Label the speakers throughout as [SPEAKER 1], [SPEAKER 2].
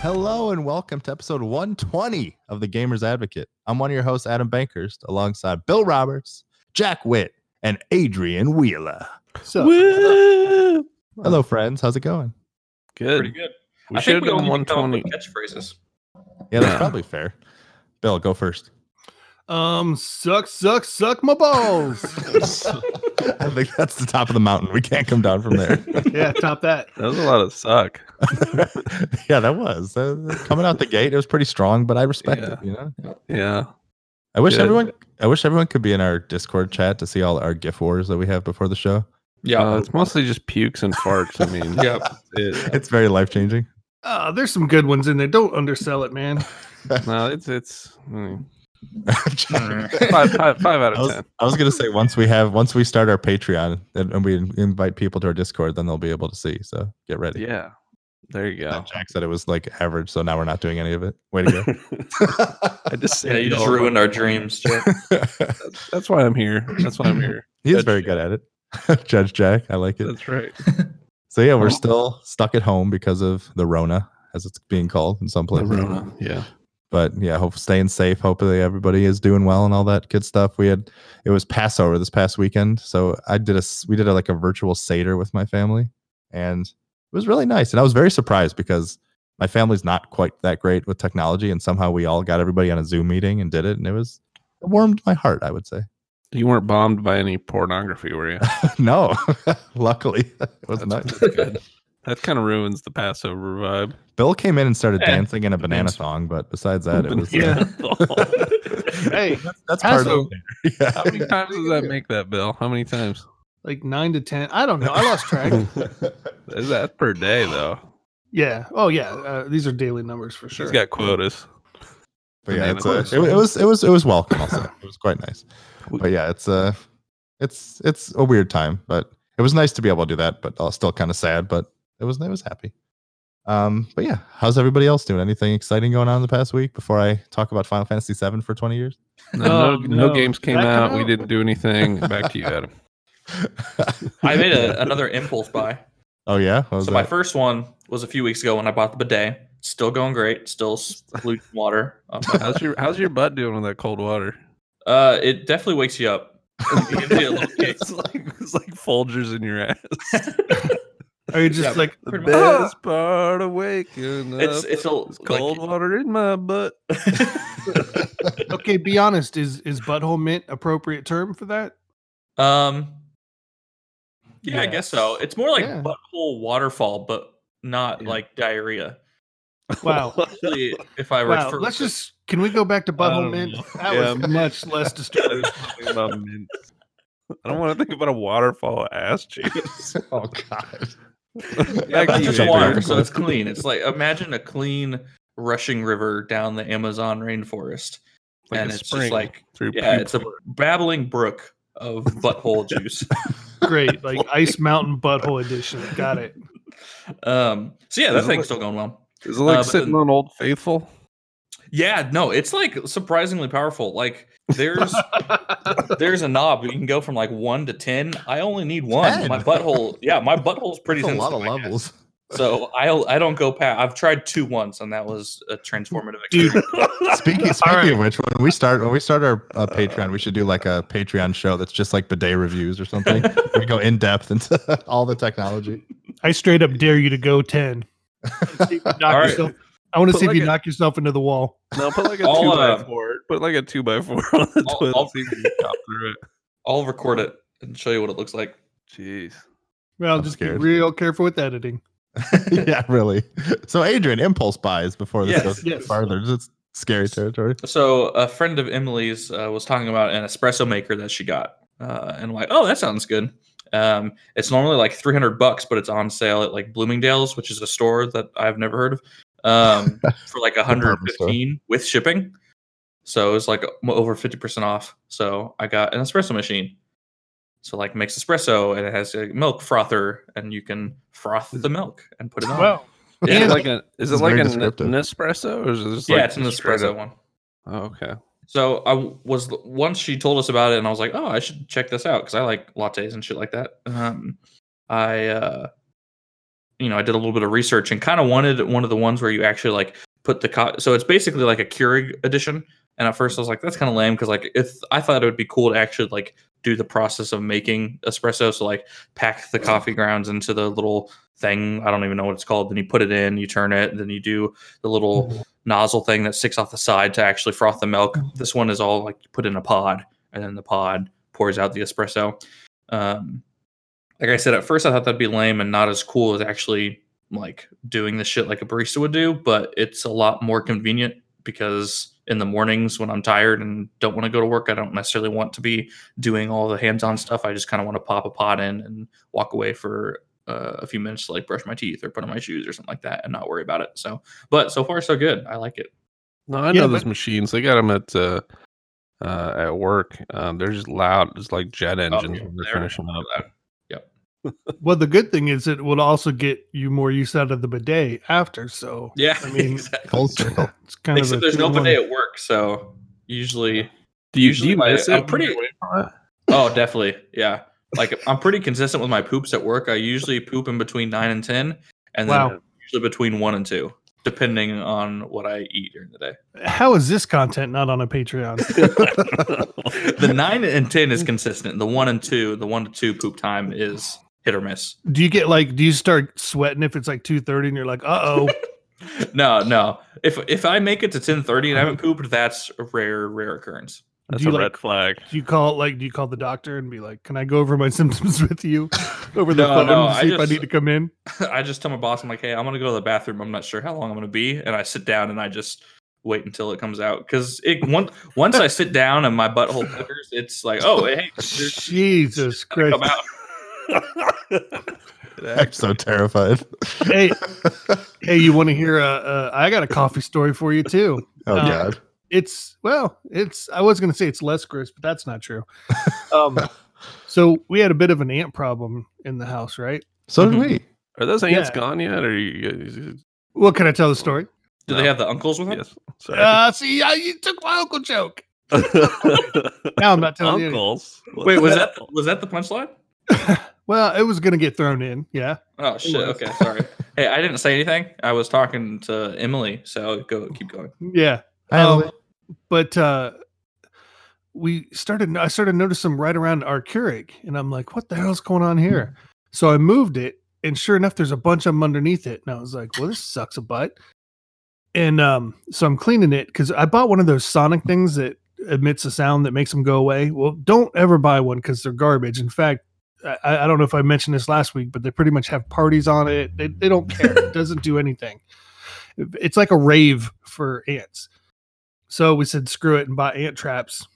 [SPEAKER 1] Hello and welcome to episode 120 of The Gamer's Advocate. I'm one of your hosts, Adam Bankhurst, alongside Bill Roberts, Jack Witt, and Adrian Wheeler.
[SPEAKER 2] So
[SPEAKER 3] Woo!
[SPEAKER 1] Hello, friends. How's it going?
[SPEAKER 3] Good.
[SPEAKER 4] Pretty good.
[SPEAKER 3] We
[SPEAKER 4] I
[SPEAKER 3] should
[SPEAKER 4] think
[SPEAKER 3] have
[SPEAKER 4] we
[SPEAKER 3] done
[SPEAKER 4] only
[SPEAKER 3] 120.
[SPEAKER 4] came up with catchphrases.
[SPEAKER 1] Yeah, that's
[SPEAKER 3] Yeah.
[SPEAKER 1] probably fair. Bill, go first.
[SPEAKER 2] um suck suck suck my balls.
[SPEAKER 1] I think that's the top of the mountain. We can't come down from there.
[SPEAKER 2] yeah, top that.
[SPEAKER 3] That was a lot of suck.
[SPEAKER 1] yeah, that was uh, coming out the gate. It was pretty strong, but I respect it. You know,
[SPEAKER 3] Yeah.
[SPEAKER 1] I wish
[SPEAKER 3] Good.
[SPEAKER 1] everyone, I wish everyone could be in our Discord chat to see all our GIF wars that we have before the show.
[SPEAKER 4] Yeah.
[SPEAKER 3] Uh, it's mostly just pukes and farts. I mean,
[SPEAKER 4] yeah.
[SPEAKER 3] it-
[SPEAKER 1] It's very life changing.
[SPEAKER 2] Uh, there's some good ones in there. Don't undersell it, man.
[SPEAKER 3] no, it's, it's mm, five, five, five
[SPEAKER 1] I
[SPEAKER 3] out of
[SPEAKER 1] was,
[SPEAKER 3] 10.
[SPEAKER 1] I was gonna say once we have once we start our Patreon and, and we invite people to our Discord, then they'll be able to see. So get ready. Uh,
[SPEAKER 3] Yeah. There you go.
[SPEAKER 1] Jack said it was like average, so now we're not doing any of it. Way to
[SPEAKER 3] I just,
[SPEAKER 4] Yeah, you just ruined our dreams, Jack.
[SPEAKER 1] go.
[SPEAKER 3] That's why I'm here. That's why I'm here.
[SPEAKER 1] he is very good at it. Judge Jack, I like it.
[SPEAKER 3] That's right.
[SPEAKER 1] So yeah, we're still stuck at home because of the Rona, as it's being called in some places.
[SPEAKER 3] Rona. Yeah.
[SPEAKER 1] but yeah, hope staying safe. Hopefully everybody is doing well and all that good stuff. We had it was Passover this past weekend, so I did a s- we did a, like a virtual seder with my family, and it was really nice. And I was very surprised because my family's not quite that great with technology, and somehow we all got everybody on a Zoom meeting and did it, and it was it warmed my heart. I would say
[SPEAKER 3] You weren't bombed by any pornography, were you?
[SPEAKER 1] no, luckily it was
[SPEAKER 3] That's
[SPEAKER 1] nice.
[SPEAKER 3] pretty good. That kind of ruins the Passover vibe.
[SPEAKER 1] Bill came in and started
[SPEAKER 3] Eh,
[SPEAKER 1] dancing in a banana
[SPEAKER 3] banana-
[SPEAKER 1] thong, but besides that, it was uh,
[SPEAKER 2] Yeah. Hey,
[SPEAKER 1] that's part of
[SPEAKER 2] Paso-
[SPEAKER 1] it. Yeah.
[SPEAKER 3] How many times does that make that, Bill? How many times?
[SPEAKER 2] like nine to ten. I don't know. I lost track.
[SPEAKER 3] Is that per day, though?
[SPEAKER 2] Yeah. Oh yeah. Uh, these are daily numbers for sure.
[SPEAKER 3] She's got quotas.
[SPEAKER 1] But yeah,
[SPEAKER 3] Banana
[SPEAKER 1] it's, uh,
[SPEAKER 3] toast.
[SPEAKER 1] it, wa- it was it was it was welcome. Also, it was quite nice.
[SPEAKER 3] We-
[SPEAKER 1] But yeah, it's uh it's it's a weird time, but it was nice to be able to do that. But uh, still kind of sad. But it was it was happy. Um, but yeah, how's everybody else doing? Anything exciting going on in the past week? Before I talk about Final Fantasy VII for twenty years,
[SPEAKER 3] No, no,
[SPEAKER 2] Oh,
[SPEAKER 3] no
[SPEAKER 2] no.
[SPEAKER 3] games came
[SPEAKER 2] That come
[SPEAKER 3] out. We
[SPEAKER 2] out?
[SPEAKER 3] didn't do anything. Back to you, Adam.
[SPEAKER 4] I made a, another impulse buy.
[SPEAKER 1] oh yeah, What was
[SPEAKER 4] So my
[SPEAKER 1] that?
[SPEAKER 4] first one was a few weeks ago when I bought the bidet. Still going great. Still s- polluting water. on my-
[SPEAKER 3] How's your How's your butt doing with that cold water?
[SPEAKER 4] Uh, it definitely wakes you up. It gives you a little kick.
[SPEAKER 3] it's like it's like Folgers in your ass.
[SPEAKER 2] Are you just
[SPEAKER 4] Yeah,
[SPEAKER 2] like
[SPEAKER 4] pretty much.
[SPEAKER 3] Best part of waking up.
[SPEAKER 4] It's it's a
[SPEAKER 3] is cold
[SPEAKER 4] cold.
[SPEAKER 3] water in my butt.
[SPEAKER 2] okay? Be honest. Is is butthole mint appropriate term for that?
[SPEAKER 4] um. Yeah, I guess so. It's more like
[SPEAKER 2] Yeah.
[SPEAKER 4] butthole waterfall, but not
[SPEAKER 3] Yeah.
[SPEAKER 4] like diarrhea.
[SPEAKER 2] Wow.
[SPEAKER 4] Actually, if I
[SPEAKER 2] Wow.
[SPEAKER 4] refer,
[SPEAKER 2] Let's just. Can we go back to butthole
[SPEAKER 3] Um,
[SPEAKER 2] mint? That
[SPEAKER 3] yeah.
[SPEAKER 2] was much less disturbing.
[SPEAKER 3] Something about mint. I don't want to think about a waterfall of ass juice.
[SPEAKER 1] oh god,
[SPEAKER 4] Yeah,
[SPEAKER 3] Back to
[SPEAKER 4] but it's
[SPEAKER 3] you,
[SPEAKER 4] just
[SPEAKER 3] Adrian.
[SPEAKER 4] water, so it's clean. It's like imagine a clean rushing river down the Amazon rainforest,
[SPEAKER 3] Like
[SPEAKER 4] and
[SPEAKER 3] a
[SPEAKER 4] it's
[SPEAKER 3] spring
[SPEAKER 4] just like
[SPEAKER 3] through
[SPEAKER 4] yeah,
[SPEAKER 3] poop.
[SPEAKER 4] it's a babbling brook of butthole juice.
[SPEAKER 2] Great, like Ice Mountain Butthole Edition. Got it.
[SPEAKER 4] Um, so yeah, that
[SPEAKER 3] Is it
[SPEAKER 4] thing's
[SPEAKER 3] like-
[SPEAKER 4] still going well.
[SPEAKER 3] Is it like
[SPEAKER 4] uh, but
[SPEAKER 3] sitting
[SPEAKER 4] then-
[SPEAKER 3] on Old Faithful?
[SPEAKER 4] Yeah, no, it's like surprisingly powerful. Like there's there's a knob you can go from like one to ten. I only need one.
[SPEAKER 1] 10?
[SPEAKER 4] My butthole, yeah, my butthole's pretty.
[SPEAKER 1] it's a lot
[SPEAKER 4] sensitive,
[SPEAKER 1] of
[SPEAKER 4] I guess.
[SPEAKER 1] levels.
[SPEAKER 4] So I I don't go past. I've tried two once, and that was a transformative
[SPEAKER 2] Dude.
[SPEAKER 4] experience.
[SPEAKER 1] Speaking, speaking
[SPEAKER 2] right.
[SPEAKER 1] of which, when we start when we start our uh, Patreon, we should do like a Patreon show that's just like bidet reviews or something. we go in depth into all the technology.
[SPEAKER 2] I straight up dare you to go ten. Knock
[SPEAKER 4] All right.
[SPEAKER 2] yourself. I want to
[SPEAKER 3] But
[SPEAKER 2] see if
[SPEAKER 3] like
[SPEAKER 2] you
[SPEAKER 3] a-
[SPEAKER 2] knock yourself into the wall.
[SPEAKER 3] No, put like a
[SPEAKER 4] I'll,
[SPEAKER 3] two by
[SPEAKER 4] uh,
[SPEAKER 3] four. Put like a two by four on the
[SPEAKER 4] I'll-
[SPEAKER 3] toilet.
[SPEAKER 4] I'll-
[SPEAKER 3] see if you can chop through it.
[SPEAKER 4] I'll record it and show you what it looks like.
[SPEAKER 3] Jeez.
[SPEAKER 2] Well,
[SPEAKER 1] I'm
[SPEAKER 2] just
[SPEAKER 1] scared.
[SPEAKER 2] be real careful with editing.
[SPEAKER 1] yeah, really. So, Adrian, impulse buys before this
[SPEAKER 4] Yes,
[SPEAKER 1] goes
[SPEAKER 2] yes.
[SPEAKER 1] farther. It's scary territory.
[SPEAKER 4] So a friend of Emily's uh, was talking about an espresso maker that she got, uh, and I'm like, oh, that sounds good. Um, it's normally like 300 bucks, but it's on sale at like Bloomingdale's, which is a store that I've never heard of, um, for like
[SPEAKER 1] Department
[SPEAKER 4] 115 with shipping. So it was like o- over 50% off. So I got an espresso machine. So like makes espresso and it has a milk frother and you can froth the milk and put it on.
[SPEAKER 2] Well,
[SPEAKER 3] Is
[SPEAKER 4] yeah,
[SPEAKER 3] it like a is it
[SPEAKER 1] It's
[SPEAKER 3] like
[SPEAKER 1] very
[SPEAKER 3] a N-
[SPEAKER 1] descriptive.
[SPEAKER 3] Nespresso or is it just
[SPEAKER 4] yeah,
[SPEAKER 3] like
[SPEAKER 4] it's an
[SPEAKER 3] just straight
[SPEAKER 4] espresso
[SPEAKER 3] up-
[SPEAKER 4] one.
[SPEAKER 3] Oh, okay.
[SPEAKER 4] So I w- was once she told us about it, and I was like, "Oh, I should check this out because I like lattes and shit like that." Um, I uh, you know, I did a little bit of research and kind of wanted one of the ones where you actually like put the co- so it's basically like a Keurig edition. And at first I was like, that's kind of lame because like if I thought it would be cool to actually like do the process of making espresso, so like pack the coffee grounds into the little thing. I don't even know what it's called. Then you put it in, you turn it, then you do the little nozzle thing that sticks off the side to actually froth the milk. This one is all like you put in a pod, and then the pod pours out the espresso. Um, like I said, at first I thought that'd be lame and not as cool as actually like doing this shit like a barista would do, but it's a lot more convenient because in the mornings when I'm tired and don't want to go to work, I don't necessarily want to be doing all the hands on stuff. I just kind of want to pop a pot in and walk away for uh, a few minutes to like brush my teeth or put on my shoes or something like that and not worry about it. So, but so far so good. I like it.
[SPEAKER 3] No, I
[SPEAKER 2] Yeah,
[SPEAKER 3] know those machines. They got them at uh, uh, at work. Um, they're just loud. It's like jet engines
[SPEAKER 4] Oh, yeah,
[SPEAKER 3] when they're
[SPEAKER 4] there
[SPEAKER 3] finishing
[SPEAKER 4] we
[SPEAKER 3] up.
[SPEAKER 4] go.
[SPEAKER 2] Well, the good thing is it will also get you more use out of the bidet after. So
[SPEAKER 4] Yeah,
[SPEAKER 2] I mean,
[SPEAKER 4] exactly.
[SPEAKER 1] Full circle.
[SPEAKER 2] it's kind of
[SPEAKER 4] Except
[SPEAKER 2] a
[SPEAKER 4] there's no
[SPEAKER 2] two-in-one.
[SPEAKER 4] bidet at work, so usually,
[SPEAKER 3] Do you,
[SPEAKER 4] Usually
[SPEAKER 3] do you
[SPEAKER 4] my-
[SPEAKER 3] miss
[SPEAKER 4] I'm
[SPEAKER 3] it? when
[SPEAKER 4] pretty-
[SPEAKER 3] you're away from it?
[SPEAKER 4] oh, definitely, yeah. Like I'm pretty consistent with my poops at work. I usually poop in between nine and ten, and then
[SPEAKER 2] Wow.
[SPEAKER 4] usually between one and two, depending on what I eat during the day.
[SPEAKER 2] How is this content not on a Patreon?
[SPEAKER 4] The nine and ten is consistent. The one and two, the one to two poop time is hit or miss.
[SPEAKER 2] Do you get like? Do you start sweating if it's like two thirty and you're like, uh oh?
[SPEAKER 4] No, no. If if I make it to ten thirty and I haven't pooped, that's a rare, rare occurrence.
[SPEAKER 3] That's
[SPEAKER 2] you
[SPEAKER 3] a
[SPEAKER 2] like-
[SPEAKER 3] red flag.
[SPEAKER 2] Do you call like? Do you call the doctor and be like, "Can I go over my symptoms with you over the
[SPEAKER 4] No,
[SPEAKER 2] phone
[SPEAKER 4] no,
[SPEAKER 2] to
[SPEAKER 4] I
[SPEAKER 2] see if I
[SPEAKER 4] just-
[SPEAKER 2] need to come in?"
[SPEAKER 4] I just tell my boss, I'm like, hey, I'm gonna go to the bathroom. I'm not sure how long I'm gonna be, and I sit down and I just wait until it comes out because it once once I sit down and my butthole flickers, it's like, oh, hey, there's
[SPEAKER 2] Jesus Christ!
[SPEAKER 4] come out.
[SPEAKER 1] I'm so terrified.
[SPEAKER 2] Hey, hey, you want to hear? Uh, uh, I got a coffee story for you too.
[SPEAKER 1] Oh
[SPEAKER 2] Uh,
[SPEAKER 1] god.
[SPEAKER 2] it's well, it's I was gonna say it's less gross, but that's not true. Um, so we had a bit of an ant problem in the house, right?
[SPEAKER 1] So
[SPEAKER 4] mhm.
[SPEAKER 1] did we.
[SPEAKER 3] Are those ants
[SPEAKER 2] Yeah.
[SPEAKER 3] gone yet? Or you guys?
[SPEAKER 2] Well, can I tell the story?
[SPEAKER 4] Do they have the uncles with them?
[SPEAKER 3] Yes. Sorry.
[SPEAKER 2] Uh, see, I, you took my uncle joke. Now I'm not telling you.
[SPEAKER 3] Uncles. What
[SPEAKER 4] Wait,
[SPEAKER 3] the
[SPEAKER 4] was that
[SPEAKER 3] hell?
[SPEAKER 4] was that the punchline?
[SPEAKER 2] Well, it was gonna get thrown in. Yeah.
[SPEAKER 4] Oh shit.
[SPEAKER 2] was.
[SPEAKER 4] Okay, sorry. Hey, I didn't say anything. I was talking to Emily, so go keep going.
[SPEAKER 2] Yeah.
[SPEAKER 1] Hi,
[SPEAKER 2] Um,
[SPEAKER 1] Emily.
[SPEAKER 2] but uh we started I started noticing them right around our Keurig and I'm like, what the hell's going on here?
[SPEAKER 1] Hmm.
[SPEAKER 2] So I moved it and sure enough there's a bunch of them underneath it. And I was like, well, this sucks a butt. And um so I'm cleaning it because I bought one of those sonic things that emits a sound that makes them go away. Well, don't ever buy one because they're garbage. In fact, I, I don't know if I mentioned this last week, but they pretty much have parties on it. They, they don't care. it doesn't do anything. It's like a rave for ants. So we said, screw it and bought ant traps.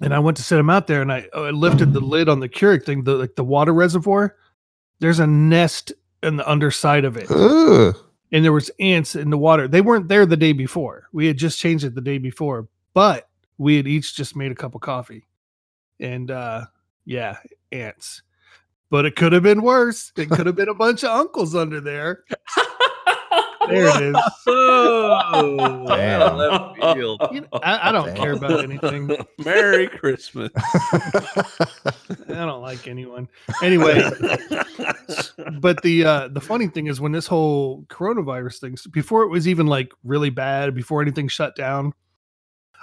[SPEAKER 2] And I went to set them out there and I, I lifted the lid on the Keurig thing, the, like the water reservoir. There's a nest in the underside of it.
[SPEAKER 1] Ugh.
[SPEAKER 2] And there was ants in the water. They weren't there the day before. We had just changed it the day before, but we had each just made a cup of coffee. And uh yeah, ants. But it could have been worse. It could have been a bunch of uncles under there. There it is.
[SPEAKER 3] Oh,
[SPEAKER 1] Damn.
[SPEAKER 3] left field.
[SPEAKER 2] You know, I, I don't care about anything.
[SPEAKER 3] Merry Christmas.
[SPEAKER 2] I don't like anyone. Anyway, but the uh, the funny thing is when this whole coronavirus thing before it was even like really bad, before anything shut down,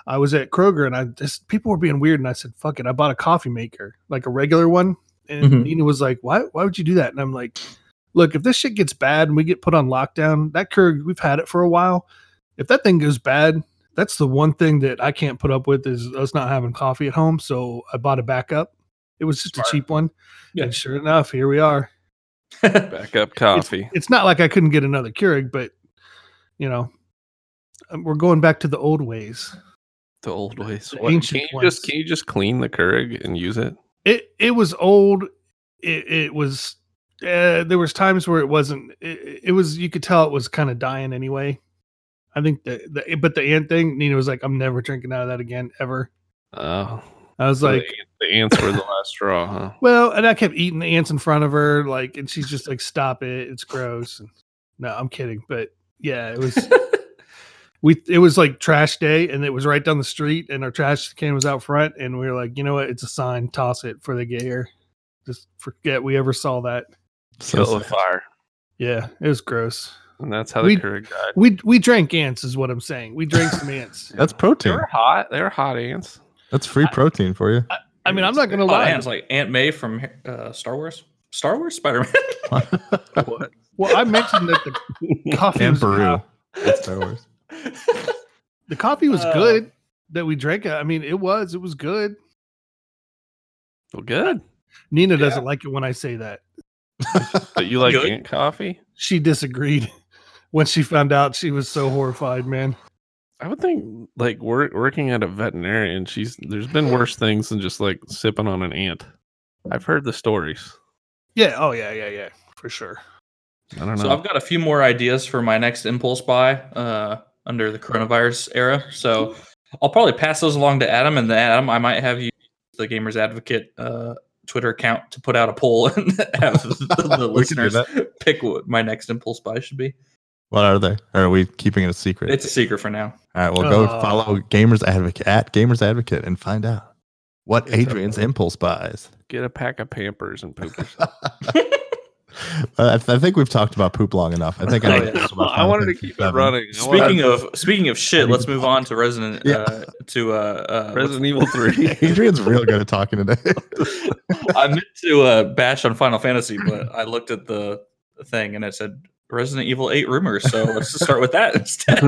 [SPEAKER 2] I was at Kroger and I just people were being weird and I said, "Fuck it," I bought a coffee maker, like a regular one, and
[SPEAKER 4] Mhm.
[SPEAKER 2] Nina was like, "Why? Why would you do that?" And I'm like, "Look, if this shit gets bad and we get put on lockdown, that Keurig we've had it for a while. If that thing goes bad." That's the one thing that I can't put up with is us not having coffee at home. So I bought a backup. It was just
[SPEAKER 4] Smart.
[SPEAKER 2] a cheap one.
[SPEAKER 4] Yeah.
[SPEAKER 2] And sure enough, here we are.
[SPEAKER 3] Backup coffee.
[SPEAKER 2] It's not like I couldn't get another Keurig, but you know, um, we're going back to the old ways.
[SPEAKER 3] The old ways.
[SPEAKER 2] the
[SPEAKER 3] What-
[SPEAKER 2] ancient
[SPEAKER 3] can you just
[SPEAKER 2] ones.
[SPEAKER 3] can you just clean the Keurig and use it?
[SPEAKER 2] It it was old. It it was. Uh, there was times where it wasn't. It, it was. You could tell it was kind of dying anyway. I think the, the but the ant thing. Nina was like, "I'm never drinking out of that again, ever."
[SPEAKER 3] Oh,
[SPEAKER 2] I was
[SPEAKER 3] so the
[SPEAKER 2] like,
[SPEAKER 3] an- the, ants were the last straw, huh?
[SPEAKER 2] "Well," and I kept eating the ants in front of her, like, and she's just like, "Stop it! It's gross." And, no, I'm kidding, but yeah, it was. we it was like trash day and it was right down the street and our trash can was out front and we were like you know what it's a sign toss it before they get here just forget we ever saw that
[SPEAKER 1] So
[SPEAKER 3] Kill the
[SPEAKER 1] sad.
[SPEAKER 3] fire.
[SPEAKER 2] Yeah, it was gross.
[SPEAKER 3] and that's how
[SPEAKER 2] We-
[SPEAKER 3] the Keurig died.
[SPEAKER 2] We we drank ants, is what I'm saying. We drank some ants.
[SPEAKER 1] That's
[SPEAKER 3] They
[SPEAKER 1] protein.
[SPEAKER 3] were hot. They were hot ants.
[SPEAKER 1] That's free protein for you.
[SPEAKER 2] I mean, I'm not gonna
[SPEAKER 4] Oh,
[SPEAKER 2] lie.
[SPEAKER 4] Anne's like Aunt May from uh, Star Wars. Star Wars, Spider Man.
[SPEAKER 2] Well, I mentioned that the coffee
[SPEAKER 1] and
[SPEAKER 2] was
[SPEAKER 1] Peru. That's Star Wars.
[SPEAKER 2] the coffee was
[SPEAKER 4] Uh,
[SPEAKER 2] good that we drank. it. I mean, it was it was good.
[SPEAKER 3] Well, good.
[SPEAKER 2] Nina
[SPEAKER 4] Yeah.
[SPEAKER 2] doesn't like it when I say that.
[SPEAKER 3] But you like
[SPEAKER 4] Good.
[SPEAKER 3] ant coffee?
[SPEAKER 2] She disagreed when she found out. She was so horrified, man.
[SPEAKER 3] I would think like work, working at a veterinarian, she's there's been worse things than just like sipping on an ant. I've heard the stories.
[SPEAKER 2] Yeah. Oh yeah. Yeah. Yeah. For sure.
[SPEAKER 3] I don't know.
[SPEAKER 4] so I've got a few more ideas for my next impulse buy uh, under the coronavirus era. So I'll probably pass those along to Adam, and then Adam, I might have you the Gamers Advocate uh, Twitter account to put out a poll and have the, the
[SPEAKER 1] We could do
[SPEAKER 4] listeners pick what my next impulse buy should be.
[SPEAKER 1] What are they? Or are we keeping it a secret?
[SPEAKER 4] It's a secret for now.
[SPEAKER 1] All right, well, go
[SPEAKER 2] Uh,
[SPEAKER 1] follow Gamers Advocate at Gamers Advocate and find out what
[SPEAKER 3] It's a-
[SPEAKER 1] Adrian's impulse buys.
[SPEAKER 3] Get a pack of Pampers and poop. yourself.
[SPEAKER 1] Uh, I, th- I think we've talked about poop long enough. I think
[SPEAKER 4] Oh,
[SPEAKER 1] I,
[SPEAKER 4] yeah.
[SPEAKER 1] it's about
[SPEAKER 3] I wanted to
[SPEAKER 1] 557.
[SPEAKER 3] keep it running. I wanted-
[SPEAKER 4] Speaking of speaking of shit, let's move on to Resident
[SPEAKER 1] Yeah.
[SPEAKER 4] uh, to uh, uh, what's-
[SPEAKER 3] Resident Evil Three,
[SPEAKER 1] Adrian's real good at talking today.
[SPEAKER 4] I meant to uh, bash on Final Fantasy, but I looked at the thing and it said Resident Evil 8 rumors. So let's just start with that instead.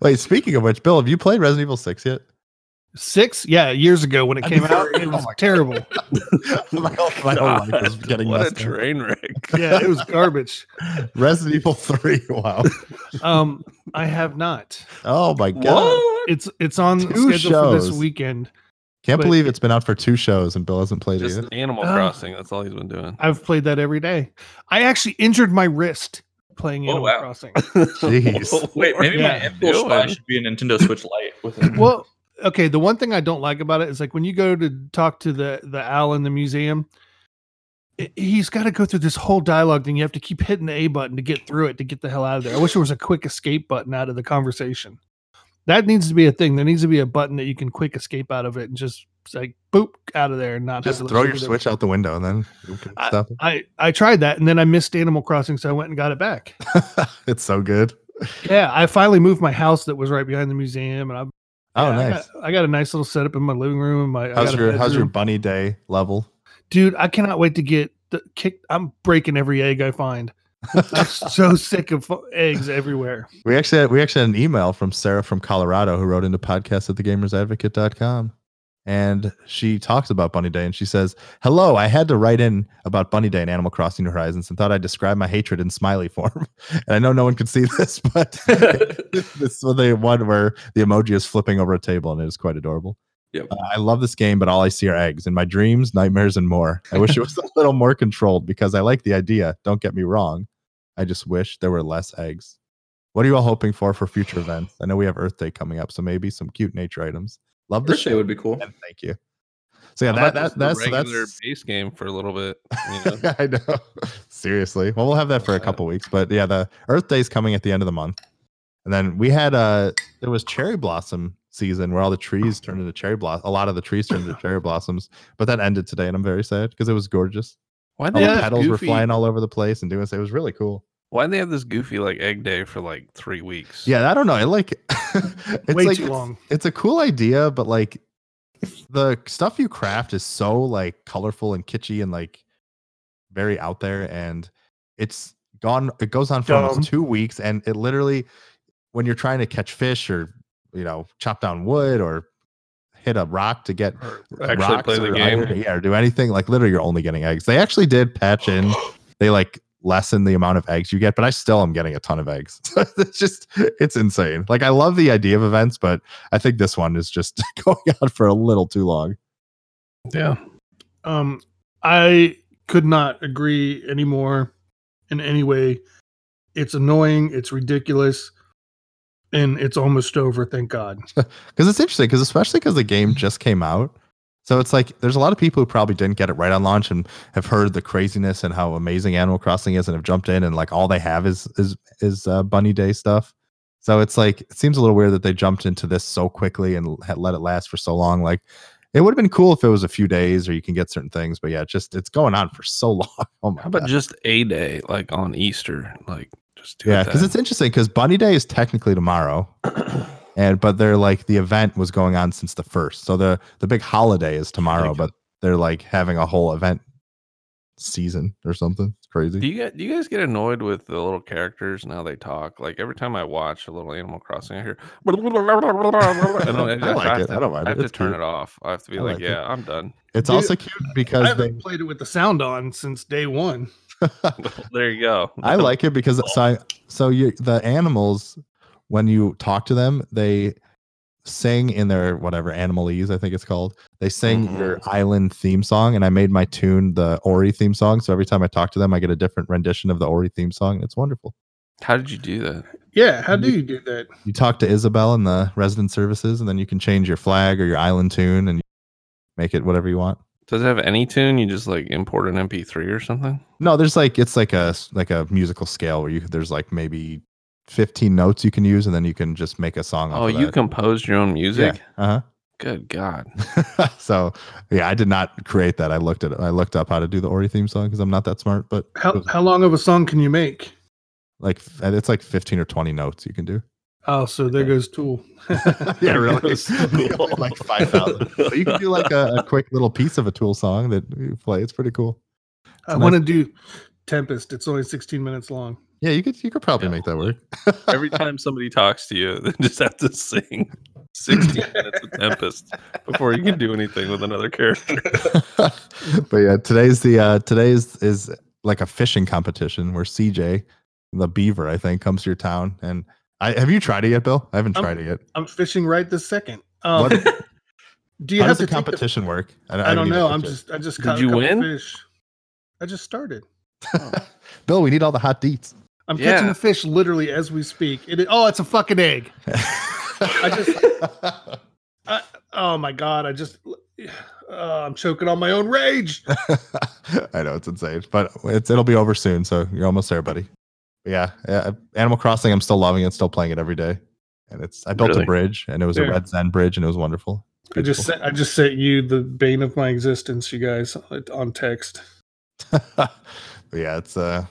[SPEAKER 1] Wait, speaking of which, Bill, have you played Resident Evil 6 yet?
[SPEAKER 2] Six. Yeah, years ago when it
[SPEAKER 1] I
[SPEAKER 2] came
[SPEAKER 1] mean,
[SPEAKER 2] out,
[SPEAKER 1] oh
[SPEAKER 2] it
[SPEAKER 1] my
[SPEAKER 2] was
[SPEAKER 1] God.
[SPEAKER 2] terrible.
[SPEAKER 1] my whole, my whole life oh, is
[SPEAKER 3] God,
[SPEAKER 1] getting
[SPEAKER 3] what a
[SPEAKER 1] messed up.
[SPEAKER 3] train wreck.
[SPEAKER 2] Yeah, it was garbage.
[SPEAKER 1] Resident Evil 3. Wow.
[SPEAKER 2] Um, I have not.
[SPEAKER 1] Oh my god.
[SPEAKER 4] what?
[SPEAKER 2] It's it's on
[SPEAKER 1] Two
[SPEAKER 2] schedule for this
[SPEAKER 1] shows.
[SPEAKER 2] weekend.
[SPEAKER 1] Can't
[SPEAKER 2] But-
[SPEAKER 1] believe it's been out for two shows and Bill hasn't played
[SPEAKER 3] Just
[SPEAKER 1] it yet.
[SPEAKER 3] Animal
[SPEAKER 2] Ah.
[SPEAKER 3] Crossing. That's all he's been doing.
[SPEAKER 2] I've played that every day. I actually injured my wrist playing
[SPEAKER 4] Oh,
[SPEAKER 2] Animal
[SPEAKER 4] wow.
[SPEAKER 2] Crossing.
[SPEAKER 1] Jeez.
[SPEAKER 4] Wait, maybe
[SPEAKER 2] Yeah.
[SPEAKER 4] my impulse spy
[SPEAKER 3] Doing.
[SPEAKER 4] should be a Nintendo Switch Lite with
[SPEAKER 1] Mm-hmm.
[SPEAKER 4] it.
[SPEAKER 2] well, okay. The one thing I don't like about it is like when you go to talk to the the owl in the museum, i- he's got to go through this whole dialogue, and you have to keep hitting the A button to get through it to get the hell out of there. I wish there was a quick escape button out of the conversation. That needs to be a thing. There needs to be a button that you can quick escape out of it and just like boop out of there and not have
[SPEAKER 1] Just
[SPEAKER 2] to
[SPEAKER 1] throw
[SPEAKER 2] listen
[SPEAKER 1] your
[SPEAKER 2] to the-
[SPEAKER 1] Switch out the window and then you can stop it.
[SPEAKER 2] I I tried that and then I missed Animal Crossing, so I went and got it back.
[SPEAKER 1] it's so good.
[SPEAKER 2] yeah, I finally moved my house that was right behind the museum, and I
[SPEAKER 1] Oh,
[SPEAKER 2] Yeah, I
[SPEAKER 1] nice.
[SPEAKER 2] got- I got, a nice little setup in my living room. And my I
[SPEAKER 1] How's
[SPEAKER 2] got a
[SPEAKER 1] your how's your
[SPEAKER 2] bedroom.
[SPEAKER 1] bunny day level?
[SPEAKER 2] dude? I cannot wait to get the kick. I'm breaking every egg I find. I'm so sick of fu- eggs everywhere.
[SPEAKER 1] We actually had, we actually had an email from Sarah from Colorado who wrote into podcast at thegamersadvocate.com. And she talks about Bunny Day and she says, Hello, I had to write in about Bunny Day and Animal Crossing New Horizons and thought I'd describe my hatred in smiley form. And I know no one could see this, but this is the one where the emoji is flipping over a table and it is quite adorable.
[SPEAKER 4] Yep.
[SPEAKER 1] Uh, I love this game, but all I see are eggs in my dreams, nightmares, and more. I wish it was a little more controlled because I like the idea. Don't get me wrong. I just wish there were less eggs. What are you all hoping for for future events? I know we have Earth Day coming up, so maybe some cute nature items. Love the
[SPEAKER 4] Birthday
[SPEAKER 1] show.
[SPEAKER 4] would be cool.
[SPEAKER 1] and Thank you. So yeah,
[SPEAKER 3] How about
[SPEAKER 1] that, that
[SPEAKER 3] just the
[SPEAKER 1] that's
[SPEAKER 3] regular
[SPEAKER 1] that's
[SPEAKER 3] base game for a little bit. You know?
[SPEAKER 1] I know. Seriously. Well, we'll have that for a couple weeks, but yeah, the Earth Day's coming at the end of the month. And then we had uh there was cherry blossom season where all the trees turned into cherry blossom. A lot of the trees turned into cherry blossoms, but that ended today and I'm very sad because it was gorgeous.
[SPEAKER 3] Why
[SPEAKER 1] All
[SPEAKER 3] they have
[SPEAKER 1] the
[SPEAKER 3] this
[SPEAKER 1] petals were
[SPEAKER 3] goofy-
[SPEAKER 1] flying all over the place and doing so. It was really cool.
[SPEAKER 3] Why they have this goofy like egg day for like three weeks?
[SPEAKER 1] Yeah, I don't know. I like it's
[SPEAKER 2] Way
[SPEAKER 1] like
[SPEAKER 2] too long.
[SPEAKER 1] it's a cool idea, but like the stuff you craft is so like colorful and kitschy and like very out there and it's gone it goes on for
[SPEAKER 2] Dumb.
[SPEAKER 1] almost two weeks and it literally when you're trying to catch fish or you know chop down wood or hit a rock to get
[SPEAKER 3] Or actually
[SPEAKER 1] rocks
[SPEAKER 3] play the
[SPEAKER 1] or
[SPEAKER 3] game.
[SPEAKER 1] iron- yeah, or do anything. Like literally, you're only getting eggs. They actually did patch in. They like lessen the amount of eggs you get, but I still am getting a ton of eggs. it's just it's insane. Like I love the idea of events, but I think this one is just going on for a little too long.
[SPEAKER 3] yeah.
[SPEAKER 2] Um, I could not agree anymore in any way. It's annoying. It's ridiculous, and it's almost over. Thank God.
[SPEAKER 1] Because it's interesting. Because especially because the game just came out. So it's like there's a lot of people who probably didn't get it right on launch and have heard the craziness and how amazing Animal Crossing is and have jumped in and like all they have is is is uh, Bunny Day stuff. So it's like it seems a little weird that they jumped into this so quickly and had let it last for so long. Like It would have been cool if it was a few days or you can get certain things, but yeah, it just it's going on for so long. Oh my
[SPEAKER 3] How about
[SPEAKER 1] God.
[SPEAKER 3] just a day, like on Easter, like just do
[SPEAKER 1] yeah,
[SPEAKER 3] it
[SPEAKER 1] because
[SPEAKER 3] then.
[SPEAKER 1] it's interesting because Bunny Day is technically tomorrow, and but they're like the event was going on since the first, so the the big holiday is tomorrow,
[SPEAKER 3] Like-
[SPEAKER 1] but they're like having a whole event season or something. It's crazy.
[SPEAKER 3] Do you get do you guys get annoyed with the little characters and how they talk? Like every time I watch a little Animal Crossing, I hear and then
[SPEAKER 1] I
[SPEAKER 3] just
[SPEAKER 1] like
[SPEAKER 3] have
[SPEAKER 1] it.
[SPEAKER 3] To,
[SPEAKER 1] I don't mind
[SPEAKER 3] I
[SPEAKER 1] it.
[SPEAKER 3] have to
[SPEAKER 1] It's
[SPEAKER 3] turn
[SPEAKER 1] cute.
[SPEAKER 3] it off. I have to be
[SPEAKER 1] I
[SPEAKER 3] like,
[SPEAKER 1] like it.
[SPEAKER 3] yeah, I'm done.
[SPEAKER 1] it's
[SPEAKER 2] Dude,
[SPEAKER 1] also cute
[SPEAKER 2] I
[SPEAKER 1] because they
[SPEAKER 2] haven't played it with the sound on since day one.
[SPEAKER 3] There you go.
[SPEAKER 1] I like it because so I, so you the animals when you talk to them they sing in their whatever animalese I think it's called they sing
[SPEAKER 3] Mm-hmm.
[SPEAKER 1] your island theme song and I made my tune the Ori theme song so every time I talk to them I get a different rendition of the Ori theme song and it's wonderful.
[SPEAKER 3] How did you do that?
[SPEAKER 2] Yeah, how do
[SPEAKER 1] Mm-hmm.
[SPEAKER 2] you do that?
[SPEAKER 1] You talk to Isabel in the resident services and then you can change your flag or your island tune and make it whatever you want.
[SPEAKER 3] Does it have any tune? You just like import an MP3 or something?
[SPEAKER 1] No, there's like it's like a s- like a musical scale where you there's like maybe 15 notes you can use and then you can just make a song off
[SPEAKER 3] Oh,
[SPEAKER 1] of
[SPEAKER 3] you
[SPEAKER 1] that.
[SPEAKER 3] composed your own music?
[SPEAKER 1] Uh-huh.
[SPEAKER 3] Good God.
[SPEAKER 1] so yeah, I did not create that. I looked at I looked up how to do the Ori theme song because I'm not that smart, but it
[SPEAKER 2] How
[SPEAKER 1] was
[SPEAKER 2] how long of a song can you make?
[SPEAKER 1] like f- it's like 15 or 20 notes you can do.
[SPEAKER 2] Oh, so there goes Tool.
[SPEAKER 1] yeah, really.
[SPEAKER 3] It's cool.
[SPEAKER 1] like 5,000. So you can do like a, a quick little piece of a Tool song that you play. It's pretty cool.
[SPEAKER 2] I
[SPEAKER 1] nice.
[SPEAKER 2] want to do Tempest. It's only 16 minutes long.
[SPEAKER 1] Yeah, you could you could probably
[SPEAKER 3] Yeah.
[SPEAKER 1] make that work.
[SPEAKER 3] Every time somebody talks to you, they just have to sing 16 minutes of Tempest before you can do anything with another character.
[SPEAKER 1] but yeah, today's the uh today's is like a fishing competition where CJ, the beaver, I think, comes to your town. And I have you tried it yet, Bill? I haven't
[SPEAKER 2] Um,
[SPEAKER 1] tried it yet.
[SPEAKER 2] I'm fishing right this second. Um,
[SPEAKER 1] What-
[SPEAKER 2] do you
[SPEAKER 1] How
[SPEAKER 2] have
[SPEAKER 1] does the
[SPEAKER 2] to take the-
[SPEAKER 1] competition work?
[SPEAKER 2] I don't
[SPEAKER 1] haven't even
[SPEAKER 2] know.
[SPEAKER 1] looked
[SPEAKER 2] I'm
[SPEAKER 1] yet.
[SPEAKER 2] just I just
[SPEAKER 3] Did
[SPEAKER 2] caught a
[SPEAKER 3] you
[SPEAKER 2] couple
[SPEAKER 3] win?
[SPEAKER 2] Fish. I just started.
[SPEAKER 1] Bill, we need all the hot deets.
[SPEAKER 2] I'm catching
[SPEAKER 3] Yeah.
[SPEAKER 2] a fish literally as we speak. It is, oh, it's a fucking egg.
[SPEAKER 1] I
[SPEAKER 2] Oh my god! I just uh, I'm choking on my own rage.
[SPEAKER 1] I know it's insane, but it's it'll be over soon, so you're almost there, buddy. But yeah, yeah, Animal Crossing, I'm still loving it, still playing it every day. And it's I built
[SPEAKER 3] Really?
[SPEAKER 1] a bridge and it was
[SPEAKER 2] Yeah.
[SPEAKER 1] a red zen bridge and it was wonderful. It's
[SPEAKER 2] I just
[SPEAKER 1] beautiful.
[SPEAKER 2] sent, I just sent you the bane of my existence, you guys, on text.
[SPEAKER 1] But yeah, it's uh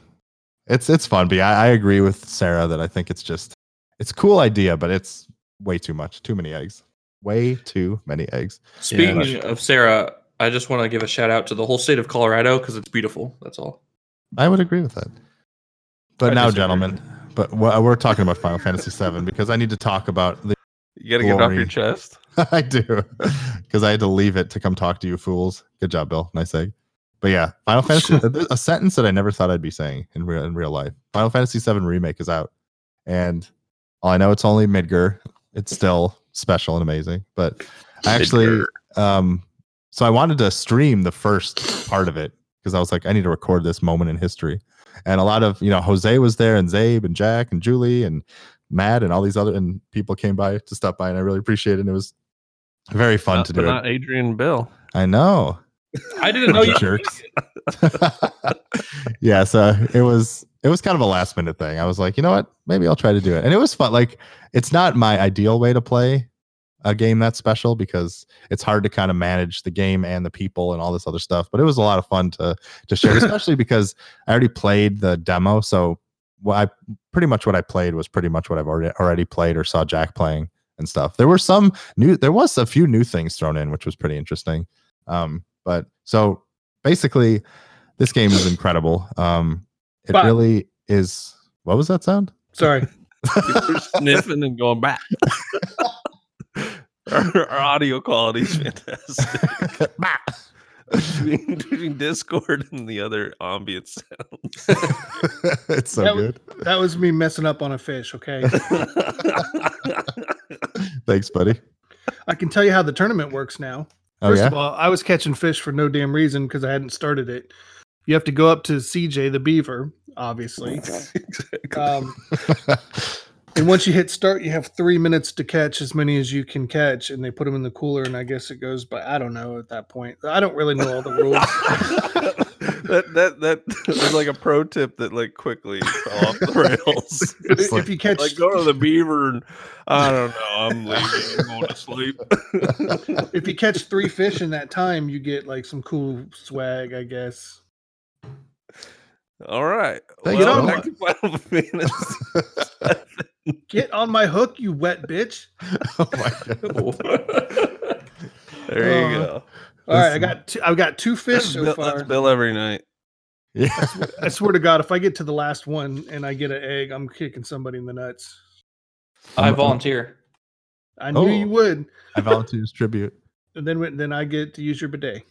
[SPEAKER 1] it's it's fun, but yeah, I, I agree with Sarah that I think it's just it's a cool idea, but it's way too much. Too many eggs. Way too many eggs.
[SPEAKER 4] Speaking of Sarah, I just want to give a shout out to the whole state of Colorado because it's beautiful. That's all.
[SPEAKER 1] I would agree with that. But
[SPEAKER 3] I
[SPEAKER 1] now,
[SPEAKER 3] disagree.
[SPEAKER 1] gentlemen, but we're we're talking about Final Fantasy VII because I need to talk about the.
[SPEAKER 3] You got to get it off
[SPEAKER 1] Glory.
[SPEAKER 3] your chest.
[SPEAKER 1] I do because I had to leave it to come talk to you fools. Good job, Bill. Nice egg. But yeah, Final Fantasy. uh, there's a sentence that I never thought I'd be saying in real in real life. Final Fantasy VII remake is out, and all I know it's only Midgar. It's still special and amazing. But I actually,
[SPEAKER 3] Midgar.
[SPEAKER 1] um, so I wanted to stream the first part of it because I was like, I need to record this moment in history. And a lot of you know, Jose was there, and Zabe, and Jack, and Julie, and Matt, and all these other and people came by to stop by, and I really appreciate it. And it was very fun
[SPEAKER 3] Not-
[SPEAKER 1] to
[SPEAKER 3] but
[SPEAKER 1] do.
[SPEAKER 3] not
[SPEAKER 1] it.
[SPEAKER 3] Adrian and Bill.
[SPEAKER 1] I know.
[SPEAKER 4] I didn't know you.
[SPEAKER 1] Jerks. yeah, so it was it was kind of a last minute thing. I was like, you know what? Maybe I'll try to do it. And it was fun. Like it's not my ideal way to play a game that's special because it's hard to kind of manage the game and the people and all this other stuff. But it was a lot of fun to to share, especially because I already played the demo. So what I pretty much what I played was pretty much what I've already already played or saw Jack playing and stuff. There were some new there was a few new things thrown in, which was pretty interesting. Um, but so basically this game is incredible. Um it
[SPEAKER 2] But-
[SPEAKER 1] really is what was that sound?
[SPEAKER 2] Sorry.
[SPEAKER 3] People are sniffing and going back. our, our audio quality is fantastic.
[SPEAKER 1] Bah.
[SPEAKER 3] between, between Discord and the other ambient sounds.
[SPEAKER 1] it's so
[SPEAKER 2] That was-
[SPEAKER 1] good.
[SPEAKER 2] That was me messing up on a fish, okay?
[SPEAKER 1] Thanks, buddy.
[SPEAKER 2] I can tell you how the tournament works now.
[SPEAKER 1] Oh
[SPEAKER 2] First
[SPEAKER 1] yeah.
[SPEAKER 2] of all, I was catching fish for no damn reason because I hadn't started it. You have to go up to CJ the beaver, obviously. Um, and once you hit start, you have three minutes to catch as many as you can catch, and they put them in the cooler. And I guess it goes by. I don't know at that point. I don't really know all the rules.
[SPEAKER 3] that that that was like a pro tip that like quickly fell off the rails.
[SPEAKER 1] It's
[SPEAKER 2] if
[SPEAKER 1] like-
[SPEAKER 2] you catch
[SPEAKER 3] like go to the beaver and I don't know. I'm leaving. I'm going to sleep.
[SPEAKER 2] if you catch three fish in that time, you get like some cool swag, I guess.
[SPEAKER 3] All right.
[SPEAKER 1] Thanks,
[SPEAKER 3] well,
[SPEAKER 2] Bill.
[SPEAKER 3] back to Final Fantasy.
[SPEAKER 2] Get on my hook, you wet bitch.
[SPEAKER 1] oh my god.
[SPEAKER 3] There you
[SPEAKER 2] Uh,
[SPEAKER 3] go.
[SPEAKER 2] All right, I
[SPEAKER 1] Listen.
[SPEAKER 2] got two, I've got two fish
[SPEAKER 3] That's
[SPEAKER 2] so
[SPEAKER 3] Bill,
[SPEAKER 2] far.
[SPEAKER 3] that's Bill every night.
[SPEAKER 1] Yeah.
[SPEAKER 2] I swear to God, if I get to the last one and I get an egg, I'm kicking somebody in the nuts.
[SPEAKER 4] I volunteer.
[SPEAKER 2] I knew
[SPEAKER 1] Oh.
[SPEAKER 2] you would.
[SPEAKER 1] I volunteer as tribute.
[SPEAKER 2] And then when- then I get to use your bidet.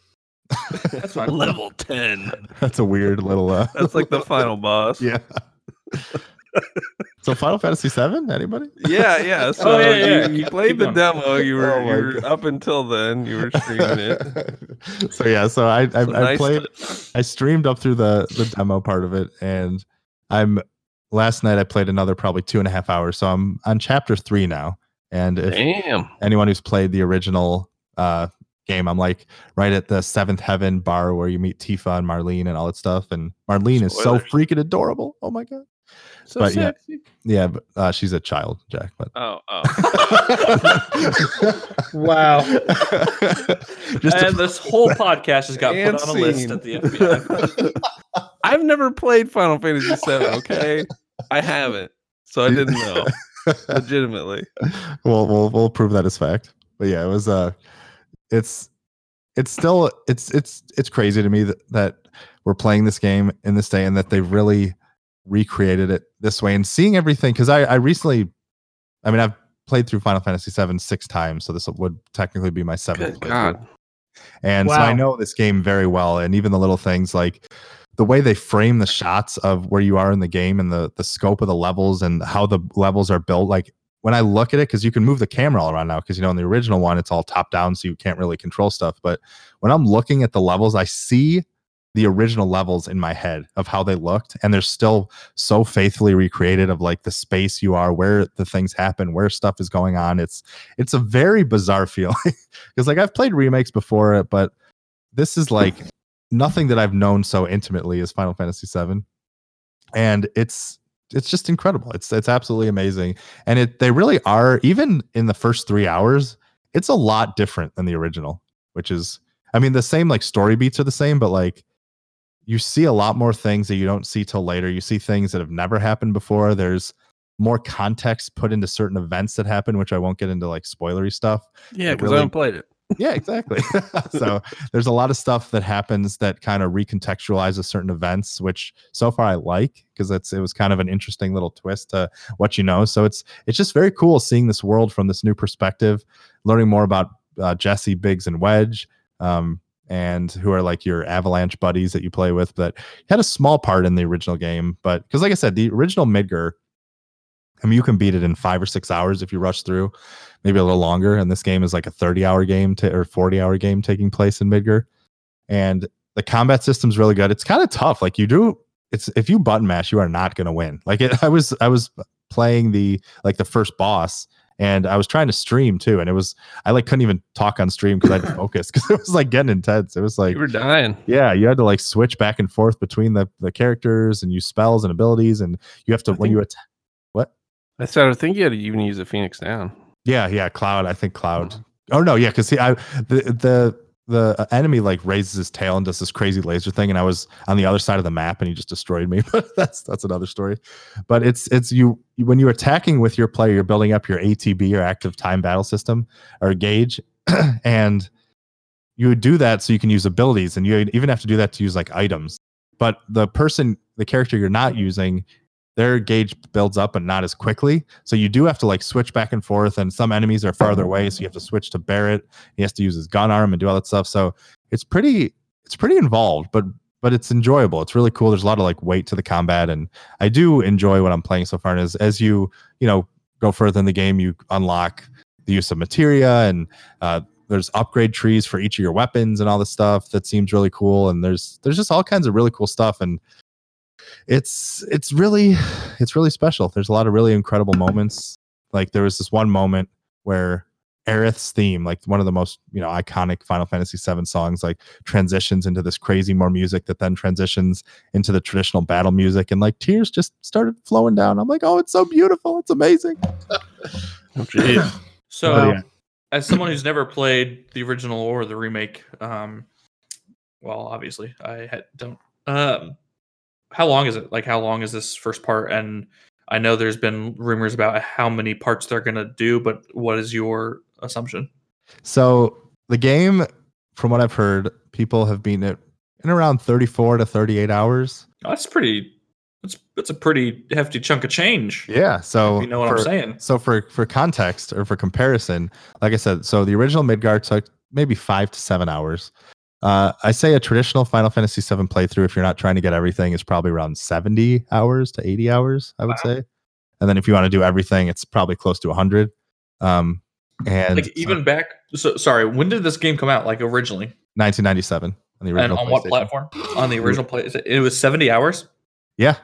[SPEAKER 4] That's fine.
[SPEAKER 3] Level ten.
[SPEAKER 1] That's a weird little. Uh,
[SPEAKER 3] That's like the final boss.
[SPEAKER 1] yeah. so Final Fantasy Seven? Anybody?
[SPEAKER 3] Yeah, yeah. So
[SPEAKER 4] yeah, yeah.
[SPEAKER 3] You, you
[SPEAKER 4] Keep-
[SPEAKER 3] played
[SPEAKER 4] keep
[SPEAKER 3] the
[SPEAKER 4] going.
[SPEAKER 3] demo. You were,
[SPEAKER 1] Oh my
[SPEAKER 3] you were
[SPEAKER 1] God.
[SPEAKER 3] up until then. You were streaming it.
[SPEAKER 1] so yeah, so I I, I
[SPEAKER 3] So nice
[SPEAKER 1] played.
[SPEAKER 3] to-
[SPEAKER 1] I streamed up through the the demo part of it, and I'm last night I played another probably two and a half hours. So I'm on chapter three now. And if
[SPEAKER 3] Damn.
[SPEAKER 1] anyone who's played the original uh, game, I'm like right at the seventh heaven bar where you meet Tifa and Marlene and all that stuff. And Marlene is so
[SPEAKER 3] Spoilers.
[SPEAKER 1] freaking adorable. Oh my god.
[SPEAKER 3] So
[SPEAKER 1] But, yeah.
[SPEAKER 3] sexy.
[SPEAKER 1] Yeah, but, uh, she's a child, Jack. But
[SPEAKER 3] Oh, oh.
[SPEAKER 2] Wow.
[SPEAKER 1] Just to-
[SPEAKER 4] and this whole podcast has got
[SPEAKER 3] And
[SPEAKER 4] put on a list
[SPEAKER 3] scene.
[SPEAKER 4] at the FBI.
[SPEAKER 3] I've never played Final Fantasy VII. Okay, I haven't, so I
[SPEAKER 1] You-
[SPEAKER 3] didn't know. Legitimately,
[SPEAKER 1] we'll we'll we'll prove that as fact. But yeah, it was uh it's it's still it's it's it's crazy to me that, that we're playing this game in this day and that they really recreated it this way and seeing everything because I, I recently I mean I've played through Final Fantasy VII six times, so this would technically be my seventh.
[SPEAKER 3] good
[SPEAKER 1] playthrough.
[SPEAKER 3] God,
[SPEAKER 1] And so I
[SPEAKER 2] Wow.
[SPEAKER 1] know this game very well. And even the little things like the way they frame the shots of where you are in the game and the the scope of the levels and how the levels are built. Like when I look at it, because you can move the camera all around now, because you know in the original one it's all top down, so you can't really control stuff. But when I'm looking at the levels, I see the original levels in my head of how they looked and they're still so faithfully recreated of like the space you are where the things happen where stuff is going on it's it's a very bizarre feeling because like i've played remakes before but this is like nothing that I've known so intimately as Final Fantasy VII, and it's it's just incredible. It's it's absolutely amazing, and it they really are even in the first three hours. It's a lot different than the original, which is I mean the same like story beats are the same, but like you see a lot more things that you don't see till later. You see things that have never happened before. There's more context put into certain events that happen, which I won't get into like spoilery stuff
[SPEAKER 3] yeah, because
[SPEAKER 1] really-
[SPEAKER 3] I haven't played it.
[SPEAKER 1] yeah exactly so there's a lot of stuff that happens that kind of recontextualizes certain events which so far i like because it's it was kind of an interesting little twist to what you know so it's it's just very cool seeing this world from this new perspective learning more about uh, jesse biggs and wedge um, and who are like your avalanche buddies that you play with that had a small part in the original game but because like i said the original midgar i mean you can beat it in five or six hours if you rush through maybe a little longer. And this game is like a 30 hour game to, or 40 hour game taking place in Midgar. And the combat system's really good. It's kind of tough. Like you do, it's if you button mash, you are not going to win. Like it, I was, I was playing the like the first boss, and I was trying to stream too, and it was I like couldn't even talk on stream because I had to focus because it was like getting intense. It was like
[SPEAKER 3] You were dying.
[SPEAKER 1] yeah, you had to like switch back and forth between the the characters and use spells and abilities, and you have to
[SPEAKER 3] I
[SPEAKER 1] when you attack.
[SPEAKER 3] I said I think you had to even use a Phoenix down.
[SPEAKER 1] Yeah, yeah, Cloud. I think Cloud. Oh no, yeah, because he, I, the the the enemy like raises his tail and does this crazy laser thing, and I was on the other side of the map, and he just destroyed me. But that's that's another story. But it's it's you when you're attacking with your player, you're building up your ATB, your active time battle system or gauge, and you would do that so you can use abilities, and you even have to do that to use like items. But the person, the character you're not using, their gauge builds up and not as quickly. So you do have to like switch back and forth, and some enemies are farther away, so you have to switch to Barrett. He has to use his gun arm and do all that stuff. So it's pretty it's pretty involved, but but it's enjoyable. It's really cool. There's a lot of like weight to the combat, and I do enjoy what I'm playing so far. And as as you you know go further in the game, you unlock the use of materia and uh, there's upgrade trees for each of your weapons and all this stuff that seems really cool. And there's there's just all kinds of really cool stuff and it's it's really it's really special. There's a lot of really incredible moments. Like there was this one moment where Aerith's theme, like one of the most you know iconic Final Fantasy VII songs, like transitions into this crazy more music that then transitions into the traditional battle music, and like tears just started flowing down. I'm like, oh, it's so beautiful, it's amazing.
[SPEAKER 3] Oh, jeez.
[SPEAKER 4] So,
[SPEAKER 1] But Oh, yeah.
[SPEAKER 4] as someone who's never played the original or the remake, um, well, obviously I ha- don't. Um, how long is it? Like, how long is this first part? And I know there's been rumors about how many parts they're gonna do, but what is your assumption?
[SPEAKER 1] So the game, from what I've heard, people have beaten it in around 34 to 38 hours.
[SPEAKER 4] That's pretty. That's that's a pretty hefty chunk of change.
[SPEAKER 1] Yeah. So
[SPEAKER 4] if you know what
[SPEAKER 1] for,
[SPEAKER 4] I'm saying.
[SPEAKER 1] So for for context or for comparison, like I said, so the original Midgar took maybe five to seven hours. Uh, I say a traditional Final Fantasy VII playthrough, if you're not trying to get everything, is probably around 70 hours to 80 hours, I would
[SPEAKER 4] Wow.
[SPEAKER 1] say. And then if you want to do everything, it's probably close to 100. Um, and
[SPEAKER 4] Like even back. So sorry. When did this game come out? Like originally,
[SPEAKER 1] 1997 on the
[SPEAKER 4] and
[SPEAKER 1] original.
[SPEAKER 4] on what
[SPEAKER 1] PlayStation.
[SPEAKER 4] platform? On the original play, it was 70 hours.
[SPEAKER 1] Yeah,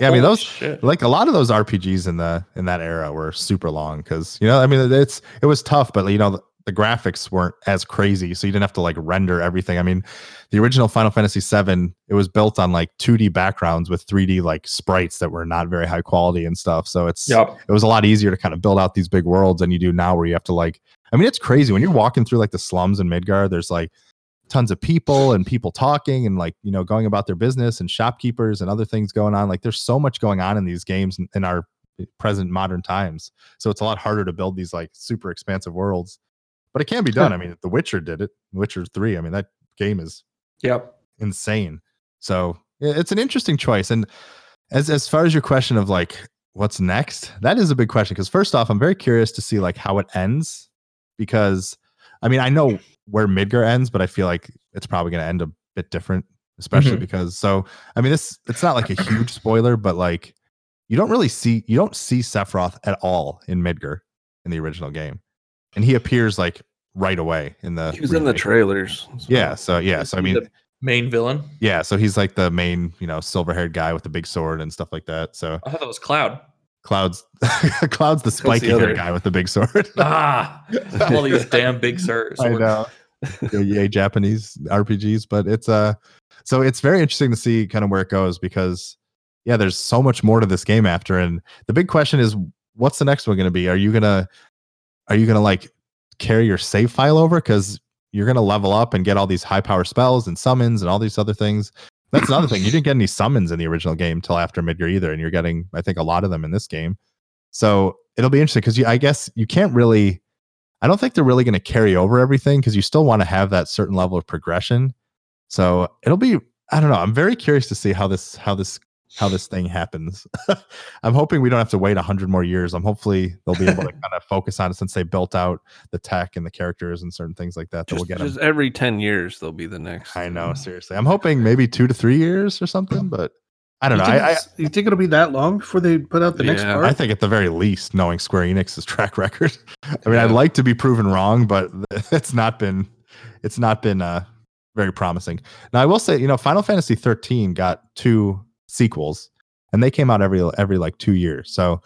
[SPEAKER 1] yeah. I mean,
[SPEAKER 4] Holy
[SPEAKER 1] those
[SPEAKER 4] shit.
[SPEAKER 1] like a lot of those RPGs in the in that era were super long because you know I mean it's it was tough, but you know the, the graphics weren't as crazy, so you didn't have to like render everything. I mean, the original Final Fantasy VII it was built on like 2D backgrounds with 3D like sprites that were not very high quality and stuff. So it's
[SPEAKER 4] Yep.
[SPEAKER 1] it was a lot easier to kind of build out these big worlds than you do now where you have to like i mean it's crazy when you're walking through like the slums in midgar there's like tons of people and people talking and like you know going about their business and shopkeepers and other things going on like there's so much going on in these games in, in our eh, present modern times so it's a lot harder to build these like super expansive worlds but it can be done i mean the witcher did it witcher 3 i mean that game is
[SPEAKER 4] Yep.
[SPEAKER 1] insane. So i- it's an interesting choice. And as as far as your question of like what's next, that is a big question because first off, I'm very curious to see like how it ends because I mean I know where Midgar ends, but I feel like it's probably going to end a bit different, especially
[SPEAKER 3] Mm-hmm.
[SPEAKER 4] Mhm.
[SPEAKER 1] because so I mean this it's not like a huge spoiler, but like you don't really see you don't see Sephiroth at all in Midgar in the original game, and he appears like right away in the
[SPEAKER 3] He was in the
[SPEAKER 1] remake.
[SPEAKER 3] trailers. so-
[SPEAKER 1] Yeah, so yeah, so I mean
[SPEAKER 4] the main villain.
[SPEAKER 1] yeah, so he's like the main, you know, silver-haired guy with the big sword and stuff like that. So
[SPEAKER 4] I thought that was Cloud.
[SPEAKER 1] clouds, clouds the
[SPEAKER 3] other-
[SPEAKER 1] spiky-haired guy with the big sword.
[SPEAKER 4] Ah, all these damn big sir.
[SPEAKER 1] I
[SPEAKER 4] swords.
[SPEAKER 1] know. Yeah, Yay, Japanese RPGs, but it's uh, so it's very interesting to see kind of where it goes because yeah, there's so much more to this game after, and the big question is, what's the next one going to be? Are you gonna, are you gonna like carry your save file over because you're gonna level up and get all these high power spells and summons and all these other things? That's another thing. You didn't get any summons in the original game till after Midgar either, and you're getting, I think, a lot of them in this game. So it'll be interesting because I guess you can't really. I don't think they're really going to carry over everything because you still want to have that certain level of progression. So it'll be I don't know. I'm very curious to see how this how this how this thing happens. I'm hoping we don't have to wait hundred more years. I'm hopefully they'll be able to kind of focus on it since they built out the tech and the characters and certain things like that. That we'll
[SPEAKER 3] Just,
[SPEAKER 1] get. 'em.
[SPEAKER 3] just every 10 years, they'll be the next.
[SPEAKER 1] I know, seriously. I'm hoping maybe two to three years or something, but I don't know.
[SPEAKER 2] you, think
[SPEAKER 1] I, I
[SPEAKER 2] it's- you think it'll be that long before they put out the next
[SPEAKER 3] Yeah.
[SPEAKER 2] part?
[SPEAKER 1] I think at the very least, knowing Square Enix's track record, I mean, I'd
[SPEAKER 3] Yeah.
[SPEAKER 1] like to be proven wrong, but it's not been, it's not been uh, very promising. Now, I will say, you know, Final Fantasy 13 got two sequels, and they came out every every like two years. So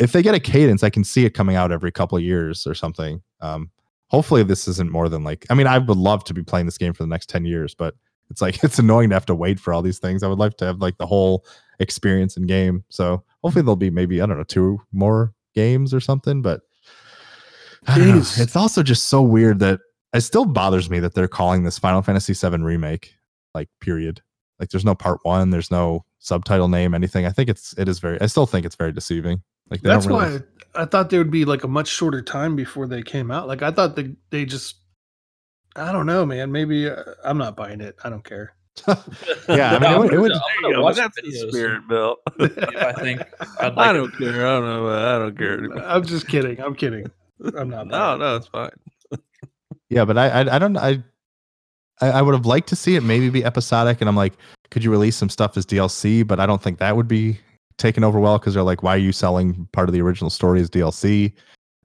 [SPEAKER 1] if they get a cadence, I can see it coming out every couple of years or something. Um, hopefully, this isn't more than like. I mean, I would love to be playing this game for the next ten years, but it's like it's annoying to have to wait for all these things. I would like to have like the whole experience in game. So hopefully there'll be maybe I don't know two more games or something. But I don't know.
[SPEAKER 2] Jeez.
[SPEAKER 1] it's also just so weird that it still bothers me that they're calling this Final Fantasy VII remake like period. Like there's no part one, there's no subtitle name, anything. I think it's it is very. I still think it's very deceiving. Like they
[SPEAKER 2] That's
[SPEAKER 1] don't really,
[SPEAKER 2] why I thought there would be like a much shorter time before they came out. Like I thought they they just I don't know, man. Maybe uh, I'm not buying it. I don't care.
[SPEAKER 1] Yeah, I mean, it would- it would-
[SPEAKER 4] I'm
[SPEAKER 3] There
[SPEAKER 4] gonna
[SPEAKER 3] you go.
[SPEAKER 4] watch
[SPEAKER 3] That's the
[SPEAKER 4] videos.
[SPEAKER 3] spirit, Bill.
[SPEAKER 4] I think I'd like
[SPEAKER 3] I don't care. I don't know. I don't care. anymore.
[SPEAKER 2] I'm just kidding. I'm kidding. I'm not.
[SPEAKER 3] No,
[SPEAKER 2] buying it.
[SPEAKER 3] no, it's fine.
[SPEAKER 1] yeah, but I I, I don't I. I I would have liked to see it maybe be episodic, and I'm like, could you release some stuff as DLC? But I don't think that would be taken over well because they're like, why are you selling part of the original story as DLC?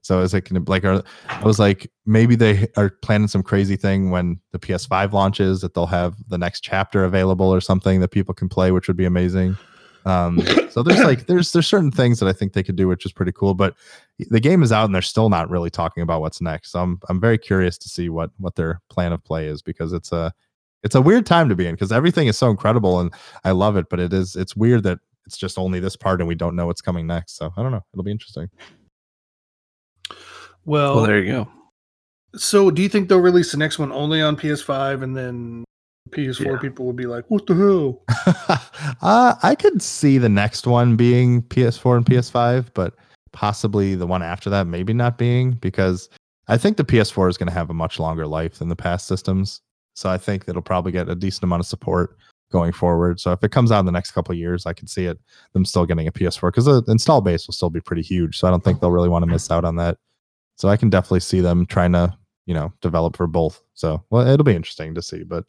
[SPEAKER 1] So is it gonna like? Are, I was like, maybe they are planning some crazy thing when the PS5 launches that they'll have the next chapter available or something that people can play, which would be amazing. Um, so there's like there's there's certain things that I think they could do, which is pretty cool. But the game is out, and they're still not really talking about what's next. So I'm I'm very curious to see what what their plan of play is because it's a it's a weird time to be in because everything is so incredible and I love it, but it is it's weird that it's just only this part and we don't know what's coming next. So I don't know. It'll be interesting.
[SPEAKER 2] Well,
[SPEAKER 3] Well, there you go.
[SPEAKER 2] so do you think they'll release the next one only on PS5 and then PS4
[SPEAKER 3] Yeah.
[SPEAKER 2] people will be like, what the hell?
[SPEAKER 1] uh, I could see the next one being PS4 and PS5, but possibly the one after that maybe not being because I think the PS4 is going to have a much longer life than the past systems. So I think it'll probably get a decent amount of support going forward. So if it comes out in the next couple of years, I could see it them still getting a PS4 because the install base will still be pretty huge. So I don't think they'll really want to miss out on that. So I can definitely see them trying to you know develop for both. So well, it'll be interesting to see. But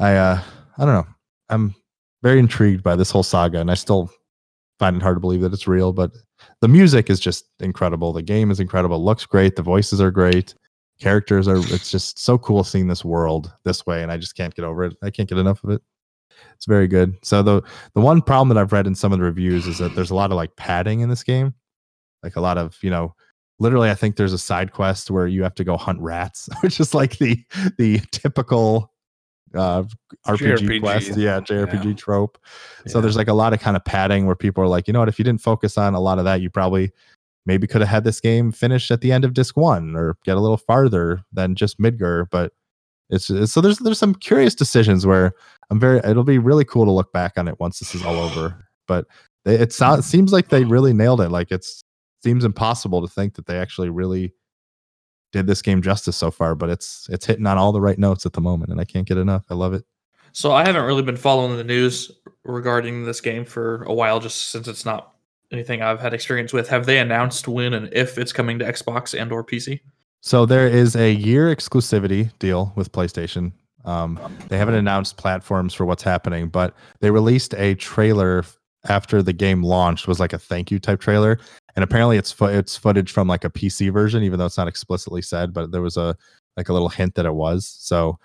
[SPEAKER 1] I uh I don't know. I'm very intrigued by this whole saga, and I still find it hard to believe that it's real. But the music is just incredible. The game is incredible. It looks great. The voices are great. Characters are. It's just so cool seeing this world this way, and I just can't get over it. I can't get enough of it. It's very good. So the the one problem that I've read in some of the reviews is that there's a lot of like padding in this game, like a lot of you know. Literally, I think there's a side quest where you have to go hunt rats, which is like the the typical uh, RPG,
[SPEAKER 3] JRPG.
[SPEAKER 1] quest, yeah, JRPG
[SPEAKER 3] Yeah.
[SPEAKER 1] trope. So
[SPEAKER 3] Yeah.
[SPEAKER 1] there's like a lot of kind of padding where people are like, you know what, if you didn't focus on a lot of that, you probably maybe could have had this game finished at the end of disc one or get a little farther than just Midgar. But it's, it's so there's there's some curious decisions where I'm very it'll be really cool to look back on it once this is all over. But it, it sounds seems like they really nailed it. Like it's seems impossible to think that they actually really did this game justice so far, but it's it's hitting on all the right notes at the moment, and I can't get enough. I love it.
[SPEAKER 4] So I haven't really been following the news regarding this game for a while, just since it's not anything I've had experience with. Have they announced when and if it's coming to Xbox and or PC?
[SPEAKER 1] So there is a year exclusivity deal with PlayStation. Um, they haven't announced platforms for what's happening, but they released a trailer f- after the game launched was like a thank you type trailer, and apparently it's fo- it's footage from like a PC version, even though it's not explicitly said, but there was a like a little hint that it was. So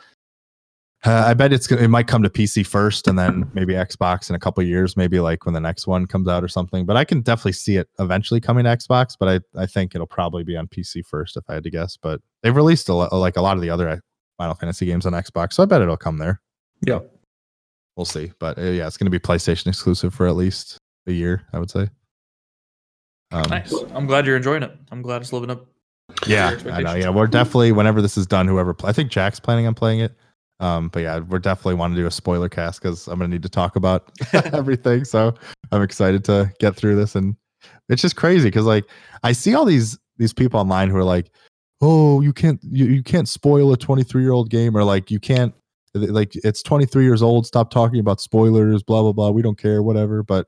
[SPEAKER 1] uh, I bet it's gonna- it might come to PC first, and then maybe Xbox in a couple years, maybe like when the next one comes out or something. But I can definitely see it eventually coming to Xbox. But I I think it'll probably be on PC first if I had to guess. But they've released a lot, like a lot of the other uh, Final Fantasy games on Xbox, so I bet it'll come there.
[SPEAKER 4] Yeah.
[SPEAKER 1] We'll see, but uh, yeah, it's going to be PlayStation exclusive for at least a year, I would say. Um,
[SPEAKER 4] Nice. I'm glad you're enjoying it. I'm glad it's living up. to your
[SPEAKER 1] yeah, I know.
[SPEAKER 4] expectations.
[SPEAKER 1] Yeah, we're definitely whenever this is done, whoever pl- I think Jack's planning on playing it. Um, but yeah, we're definitely want to do a spoiler cast because I'm gonna need to talk about everything. So I'm excited to get through this, and it's just crazy because like I see all these these people online who are like, "Oh, you can't you, you can't spoil a 23 year old game," or like you can't like it's 23 years old. Stop talking about spoilers. Blah blah blah. We don't care. Whatever. But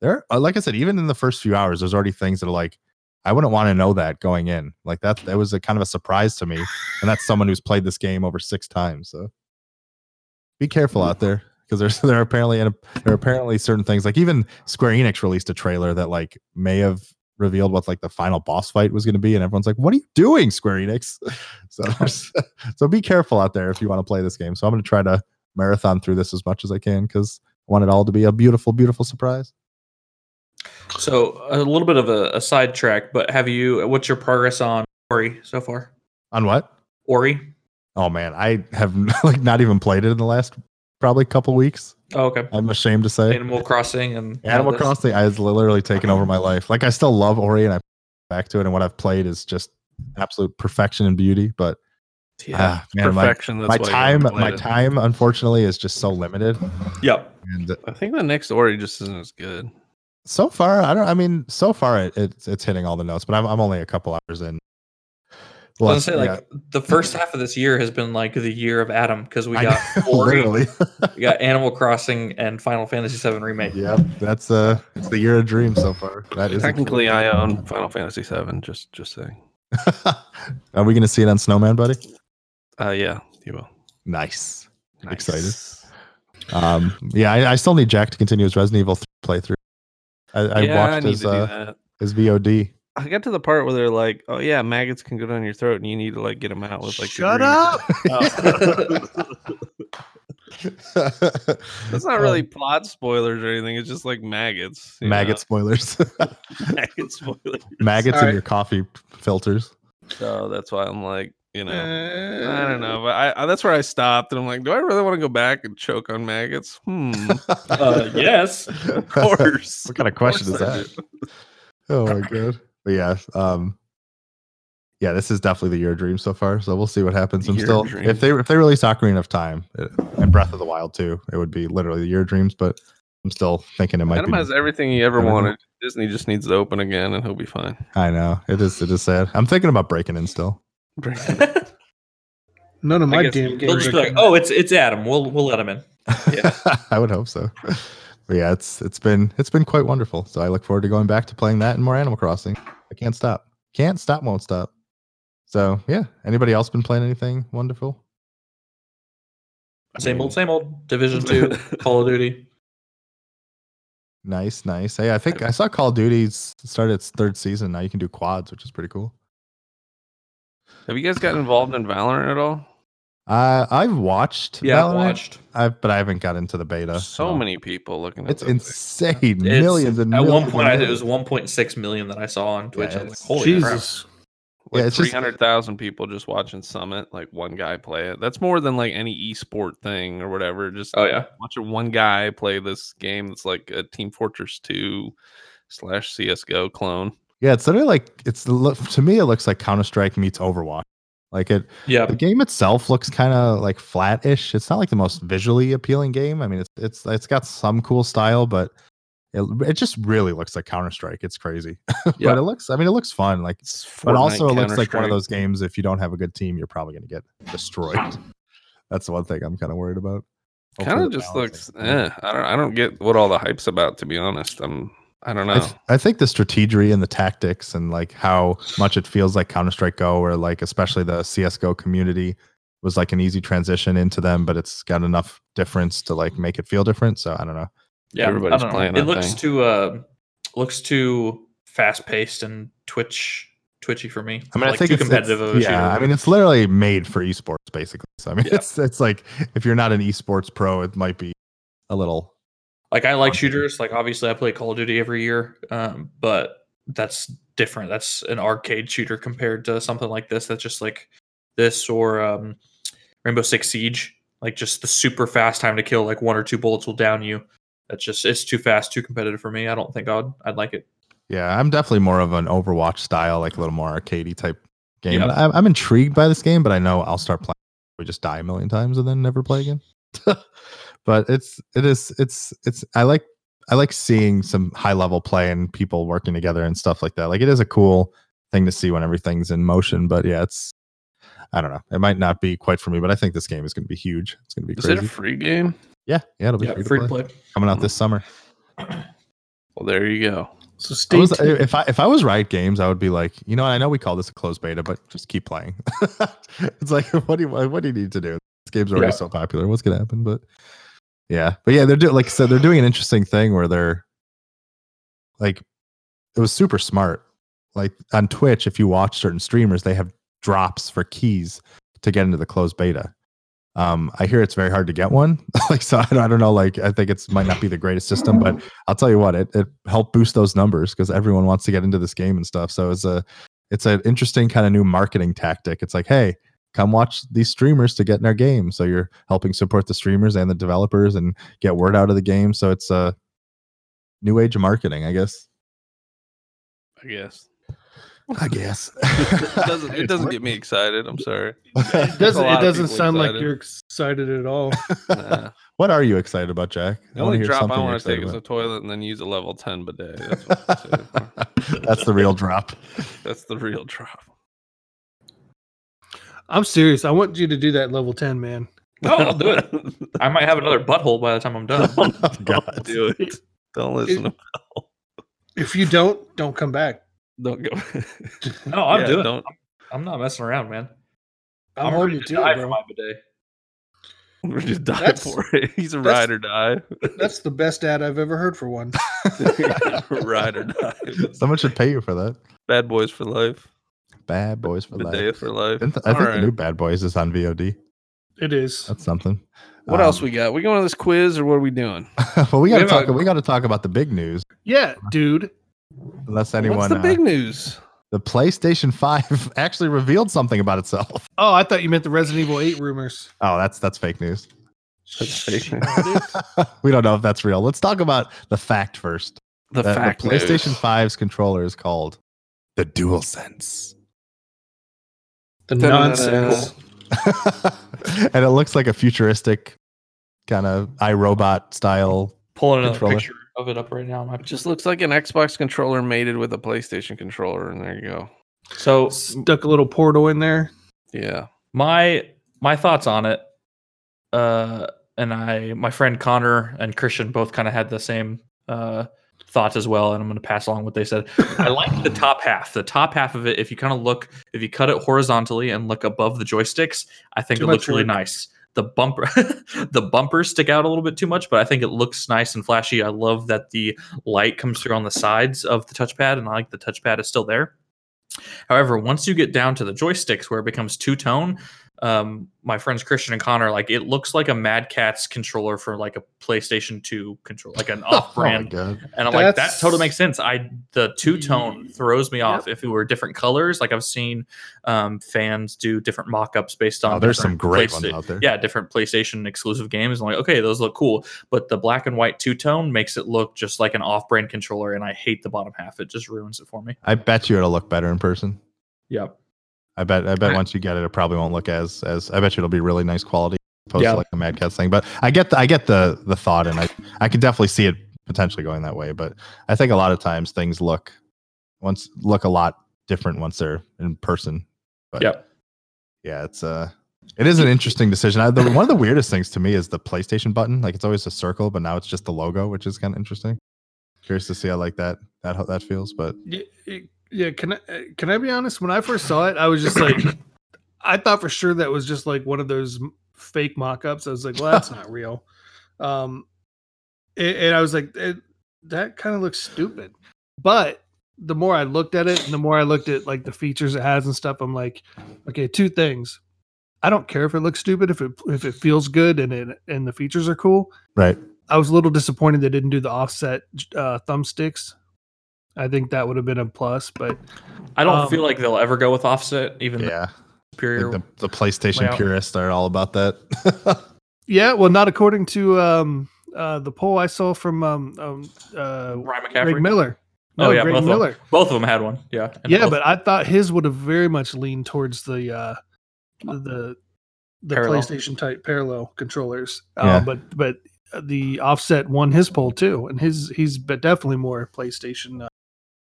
[SPEAKER 1] there, uh, like I said, even in the first few hours, there's already things that are like, I wouldn't want to know that going in. Like that, that was a kind of a surprise to me. And that's someone who's played this game over six times. So be careful out there because there's there are apparently there are apparently certain things like even Square Enix released a trailer that like may have revealed what like the final boss fight was going to be, and everyone's like, "What are you doing, Square Enix?" So there's- so be careful out there if you want to play this game. So I'm going to try to marathon through this as much as I can because I want it all to be a beautiful, beautiful surprise.
[SPEAKER 4] So a little bit of a, a sidetrack, but have you? What's your progress on Ori so far?
[SPEAKER 1] On what?
[SPEAKER 4] Ori.
[SPEAKER 1] Oh man, I have like not even played it in the last probably couple weeks.
[SPEAKER 4] Oh, okay.
[SPEAKER 1] I'm ashamed to say.
[SPEAKER 4] Animal Crossing and all
[SPEAKER 1] Animal
[SPEAKER 4] this.
[SPEAKER 1] Crossing has literally taken over my life. Like I still love Ori and I back to it, and what I've played is just absolute perfection and beauty. But
[SPEAKER 3] Yeah,
[SPEAKER 1] ah, man, my,
[SPEAKER 3] perfection.
[SPEAKER 1] my
[SPEAKER 3] that's why you
[SPEAKER 1] time,
[SPEAKER 3] haven't
[SPEAKER 1] my
[SPEAKER 3] played it.
[SPEAKER 1] time, unfortunately, is just so limited.
[SPEAKER 4] Yep.
[SPEAKER 1] And
[SPEAKER 3] I think the next Ori just isn't as good.
[SPEAKER 1] so far, I don't. I mean, so far it, it's it's hitting all the notes, but I'm I'm only a couple hours in.
[SPEAKER 4] I
[SPEAKER 1] Well,
[SPEAKER 4] was gonna say like the first half of this year has been like the year of Adam because we
[SPEAKER 1] I
[SPEAKER 4] got
[SPEAKER 1] know,
[SPEAKER 4] Ori,
[SPEAKER 1] literally.
[SPEAKER 4] we got Animal Crossing and Final Fantasy VII remake.
[SPEAKER 1] yeah, that's uh, it's the year of dreams so far. That is
[SPEAKER 3] Technically, I uh, own Final Fantasy VII. Just, just saying.
[SPEAKER 1] Are we gonna see it on Snowman, buddy?
[SPEAKER 3] Uh, yeah, you will.
[SPEAKER 1] Nice.
[SPEAKER 3] Nice.
[SPEAKER 1] Excited? Um, yeah, I, I still need Jack to continue his Resident Evil th- playthrough. I, I
[SPEAKER 3] yeah, I
[SPEAKER 1] watched
[SPEAKER 3] need
[SPEAKER 1] his
[SPEAKER 3] to do
[SPEAKER 1] uh,
[SPEAKER 3] that.
[SPEAKER 1] his VOD.
[SPEAKER 3] I got to the part where they're like, "Oh yeah, maggots can go down
[SPEAKER 4] Oh.
[SPEAKER 3] your throat, and you need to like get them out with like." the
[SPEAKER 2] Shut
[SPEAKER 3] green-
[SPEAKER 2] up.
[SPEAKER 3] That's not really
[SPEAKER 1] Um,
[SPEAKER 3] plot spoilers or anything. It's just like maggots. you know?
[SPEAKER 1] Oh, maggot spoilers.
[SPEAKER 3] maggot spoilers.
[SPEAKER 1] Maggots in
[SPEAKER 4] Alright.
[SPEAKER 1] your coffee filters.
[SPEAKER 3] So that's why I'm like, you know, I
[SPEAKER 2] Eh.
[SPEAKER 4] I
[SPEAKER 3] don't know. But I, I that's where I stopped, and I'm like, do I really want to go back and choke on maggots? Hmm.
[SPEAKER 4] Uh, yes.
[SPEAKER 1] of
[SPEAKER 3] course.
[SPEAKER 1] What kind of question is
[SPEAKER 3] course I
[SPEAKER 1] that? Oh my god. But yeah, um yeah, this is definitely the year of dream so far. So we'll see what happens. I'm
[SPEAKER 3] Year of
[SPEAKER 1] still
[SPEAKER 3] Dreams.
[SPEAKER 1] if they if they release Ocarina of Time uh, and Breath of the Wild too, it would be literally the year of dreams, but I'm still thinking it might
[SPEAKER 3] Adam
[SPEAKER 1] be
[SPEAKER 3] has everything he ever
[SPEAKER 1] everything.
[SPEAKER 3] wanted. Disney just needs to open again, and he'll be fine.
[SPEAKER 1] I know. It is it is sad. I'm thinking about breaking in still.
[SPEAKER 2] None of
[SPEAKER 4] I
[SPEAKER 2] my
[SPEAKER 4] guess
[SPEAKER 2] damn
[SPEAKER 4] They'll
[SPEAKER 2] games.
[SPEAKER 4] just
[SPEAKER 2] are
[SPEAKER 4] be like,
[SPEAKER 2] good.
[SPEAKER 4] oh, it's it's Adam. We'll we'll let him in. Yeah.
[SPEAKER 1] I would hope so. But yeah, it's it's been it's been quite wonderful. So I look forward to going back to playing that and more Animal Crossing. I can't stop. Can't stop, won't stop. So yeah. Anybody else been playing anything wonderful?
[SPEAKER 4] Same old, same old. Division two, Call of Duty.
[SPEAKER 1] Nice, nice. Hey, I think I saw Call of Duty's started its third season. Now you can do quads, which is pretty cool.
[SPEAKER 3] Have you guys got involved in Valorant at all?
[SPEAKER 1] Uh, I've watched.
[SPEAKER 4] Yeah, I
[SPEAKER 1] Valorant.
[SPEAKER 4] watched.
[SPEAKER 1] I've, but I haven't got into the beta. at
[SPEAKER 3] so
[SPEAKER 1] all.
[SPEAKER 3] many people looking at
[SPEAKER 1] It's
[SPEAKER 3] that thing.
[SPEAKER 1] insane.
[SPEAKER 4] It's-
[SPEAKER 1] millions and
[SPEAKER 4] at
[SPEAKER 1] millions
[SPEAKER 4] one
[SPEAKER 1] and
[SPEAKER 4] point I, it
[SPEAKER 1] millions.
[SPEAKER 4] was 1.6 million that I saw on Twitch. I was
[SPEAKER 1] it's-
[SPEAKER 4] like, holy crap.
[SPEAKER 2] Jesus.
[SPEAKER 1] Yeah,
[SPEAKER 3] Like
[SPEAKER 1] it's just-
[SPEAKER 3] 300,000 people just watching Summit, like one guy play it. That's more than like any esport thing or whatever. Just
[SPEAKER 4] Oh yeah.
[SPEAKER 3] watching one guy play this game that's like a Team Fortress 2 slash CSGO clone.
[SPEAKER 1] Yeah, it's literally like it's the look- to me. It looks like Counter Strike meets Overwatch. Like it,
[SPEAKER 4] Yeah.
[SPEAKER 1] the game itself looks kind of like flat-ish. It's not like the most visually appealing game. I mean, it's it's it's got some cool style, but it, it just really looks like Counter Strike. It's crazy,
[SPEAKER 4] Yeah.
[SPEAKER 1] but it looks. I mean, it looks fun. Like
[SPEAKER 3] It's
[SPEAKER 1] but
[SPEAKER 3] Fortnite
[SPEAKER 1] also it looks like one
[SPEAKER 3] Counter-Strike.
[SPEAKER 1] of those games if you don't have a good team you're probably going to get destroyed that's the one thing i'm kind of worried about
[SPEAKER 3] kind
[SPEAKER 1] Hopefully
[SPEAKER 3] of
[SPEAKER 1] the
[SPEAKER 3] just
[SPEAKER 1] balance
[SPEAKER 3] looks
[SPEAKER 1] is better.
[SPEAKER 3] eh, I don't I don't get what all the hype's about to be honest. I'm I don't know.
[SPEAKER 4] Oh.
[SPEAKER 1] I, th- I think the strategy and the tactics and like how much it feels like counter-strike go or like especially the csgo community was like an easy transition into them but it's got enough difference to like make it feel different so i don't know
[SPEAKER 4] Yeah.
[SPEAKER 3] everybody's
[SPEAKER 4] I don't know.
[SPEAKER 3] playing
[SPEAKER 4] It
[SPEAKER 3] that
[SPEAKER 4] looks
[SPEAKER 3] thing.
[SPEAKER 4] too uh, looks too fast paced and twitch twitchy for me.
[SPEAKER 1] i mean i
[SPEAKER 4] Like,
[SPEAKER 1] think
[SPEAKER 4] too
[SPEAKER 1] it's,
[SPEAKER 4] competitive
[SPEAKER 1] it's-
[SPEAKER 4] of a
[SPEAKER 1] yeah i
[SPEAKER 4] shooter.
[SPEAKER 1] mean it's literally made for esports basically so i mean
[SPEAKER 4] Yeah.
[SPEAKER 1] it's it's like if you're not an esports pro it might be a little
[SPEAKER 4] Like I like shooters. Like obviously I play Call of Duty every year, um, but that's different. That's an arcade shooter compared to something like this. That's just like this or um, Rainbow Six Siege. Like just the super fast time to kill. Like one or two bullets will down you. That's just it's too fast, too competitive for me. I don't think I'd I'd like it.
[SPEAKER 1] Yeah, I'm definitely more of an Overwatch style, like a little more arcadey type game.
[SPEAKER 4] Yeah.
[SPEAKER 1] I'm, I'm intrigued by this game, but I know I'll start playing. We just die a million times and then never play again. but it's it is it's it's I like I like seeing some high level play and people working together and stuff like that. Like it is a cool thing to see when everything's in motion. But yeah, it's I don't know. It might not be quite for me, but I think this game is going to be huge. It's going to be
[SPEAKER 3] Is
[SPEAKER 1] crazy.
[SPEAKER 3] it a free game?
[SPEAKER 1] yeah, yeah, it'll be
[SPEAKER 4] Yeah,
[SPEAKER 1] free,
[SPEAKER 4] free
[SPEAKER 1] to
[SPEAKER 4] to
[SPEAKER 1] play.
[SPEAKER 4] play.
[SPEAKER 1] coming out this summer.
[SPEAKER 3] Well, there you go.
[SPEAKER 2] So
[SPEAKER 1] I
[SPEAKER 2] stay
[SPEAKER 1] was, uh,
[SPEAKER 2] tuned.
[SPEAKER 1] if I if I was Riot Games, I would be like, you know, I know we call this a closed beta, but just keep playing. it's like, what do you what do you need to do? This game's already
[SPEAKER 4] Yeah.
[SPEAKER 1] so popular. What's gonna happen? But yeah, but yeah, they're doing like so they're doing an interesting thing where they're like, it was super smart. Like on Twitch, if you watch certain streamers, they have drops for keys to get into the closed beta. Um, I hear it's very hard to get one. like, so I don't, I don't know. Like, I think it's might not be the greatest system, but I'll tell you what, it, it helped boost those numbers because everyone wants to get into this game and stuff. So it's a it's an interesting kind of new marketing tactic. It's like, hey, come watch these streamers to get in our game. So you're helping support the streamers and the developers and get word out of the game. So it's a new age of marketing, I guess.
[SPEAKER 3] I guess.
[SPEAKER 1] I guess
[SPEAKER 3] it doesn't it doesn't get me excited. I'm sorry.
[SPEAKER 2] It doesn't,
[SPEAKER 3] lot
[SPEAKER 2] it
[SPEAKER 3] of
[SPEAKER 2] doesn't
[SPEAKER 3] people
[SPEAKER 2] sound like
[SPEAKER 3] excited.
[SPEAKER 2] you're excited at all.
[SPEAKER 3] Nah.
[SPEAKER 1] What are you excited about, Jack?
[SPEAKER 3] The
[SPEAKER 1] wanna
[SPEAKER 3] only
[SPEAKER 1] hear
[SPEAKER 3] drop I
[SPEAKER 1] something you're
[SPEAKER 3] want to take is a
[SPEAKER 1] excited
[SPEAKER 3] toilet and then use a level 10 bidet. That's, what I'm excited
[SPEAKER 1] about.
[SPEAKER 3] for.
[SPEAKER 1] That's the real drop.
[SPEAKER 3] That's the real drop.
[SPEAKER 2] I'm serious. I want you to do that level 10, man.
[SPEAKER 4] No, I'll do it. I might have another butthole by the time I'm done.
[SPEAKER 1] Oh, God.
[SPEAKER 3] Don't do it. Don't listen to
[SPEAKER 2] If you don't, don't come back.
[SPEAKER 3] Don't go.
[SPEAKER 4] No, I'm
[SPEAKER 3] Yeah,
[SPEAKER 4] doing. it.
[SPEAKER 3] Don't.
[SPEAKER 4] I'm not messing around, man.
[SPEAKER 2] I'm,
[SPEAKER 4] ready
[SPEAKER 2] holding you
[SPEAKER 4] to
[SPEAKER 2] to
[SPEAKER 4] die
[SPEAKER 2] it,
[SPEAKER 4] for
[SPEAKER 2] bro.
[SPEAKER 4] my bidet.
[SPEAKER 3] We're just die
[SPEAKER 2] That's-
[SPEAKER 3] for it. He's a
[SPEAKER 2] that's-
[SPEAKER 3] ride or die.
[SPEAKER 2] That's the best ad I've ever heard for one.
[SPEAKER 3] ride or die.
[SPEAKER 1] Someone should pay you for that.
[SPEAKER 3] Bad boys for life.
[SPEAKER 1] Bad boys for
[SPEAKER 3] bidet
[SPEAKER 1] life.
[SPEAKER 3] for life.
[SPEAKER 1] Didn't th- I think
[SPEAKER 3] Alright.
[SPEAKER 1] the new Bad Boys is on VOD.
[SPEAKER 2] It is.
[SPEAKER 1] That's something.
[SPEAKER 3] What else
[SPEAKER 1] Um,
[SPEAKER 3] we got? We going on this quiz or what are we doing?
[SPEAKER 1] well, we
[SPEAKER 4] We
[SPEAKER 1] got to
[SPEAKER 4] have
[SPEAKER 1] talk.
[SPEAKER 4] a-
[SPEAKER 1] we got to talk about the big news.
[SPEAKER 2] Yeah, dude.
[SPEAKER 1] Unless anyone,
[SPEAKER 3] What's the
[SPEAKER 1] uh,
[SPEAKER 3] big news?
[SPEAKER 1] the PlayStation Five actually revealed something about itself.
[SPEAKER 2] Oh, I thought you meant the Resident Evil 8 rumors.
[SPEAKER 1] Oh, that's that's fake news.
[SPEAKER 3] That's fake.
[SPEAKER 1] we don't know if that's real. Let's talk about the fact first.
[SPEAKER 3] The
[SPEAKER 1] That
[SPEAKER 3] fact
[SPEAKER 1] the
[SPEAKER 3] news.
[SPEAKER 1] PlayStation 5's controller is called the DualSense.
[SPEAKER 4] The
[SPEAKER 3] nonsense.
[SPEAKER 4] nonsense.
[SPEAKER 1] and it looks like a futuristic kind of iRobot style.
[SPEAKER 4] Pulling a
[SPEAKER 1] Controller.
[SPEAKER 4] picture of it up right now. on my-
[SPEAKER 3] It just looks like an Xbox controller mated with a PlayStation controller, and there you go.
[SPEAKER 4] So
[SPEAKER 2] Stuck a little portal in there.
[SPEAKER 3] Yeah.
[SPEAKER 4] my my thoughts on it uh and i my friend connor and christian both kind of had the same uh thoughts as well and i'm going to pass along what they said i like the top half the top half of it if you kind of look if you cut it horizontally and look above the joysticks i think
[SPEAKER 2] Too
[SPEAKER 4] it
[SPEAKER 2] much
[SPEAKER 4] looks really
[SPEAKER 2] work.
[SPEAKER 4] nice the bumper the bumpers stick out a little bit too much but i think it looks nice and flashy i love that the light comes through on the sides of the touchpad and i like the touchpad is still there however once you get down to the joysticks where it becomes two tone um my friends christian and connor like it looks like a mad cat's controller for like a playstation 2 control like an off brand
[SPEAKER 1] Oh my God.
[SPEAKER 4] and i'm like that
[SPEAKER 2] That's-
[SPEAKER 4] totally makes sense i the two
[SPEAKER 1] Mm-hmm.
[SPEAKER 4] tone throws me off if it were different colors like i've seen um fans do different mock-ups based on
[SPEAKER 1] Oh, there's some
[SPEAKER 4] different
[SPEAKER 1] great ones
[SPEAKER 4] Playsta-
[SPEAKER 1] out there.
[SPEAKER 4] yeah, different PlayStation exclusive games. I'm like, okay, those look cool. But the black and white two tone makes it look just like an off brand controller, and I hate the bottom half. It just ruins it for me.
[SPEAKER 1] I bet you it'll look better in person.
[SPEAKER 4] Yeah.
[SPEAKER 1] I bet. I bet
[SPEAKER 4] I-
[SPEAKER 1] once you get it, it probably won't look as as. I bet you it'll be really nice quality, as opposed
[SPEAKER 4] Yeah.
[SPEAKER 1] to like the Mad Cats thing. But I get the I get the the thought, and I I could definitely see it potentially going that way. But I think a lot of times things look once look a lot different once they're in person. But
[SPEAKER 4] Yep.
[SPEAKER 1] yeah, it's uh it is an interesting decision. I, the, one of the weirdest things to me is the PlayStation button. Like it's always a circle, but now it's just the logo, which is kind of interesting. Curious to see how like that that how that feels. But
[SPEAKER 2] Yeah, yeah, can I uh, can I be honest? When I first saw it, I was just like, I thought for sure that was just like one of those m- fake mock-ups. I was like, well, that's not real. Um, a- and I was like, "It- that kind of looks stupid. But the more I looked at it, and the more I looked at like the features it has and stuff, I'm like, okay, two things. I don't care if it looks stupid if it if it feels good and it and the features are cool.
[SPEAKER 1] right,
[SPEAKER 2] I was a little disappointed they didn't do the offset uh, thumbsticks. I think that would have been a plus, but
[SPEAKER 4] I don't
[SPEAKER 2] Um,
[SPEAKER 4] feel like they'll ever go with offset, even the
[SPEAKER 1] yeah,
[SPEAKER 4] superior.
[SPEAKER 1] Like the, the PlayStation
[SPEAKER 4] layout.
[SPEAKER 1] purists are all about that.
[SPEAKER 2] yeah, well, not according to um, uh, the poll I saw from um, um, uh,
[SPEAKER 4] Ryan
[SPEAKER 2] Greg
[SPEAKER 4] McCaffrey.
[SPEAKER 2] Miller.
[SPEAKER 4] Oh, yeah,
[SPEAKER 2] Greg
[SPEAKER 4] both of 'em.
[SPEAKER 2] Miller.
[SPEAKER 4] both of them had one. Yeah. and
[SPEAKER 2] Yeah,
[SPEAKER 4] both-
[SPEAKER 2] but I thought his would have very much leaned towards the uh, the the
[SPEAKER 4] Parallel.
[SPEAKER 2] PlayStation type parallel controllers.
[SPEAKER 1] Yeah.
[SPEAKER 2] Uh, but but the offset won his poll too, and his he's but definitely more PlayStation uh,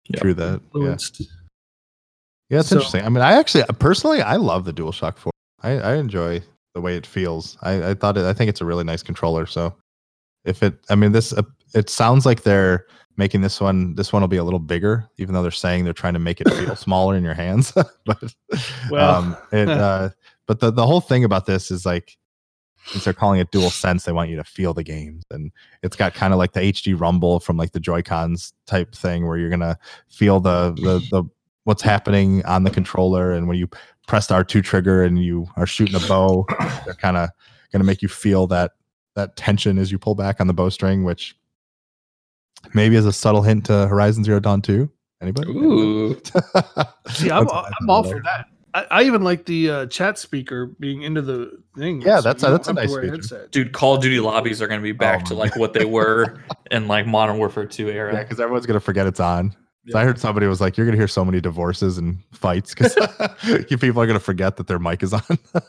[SPEAKER 4] Yeah.
[SPEAKER 1] True that. Yeah,
[SPEAKER 2] influenced.
[SPEAKER 1] yeah it's
[SPEAKER 2] So-
[SPEAKER 1] interesting. I mean, I actually personally I love the DualShock Four. I, I enjoy the way it feels. I, I thought it. I think it's a really nice controller. So if it, I mean, this uh, it sounds like they're making this one. This one will be a little bigger, even though they're saying they're trying to make it feel smaller in your hands. but
[SPEAKER 2] Well.
[SPEAKER 1] um, it, uh, but the the whole thing about this is like. Since they're calling it dual sense, they want you to feel the games. And it's got kind of like the HD rumble from like the Joy Cons type thing where you're gonna feel the the the what's happening on the controller and when you press the R2 trigger and you are shooting a bow, they're kind of going to make you feel that that tension as you pull back on the bowstring, which maybe is a subtle hint to Horizon Zero Dawn 2. Anybody?
[SPEAKER 4] Ooh.
[SPEAKER 2] See, I'm,
[SPEAKER 1] That's what I
[SPEAKER 2] I'm
[SPEAKER 1] thought
[SPEAKER 2] all
[SPEAKER 1] of.
[SPEAKER 2] for that. I, I even like the uh, chat speaker being into the thing.
[SPEAKER 1] Yeah, that's
[SPEAKER 2] you
[SPEAKER 1] a-
[SPEAKER 2] don't
[SPEAKER 1] that's a
[SPEAKER 2] have to
[SPEAKER 1] nice
[SPEAKER 2] wear
[SPEAKER 1] feature.
[SPEAKER 2] headset.
[SPEAKER 4] Dude, Call of Duty lobbies are going to be back
[SPEAKER 1] Oh,
[SPEAKER 4] to
[SPEAKER 1] man.
[SPEAKER 4] like what they were in like Modern Warfare 2 era.
[SPEAKER 1] Yeah, because everyone's going to forget it's on. So I heard somebody was like, "You're gonna hear so many divorces and fights because you people are gonna forget that their mic is on."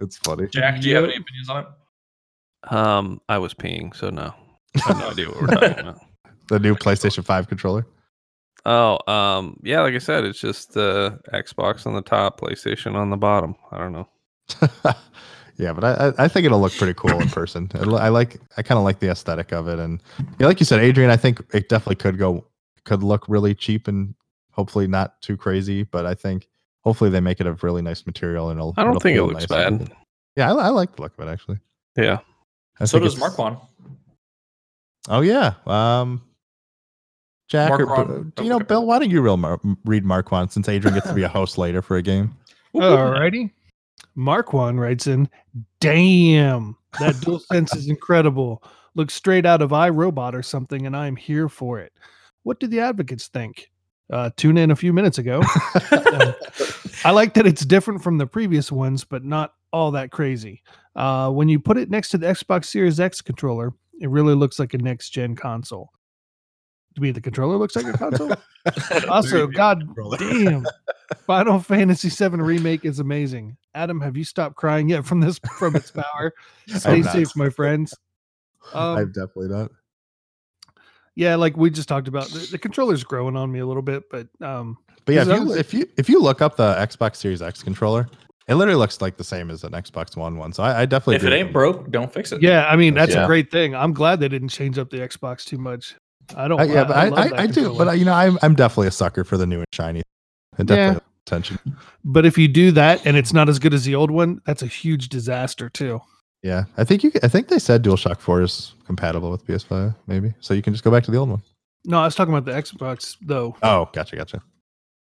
[SPEAKER 1] it's funny.
[SPEAKER 4] Jack, do you have any opinions on it?
[SPEAKER 3] Um, I was peeing, so no. I have no idea what we're talking about.
[SPEAKER 1] The new PlayStation Five controller.
[SPEAKER 3] Oh, um, yeah, like I said, it's just the Xbox on the top, PlayStation on the bottom. I don't know.
[SPEAKER 1] yeah, but I, I- I think it'll look pretty cool in person. It lo- I like I kind of like the aesthetic of it, and yeah, like you said, Adrian, I think it definitely could go could look really cheap and hopefully not too crazy. But I think hopefully they make it of really nice material and it'll.
[SPEAKER 3] I don't
[SPEAKER 1] it'll
[SPEAKER 3] think it
[SPEAKER 1] feel
[SPEAKER 3] looks
[SPEAKER 1] nice.
[SPEAKER 3] bad.
[SPEAKER 1] Yeah, I, I like the look of it actually.
[SPEAKER 3] Yeah.
[SPEAKER 1] I
[SPEAKER 4] So
[SPEAKER 1] think
[SPEAKER 4] does
[SPEAKER 1] it's-
[SPEAKER 4] Marquand.
[SPEAKER 1] Oh yeah, um, Jack or uh,
[SPEAKER 4] Marquand.
[SPEAKER 1] you know Bill, why don't you real Mar- read Marquand since Adrian gets to be a host later for a game?
[SPEAKER 2] Alrighty. Mark One writes in, damn, that dual sense is incredible. Looks straight out of iRobot or something, and I'm here for it. What do the advocates think? Uh, tune in a few minutes ago. Um, I like that it's different from the previous ones, but not all that crazy. Uh, when you put it next to the Xbox Series X controller, it really looks like a next gen console. To be the controller looks like a console. also, God damn, Final Fantasy VII remake is amazing. Adam, have you stopped crying yet from this from its power? Stay
[SPEAKER 1] not.
[SPEAKER 2] safe, my friends. Um,
[SPEAKER 1] I've definitely not.
[SPEAKER 2] yeah, like we just talked about, the, the controller's growing on me a little bit, but um,
[SPEAKER 1] But yeah, if
[SPEAKER 2] These
[SPEAKER 1] you,
[SPEAKER 2] others-
[SPEAKER 1] if you if you look up the Xbox Series X controller, it literally looks like the same as an Xbox One one. So I, I definitely
[SPEAKER 4] if it
[SPEAKER 1] agree
[SPEAKER 4] ain't
[SPEAKER 1] with
[SPEAKER 4] broke, don't fix it.
[SPEAKER 2] yeah, I mean that's
[SPEAKER 1] Yeah.
[SPEAKER 2] a great thing. I'm glad they didn't change up the Xbox too much. I
[SPEAKER 1] you.
[SPEAKER 2] don't.
[SPEAKER 1] I, Uh, yeah, but I,
[SPEAKER 2] love
[SPEAKER 1] I,
[SPEAKER 2] that
[SPEAKER 1] I, do. But
[SPEAKER 2] controller.
[SPEAKER 1] I, you know, I'm I'm definitely a sucker for the new and shiny. It definitely
[SPEAKER 2] Yeah.
[SPEAKER 1] has attention.
[SPEAKER 2] But if you do that and it's not as good as the old one, that's a huge disaster too.
[SPEAKER 1] Yeah, I think you. ca- I think they said DualShock Four is compatible with PS5, maybe. So you can just go back to the old one.
[SPEAKER 2] No, I was talking about the Xbox though.
[SPEAKER 1] Oh, gotcha, gotcha.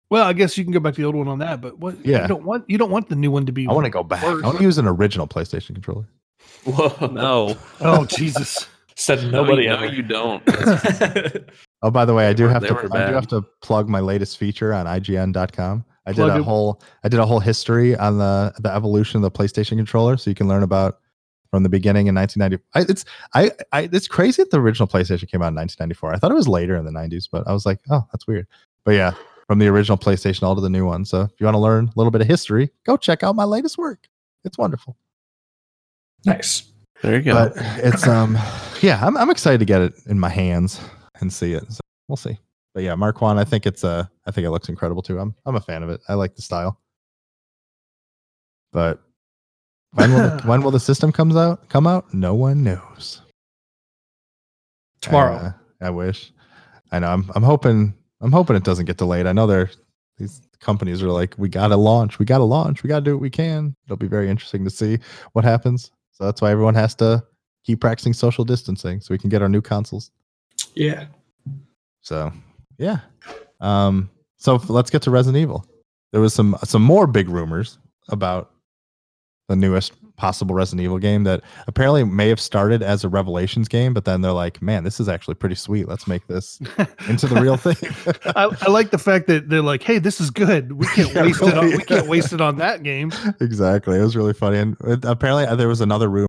[SPEAKER 2] Well, I guess you can go back to the old one on that, but what?
[SPEAKER 1] Yeah.
[SPEAKER 2] you don't want you don't want the new one to be.
[SPEAKER 1] I want to go back. I want to use an original PlayStation controller.
[SPEAKER 4] Whoa.
[SPEAKER 3] No,
[SPEAKER 2] Oh Jesus!
[SPEAKER 4] Said
[SPEAKER 3] nobody.
[SPEAKER 4] nobody
[SPEAKER 3] No,
[SPEAKER 4] ever.
[SPEAKER 3] you don't.
[SPEAKER 1] Oh, by the way, I do
[SPEAKER 3] were-
[SPEAKER 1] have
[SPEAKER 3] they
[SPEAKER 1] to
[SPEAKER 3] were
[SPEAKER 1] I do
[SPEAKER 3] bad.
[SPEAKER 1] have to plug my latest feature on IGN.com. I did
[SPEAKER 2] Plug
[SPEAKER 1] a
[SPEAKER 2] it.
[SPEAKER 1] whole I did a whole history on the the evolution of the PlayStation controller, so you can learn about from the beginning in 1990. I, it's I, I it's crazy that the original PlayStation came out in 1994. I thought it was later in the 90s, but I was like, oh, that's weird. But yeah, from the original PlayStation all to the new one. So if you want to learn a little bit of history, go check out my latest work. It's wonderful
[SPEAKER 4] nice.
[SPEAKER 3] There you go.
[SPEAKER 1] but it's um yeah I'm, I'm excited to get it in my hands and see it so we'll see but yeah mark one i think it's uh i think it looks incredible too i'm i'm a fan of it i like the style but when will the, when will the system comes out come out no one knows
[SPEAKER 4] Tomorrow.
[SPEAKER 1] Uh, i wish i know i'm i'm hoping i'm hoping it doesn't get delayed i know they're these companies are like we gotta launch we gotta launch we gotta do what we can it'll be very interesting to see what happens so that's why everyone has to keep practicing social distancing so we can get our new consoles.
[SPEAKER 4] yeah.
[SPEAKER 1] So, yeah. Um, so f- let's get to Resident Evil. There was some some more big rumors about the newest possible Resident Evil game that apparently may have started as a Revelations game, but then they're like, "Man, this is actually pretty sweet. Let's make this Uh, into the real thing."
[SPEAKER 2] I, I like the fact that they're like, "Hey, this is good. We can't
[SPEAKER 1] Yeah,
[SPEAKER 2] waste it. On,
[SPEAKER 1] really.
[SPEAKER 2] we can't waste it on that game."
[SPEAKER 1] exactly. It was really funny, and it, apparently uh, there was another room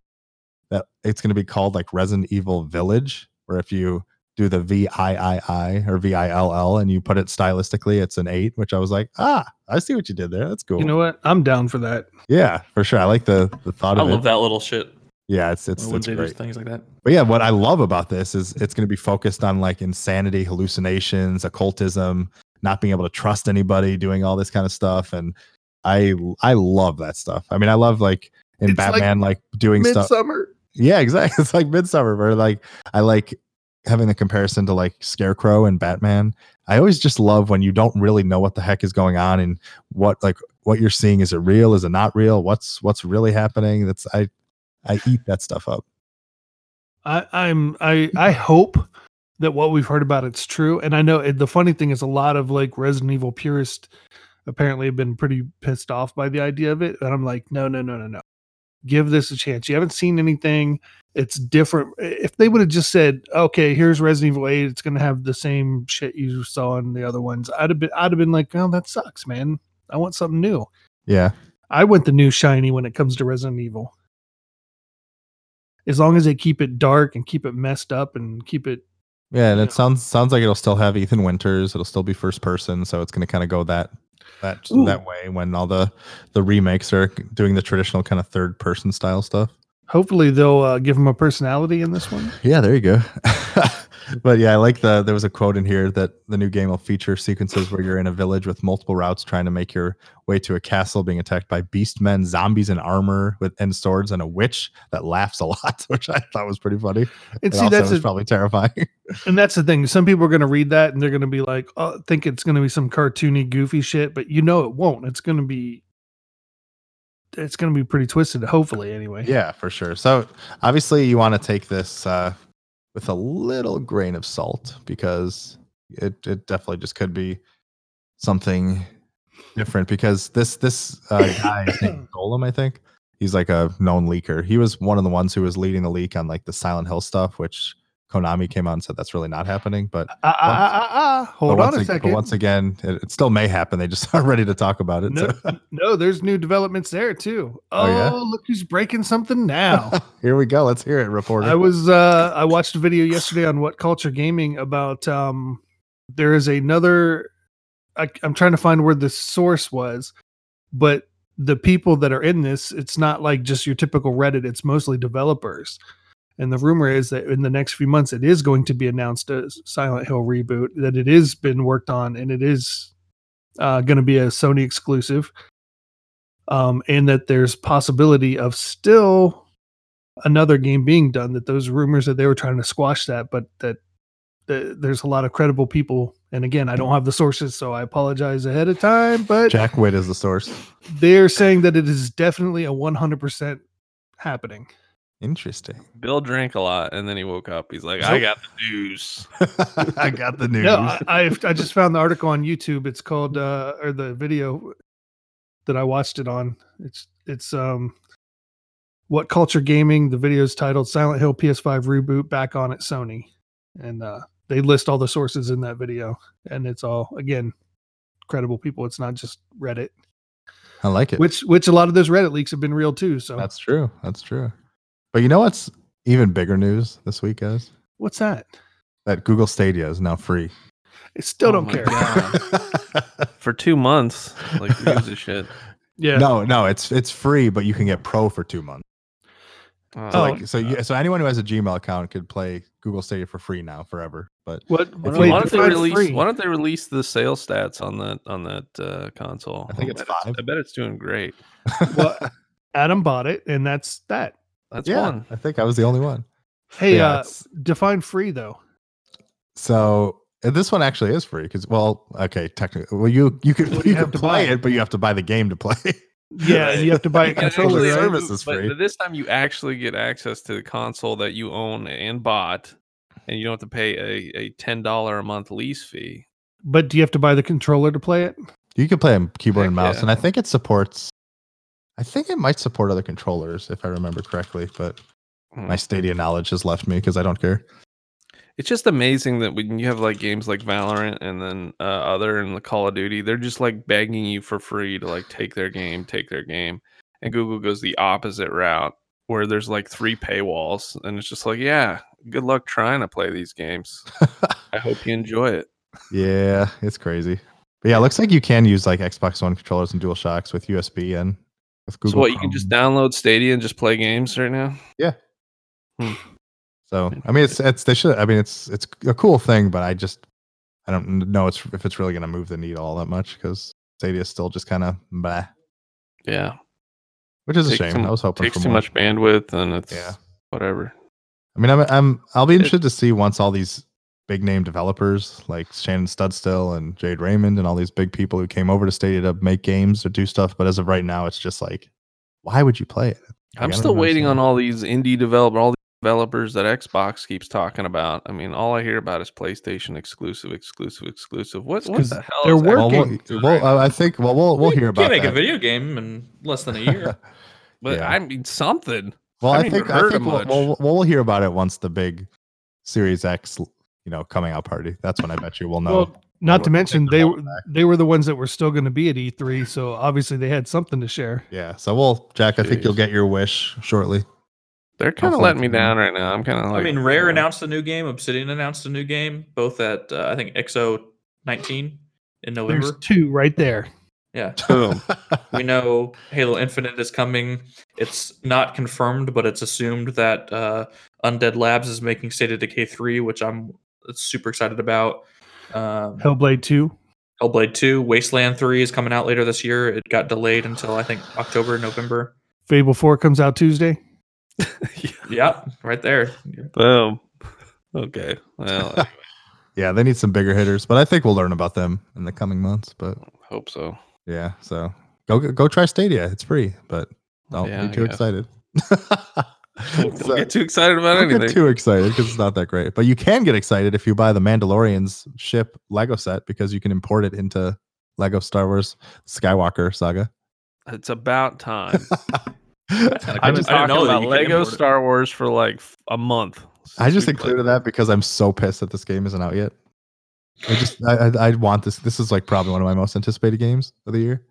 [SPEAKER 1] that it's going to be called like Resident Evil Village, where if you do the V I I I or V I L L and you put it stylistically, it's an eight. Which I was like, ah, I see what you did there. That's cool.
[SPEAKER 2] You know what? I'm down for that.
[SPEAKER 1] yeah, for sure. I like the the thought
[SPEAKER 4] I
[SPEAKER 1] of
[SPEAKER 4] love
[SPEAKER 1] it.
[SPEAKER 4] that little shit.
[SPEAKER 1] Yeah, it's it's
[SPEAKER 4] Why
[SPEAKER 1] it's
[SPEAKER 4] would they do
[SPEAKER 1] great.
[SPEAKER 4] things like that?
[SPEAKER 1] But yeah, what I love about this is it's going to be focused on like insanity, hallucinations, occultism, not being able to trust anybody, doing all this kind of stuff, and I I love that stuff. I mean, I love like in
[SPEAKER 2] It's like
[SPEAKER 1] Batman, like, doing stuff.
[SPEAKER 2] Midsummer.
[SPEAKER 1] Yeah, exactly. It's like Midsummer, where like I like having the comparison to like Scarecrow and Batman. I always just love when you don't really know what the heck is going on and what like what you're seeing is it real? Is it not real? What's what's really happening? That's I I eat that stuff up.
[SPEAKER 2] I, I'm I I hope that what we've heard about it's true. And I know and the funny thing is a lot of like Resident Evil purists apparently have been pretty pissed off by the idea of it. And I'm like, no, no, no, no, no. Give this a chance. You haven't seen anything. It's different. If they would have just said, okay, here's Resident Evil 8, it's gonna have the same shit you saw in the other ones, I'd have been I'd have been like, oh, that sucks, man. I want something new.
[SPEAKER 1] Yeah.
[SPEAKER 2] I want the new shiny when it comes to Resident Evil. As long as they keep it dark and keep it messed up and keep it
[SPEAKER 1] Yeah, and
[SPEAKER 2] Yeah.
[SPEAKER 1] it sounds sounds like it'll still have Ethan Winters. It'll still be first person, so it's going to kind of go that that
[SPEAKER 2] Ooh.
[SPEAKER 1] that way when all the the remakes are doing the traditional kind of third person style stuff.
[SPEAKER 2] hopefully they'll uh, give him a personality in this one.
[SPEAKER 1] Yeah, there you go. but yeah, I like the there was a quote in here that the new game will feature sequences where you're in a village with multiple routes trying to make your way to a castle being attacked by beast men, zombies in armor with and swords and a witch that laughs a lot, which I thought was pretty funny.
[SPEAKER 2] And
[SPEAKER 1] It
[SPEAKER 2] see
[SPEAKER 1] also
[SPEAKER 2] that's
[SPEAKER 1] was
[SPEAKER 2] a,
[SPEAKER 1] probably terrifying.
[SPEAKER 2] and that's the thing. Some people are going to read that and they're going to be like, "Oh, think it's going to be some cartoony goofy shit," but you know it won't. It's going to be it's going to be pretty twisted hopefully anyway.
[SPEAKER 1] Yeah, for sure. So obviously, you want to take this uh, with a little grain of salt because it it definitely just could be something different. Because this this uh, guy named Golem, I think, he's like a known leaker. He was one of the ones who was leading the leak on like the Silent Hill stuff, which Konami came out and said that's really not happening. But
[SPEAKER 2] Ah, ah, ah, ah, ah. Hold
[SPEAKER 1] but
[SPEAKER 2] on
[SPEAKER 1] once
[SPEAKER 2] a
[SPEAKER 1] ag- but
[SPEAKER 2] second.
[SPEAKER 1] once again, it, it still may happen. They just aren't ready to talk about it.
[SPEAKER 2] no,
[SPEAKER 1] so-
[SPEAKER 2] no, there's new developments there too.
[SPEAKER 1] Oh,
[SPEAKER 2] Oh,
[SPEAKER 1] yeah?
[SPEAKER 2] look who's breaking something now.
[SPEAKER 1] Here we go. Let's hear it, reporter.
[SPEAKER 2] I was uh I watched a video yesterday on What Culture Gaming about um there is another I, I'm trying to find where the source was, but the people that are in this, it's not like just your typical Reddit, it's mostly developers. And the rumor is that in the next few months it is going to be announced a Silent Hill reboot that it is been worked on and it is uh, going to be a Sony exclusive. Um, and that there's possibility of still another game being done that those rumors that they were trying to squash that but that th- there's a lot of credible people and again i don't have the sources so i apologize ahead of time but
[SPEAKER 1] Jack Witt is the source.
[SPEAKER 2] they're saying that it is definitely a 100% happening
[SPEAKER 1] Interesting.
[SPEAKER 3] Bill drank a lot and then he woke up. He's like, I got the news.
[SPEAKER 1] I got the news.
[SPEAKER 2] no I, I've- I just found the article on youtube it's called uh or the video that i watched it on it's it's um what culture gaming the video's titled silent hill ps5 reboot back on at sony and uh they list all the sources in that video and it's all again credible people it's not just reddit
[SPEAKER 1] I like it.
[SPEAKER 2] which which a lot of those reddit leaks have been real too so
[SPEAKER 1] That's true. That's true. But you know what's even bigger news this week is
[SPEAKER 2] what's that
[SPEAKER 1] that Google Stadia is now free.
[SPEAKER 2] i still
[SPEAKER 3] Oh
[SPEAKER 2] don't
[SPEAKER 3] my
[SPEAKER 2] care
[SPEAKER 3] God. For two months, like, who gives a shit?
[SPEAKER 2] yeah
[SPEAKER 1] No, no, it's it's free, but you can get pro for two months. So
[SPEAKER 2] Oh.
[SPEAKER 1] like so you, so anyone who has a Gmail account could play Google Stadia for free now forever. But
[SPEAKER 2] what
[SPEAKER 1] Why
[SPEAKER 3] Why
[SPEAKER 1] Oh, Wait,
[SPEAKER 3] don't they
[SPEAKER 2] define
[SPEAKER 3] release?
[SPEAKER 2] free.
[SPEAKER 3] Why don't they release the sales stats on that on that uh, console?
[SPEAKER 1] I think it's
[SPEAKER 3] bet
[SPEAKER 1] five.
[SPEAKER 3] I bet it's doing great.
[SPEAKER 2] Well, adam bought it and that's that
[SPEAKER 3] That's
[SPEAKER 1] yeah,
[SPEAKER 3] one.
[SPEAKER 1] I think I was the only one.
[SPEAKER 2] hey
[SPEAKER 1] Yeah,
[SPEAKER 2] uh
[SPEAKER 1] it's-
[SPEAKER 2] define free though
[SPEAKER 1] So uh, this one actually is free because well, okay, technically, well you you could
[SPEAKER 2] What do
[SPEAKER 1] you,
[SPEAKER 2] you have
[SPEAKER 1] could
[SPEAKER 2] to
[SPEAKER 1] play
[SPEAKER 2] buy?
[SPEAKER 1] it, but you have to buy the game to play.
[SPEAKER 2] Yeah, and you have to buy a
[SPEAKER 1] You
[SPEAKER 3] And
[SPEAKER 1] gotta
[SPEAKER 2] controller.
[SPEAKER 1] actually
[SPEAKER 3] actually,
[SPEAKER 2] right?
[SPEAKER 1] earn- service is
[SPEAKER 3] but
[SPEAKER 1] free.
[SPEAKER 3] this time you actually get access to the console that you own and bought, and you don't have to pay a, a ten dollar a month lease fee.
[SPEAKER 2] But do you have to buy the controller to play it?
[SPEAKER 1] you can play on keyboard and
[SPEAKER 3] Heck
[SPEAKER 1] mouse,
[SPEAKER 3] yeah.
[SPEAKER 1] and I think it supports. I think it might support other controllers if I remember correctly, but
[SPEAKER 3] Hmm.
[SPEAKER 1] my Stadia knowledge has left me because I don't care.
[SPEAKER 3] It's just amazing that when you have like games like Valorant and then uh, other and the Call of Duty, they're just like begging you for free to like take their game, take their game, and Google goes the opposite route where there's like three paywalls, and it's just like, yeah, good luck trying to play these games. I hope you enjoy it.
[SPEAKER 1] Yeah, it's crazy. But yeah, it looks like you can use like Xbox One controllers and Dual Shocks with USB and with Google.
[SPEAKER 3] so what? You can just
[SPEAKER 1] Chrome.
[SPEAKER 3] download Stadia and just play games right now.
[SPEAKER 1] So I mean, it's it's they should. I mean, it's it's a cool thing, but I just I don't n- know it's if it's really gonna move the needle all that much because Stadia is still just kind of blah,
[SPEAKER 3] Yeah,
[SPEAKER 1] which is a
[SPEAKER 3] Takes
[SPEAKER 1] shame.
[SPEAKER 3] too-
[SPEAKER 1] I was hoping
[SPEAKER 3] takes
[SPEAKER 1] for
[SPEAKER 3] too
[SPEAKER 1] more.
[SPEAKER 3] much bandwidth, and it's
[SPEAKER 1] Yeah.
[SPEAKER 3] whatever.
[SPEAKER 1] I mean, I'm I'm I'll be interested to see once all these big name developers like Shannon Studstill and Jade Raymond and all these big people who came over to Stadia to make games or do stuff. But as of right now, it's just like, why would you play it? Like, I
[SPEAKER 3] I'm
[SPEAKER 1] don't
[SPEAKER 3] still
[SPEAKER 1] even
[SPEAKER 3] waiting on
[SPEAKER 1] understand.
[SPEAKER 3] all these indie developer, all these developers that Xbox keeps talking about. I mean, all I hear about is PlayStation exclusive, exclusive, exclusive. What, what
[SPEAKER 2] 'cause
[SPEAKER 3] the hell?
[SPEAKER 2] they're
[SPEAKER 3] is Xbox
[SPEAKER 1] Well, we'll,
[SPEAKER 2] working.
[SPEAKER 3] doing
[SPEAKER 1] well,
[SPEAKER 3] right
[SPEAKER 1] uh,
[SPEAKER 3] now?
[SPEAKER 1] I think. Well, we'll we'll
[SPEAKER 4] You
[SPEAKER 1] hear about
[SPEAKER 4] can't make
[SPEAKER 1] that.
[SPEAKER 4] a video game in less than a year.
[SPEAKER 3] but
[SPEAKER 1] yeah.
[SPEAKER 3] I mean, something.
[SPEAKER 1] well, I,
[SPEAKER 3] haven't even
[SPEAKER 1] think I
[SPEAKER 3] heard
[SPEAKER 1] think
[SPEAKER 3] of
[SPEAKER 1] we'll,
[SPEAKER 3] much.
[SPEAKER 1] we'll, we'll we'll hear about it once the big Series X, you know, coming out party. That's when I bet you we'll know.
[SPEAKER 2] Well, not to
[SPEAKER 1] Take
[SPEAKER 2] mention
[SPEAKER 1] the
[SPEAKER 2] they
[SPEAKER 1] ball
[SPEAKER 2] were
[SPEAKER 1] back.
[SPEAKER 2] they were the ones that were still going to be at E3, so obviously they had something to share.
[SPEAKER 1] yeah. So we'll, Jack. I think you'll
[SPEAKER 3] Jeez.
[SPEAKER 1] get your wish shortly.
[SPEAKER 3] They're kind of
[SPEAKER 1] Hopefully
[SPEAKER 3] letting me
[SPEAKER 1] it's gonna-
[SPEAKER 3] down right now. I'm kind of like.
[SPEAKER 4] I mean, Rare
[SPEAKER 3] uh,
[SPEAKER 4] announced a new game. Obsidian announced a new game, both at uh, I think XO 19 in
[SPEAKER 2] There's
[SPEAKER 4] November.
[SPEAKER 2] two right there.
[SPEAKER 4] Yeah,
[SPEAKER 3] Boom.
[SPEAKER 4] we know Halo Infinite is coming. It's not confirmed, but it's assumed that uh, Undead Labs is making State of Decay 3, which I'm super excited about. Um,
[SPEAKER 2] Hellblade 2.
[SPEAKER 4] Hellblade 2, Wasteland 3 is coming out later this year. It got delayed until I think October, November.
[SPEAKER 2] Fable 4 comes out Tuesday.
[SPEAKER 3] Yeah,
[SPEAKER 4] Yeah, right there.
[SPEAKER 3] Boom. Okay. Well, I
[SPEAKER 1] Yeah, they need some bigger hitters, but I think we'll learn about them in the coming months. But
[SPEAKER 3] hope so.
[SPEAKER 1] yeah, so go go, go try Stadia. It's free, but don't
[SPEAKER 3] Yeah,
[SPEAKER 1] be too
[SPEAKER 3] yeah.
[SPEAKER 1] excited.
[SPEAKER 3] Don't, don't
[SPEAKER 1] So,
[SPEAKER 3] get too excited about
[SPEAKER 1] don't get
[SPEAKER 3] anything.
[SPEAKER 1] too excited because it's not that great. But you can get excited if you buy the Mandalorian's ship Lego set because you can import it into Lego Star Wars Skywalker saga.
[SPEAKER 3] It's about time.
[SPEAKER 1] I
[SPEAKER 4] I'm
[SPEAKER 3] I've been
[SPEAKER 1] just,
[SPEAKER 4] I didn't
[SPEAKER 3] talking
[SPEAKER 4] know that
[SPEAKER 3] about
[SPEAKER 4] you could
[SPEAKER 3] Lego
[SPEAKER 4] import it.
[SPEAKER 3] Star Wars for like f- a month.
[SPEAKER 1] I
[SPEAKER 3] since
[SPEAKER 1] just
[SPEAKER 3] we played.
[SPEAKER 1] included that because I'm so pissed that this game isn't out yet. I just I, I, I want this. This is like probably one of my most anticipated games of the year.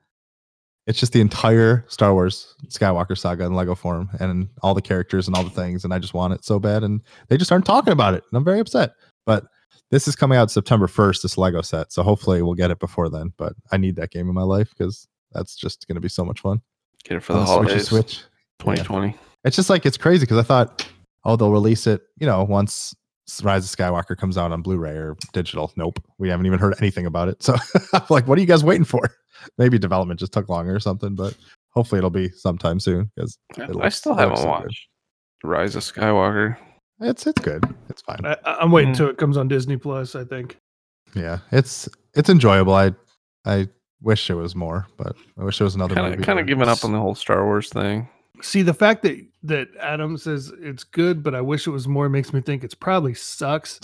[SPEAKER 1] It's just the entire Star Wars Skywalker saga in Lego form and all the characters and all the things, and I just want it so bad. And they just aren't talking about it, and I'm very upset. But this is coming out September 1st, this Lego set, so hopefully we'll get it before then. But I need that game in my life because that's just going to be so much fun.
[SPEAKER 3] Get it for the
[SPEAKER 1] On a Switchy
[SPEAKER 3] holidays.
[SPEAKER 1] Switch.
[SPEAKER 3] 2020.
[SPEAKER 1] It's just like it's crazy because I thought, oh, they'll release it, you know, once Rise of Skywalker comes out on Blu-ray or digital. Nope, we haven't even heard anything about it. So, I'm like, what are you guys waiting for? Maybe development just took longer or something, but hopefully it'll be sometime soon because It
[SPEAKER 3] I
[SPEAKER 1] looks-
[SPEAKER 3] still
[SPEAKER 1] it looks
[SPEAKER 3] haven't
[SPEAKER 1] so good.
[SPEAKER 3] watched Rise of Skywalker.
[SPEAKER 1] it's it's good, it's fine.
[SPEAKER 2] I, I- I'm waiting
[SPEAKER 3] Mm.
[SPEAKER 2] till it comes on Disney Plus. I think.
[SPEAKER 1] Yeah, it's it's enjoyable. I I wish it was more, but I wish there was another
[SPEAKER 3] Kind
[SPEAKER 1] movie.
[SPEAKER 3] of kind
[SPEAKER 1] or-
[SPEAKER 3] of giving up on the whole Star Wars thing.
[SPEAKER 2] See the fact that that Adam says it's good, but I wish it was more. Makes me think it's probably sucks,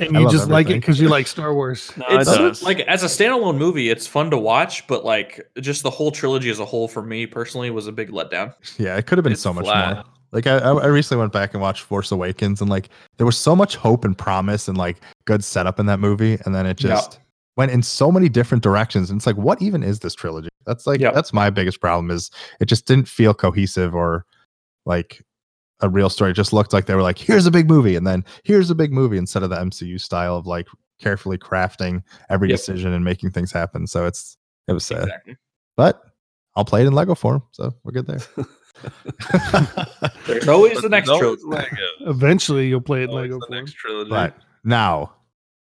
[SPEAKER 2] and
[SPEAKER 1] I
[SPEAKER 2] you
[SPEAKER 1] love
[SPEAKER 2] just like it
[SPEAKER 1] everything.
[SPEAKER 2] because you like Star Wars.
[SPEAKER 3] No,
[SPEAKER 4] It's
[SPEAKER 1] does.
[SPEAKER 4] like as a standalone movie, it's fun to watch, but like just the whole trilogy as a whole for me personally was a big letdown.
[SPEAKER 1] yeah, it could have been
[SPEAKER 4] It's
[SPEAKER 1] so much more.
[SPEAKER 4] flat.
[SPEAKER 1] Like I, I I recently went back and watched Force Awakens, and like there was so much hope and promise and like good setup in that movie, and then it
[SPEAKER 4] Yeah.
[SPEAKER 1] just went in so many different directions. And it's like, what even is this trilogy? That's like
[SPEAKER 4] Yeah.
[SPEAKER 1] that's my biggest problem is it just didn't feel cohesive or like a real story. It just looked like they were like, here's a big movie, and then here's a big movie instead of the MCU style of like carefully crafting every
[SPEAKER 4] Yep.
[SPEAKER 1] decision and making things happen. So it's it was sad,
[SPEAKER 4] Exactly.
[SPEAKER 1] but I'll play it in Lego form, so we're good there.
[SPEAKER 4] There's always the next trilogy.
[SPEAKER 2] Eventually, you'll play it
[SPEAKER 1] Oh,
[SPEAKER 3] Always
[SPEAKER 2] Lego.
[SPEAKER 3] the
[SPEAKER 2] form.
[SPEAKER 3] next trilogy.
[SPEAKER 1] But now,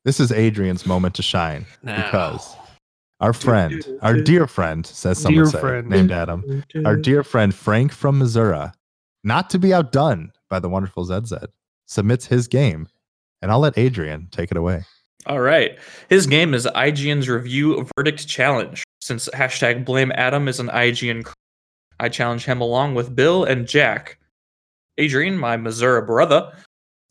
[SPEAKER 1] this is Adrian's moment to shine because our friend, our dear friend, says someone
[SPEAKER 2] Dear
[SPEAKER 1] said,
[SPEAKER 2] friend.
[SPEAKER 1] named Adam, our dear friend Frank from Missouri, not to be outdone by the wonderful ZZ, submits his game. And I'll let Adrian take it away.
[SPEAKER 4] All right. His game is IGN's review verdict challenge. Since hashtag blame Adam is an IGN, cr- I challenge him along with Bill and Jack. Adrian, my Missouri brother,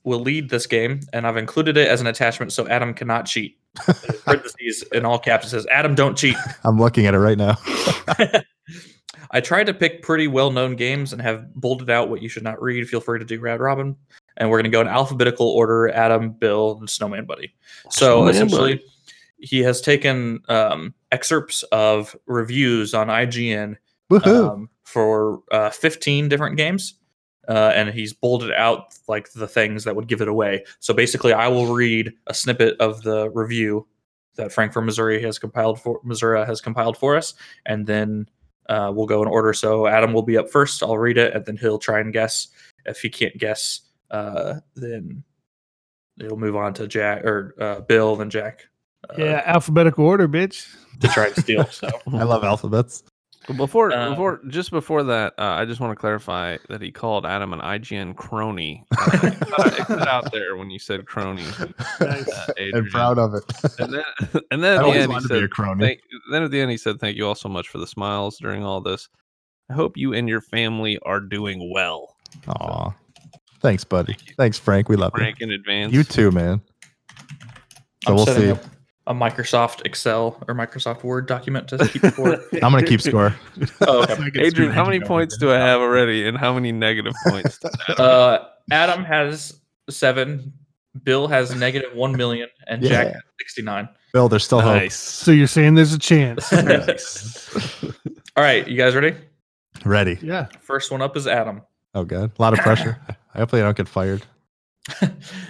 [SPEAKER 4] will lead this game, and I've included it as an attachment so Adam cannot cheat. In parentheses in all caps it says Adam don't cheat.
[SPEAKER 1] I'm looking at it right now.
[SPEAKER 4] I tried to pick pretty well known games and have bolded out what you should not read. Feel free to do Rad Robin. And we're going to go in alphabetical order Adam, Bill, and Snowman Buddy. So
[SPEAKER 3] Snowman
[SPEAKER 4] essentially,
[SPEAKER 3] Buddy.
[SPEAKER 4] he has taken um, excerpts of reviews on IGN
[SPEAKER 1] Woohoo.
[SPEAKER 4] um, for uh, 15 different games. Uh, and he's bolded out like the things that would give it away. So basically, I will read a snippet of the review that Frank from Missouri has compiled for Missouri has compiled for us, and then uh, we'll go in order. So Adam will be up first. I'll read it, and then he'll try and guess. If he can't guess, uh, then it'll move on to Jack or uh, Bill, then Jack. Uh,
[SPEAKER 2] Yeah, alphabetical order, bitch.
[SPEAKER 4] to try and steal. So
[SPEAKER 1] I love alphabets.
[SPEAKER 3] Well, Before,
[SPEAKER 4] Um,
[SPEAKER 3] before, just before that, uh, I just want to clarify that he called Adam an IGN crony. It's out there when you said crony. Uh, Adrian.
[SPEAKER 1] and proud of it.
[SPEAKER 3] And then, and
[SPEAKER 1] I
[SPEAKER 3] then at the
[SPEAKER 1] always
[SPEAKER 3] end, he
[SPEAKER 1] wanted to be
[SPEAKER 3] said,
[SPEAKER 1] a crony.
[SPEAKER 3] thank, then at the end, he said, "Thank you all so much for the smiles during all this. I hope you and your family are doing well."
[SPEAKER 1] Aw. Thanks, buddy. Thanks, Frank. We love
[SPEAKER 3] Frank in advance.
[SPEAKER 1] you. You too, man. So
[SPEAKER 4] I'm
[SPEAKER 1] we'll
[SPEAKER 4] setting
[SPEAKER 1] see.
[SPEAKER 4] up a Microsoft Excel or Microsoft Word document to keep score.
[SPEAKER 1] I'm going to keep score.
[SPEAKER 4] Oh,
[SPEAKER 1] So
[SPEAKER 4] okay.
[SPEAKER 1] I can
[SPEAKER 3] Adrian,
[SPEAKER 1] screw
[SPEAKER 3] how many
[SPEAKER 1] over.
[SPEAKER 3] points do I have already, and how many negative points?
[SPEAKER 4] Uh, Adam has seven. Bill has negative one million, and Jack
[SPEAKER 1] Yeah.
[SPEAKER 4] has sixty-nine.
[SPEAKER 1] Bill, there's still
[SPEAKER 2] So you're saying there's a chance?
[SPEAKER 4] All right, you guys ready?
[SPEAKER 1] hope. Ready.
[SPEAKER 2] yeah.
[SPEAKER 4] First one up is Adam.
[SPEAKER 1] Oh god, a lot of pressure. I hopefully I don't get fired.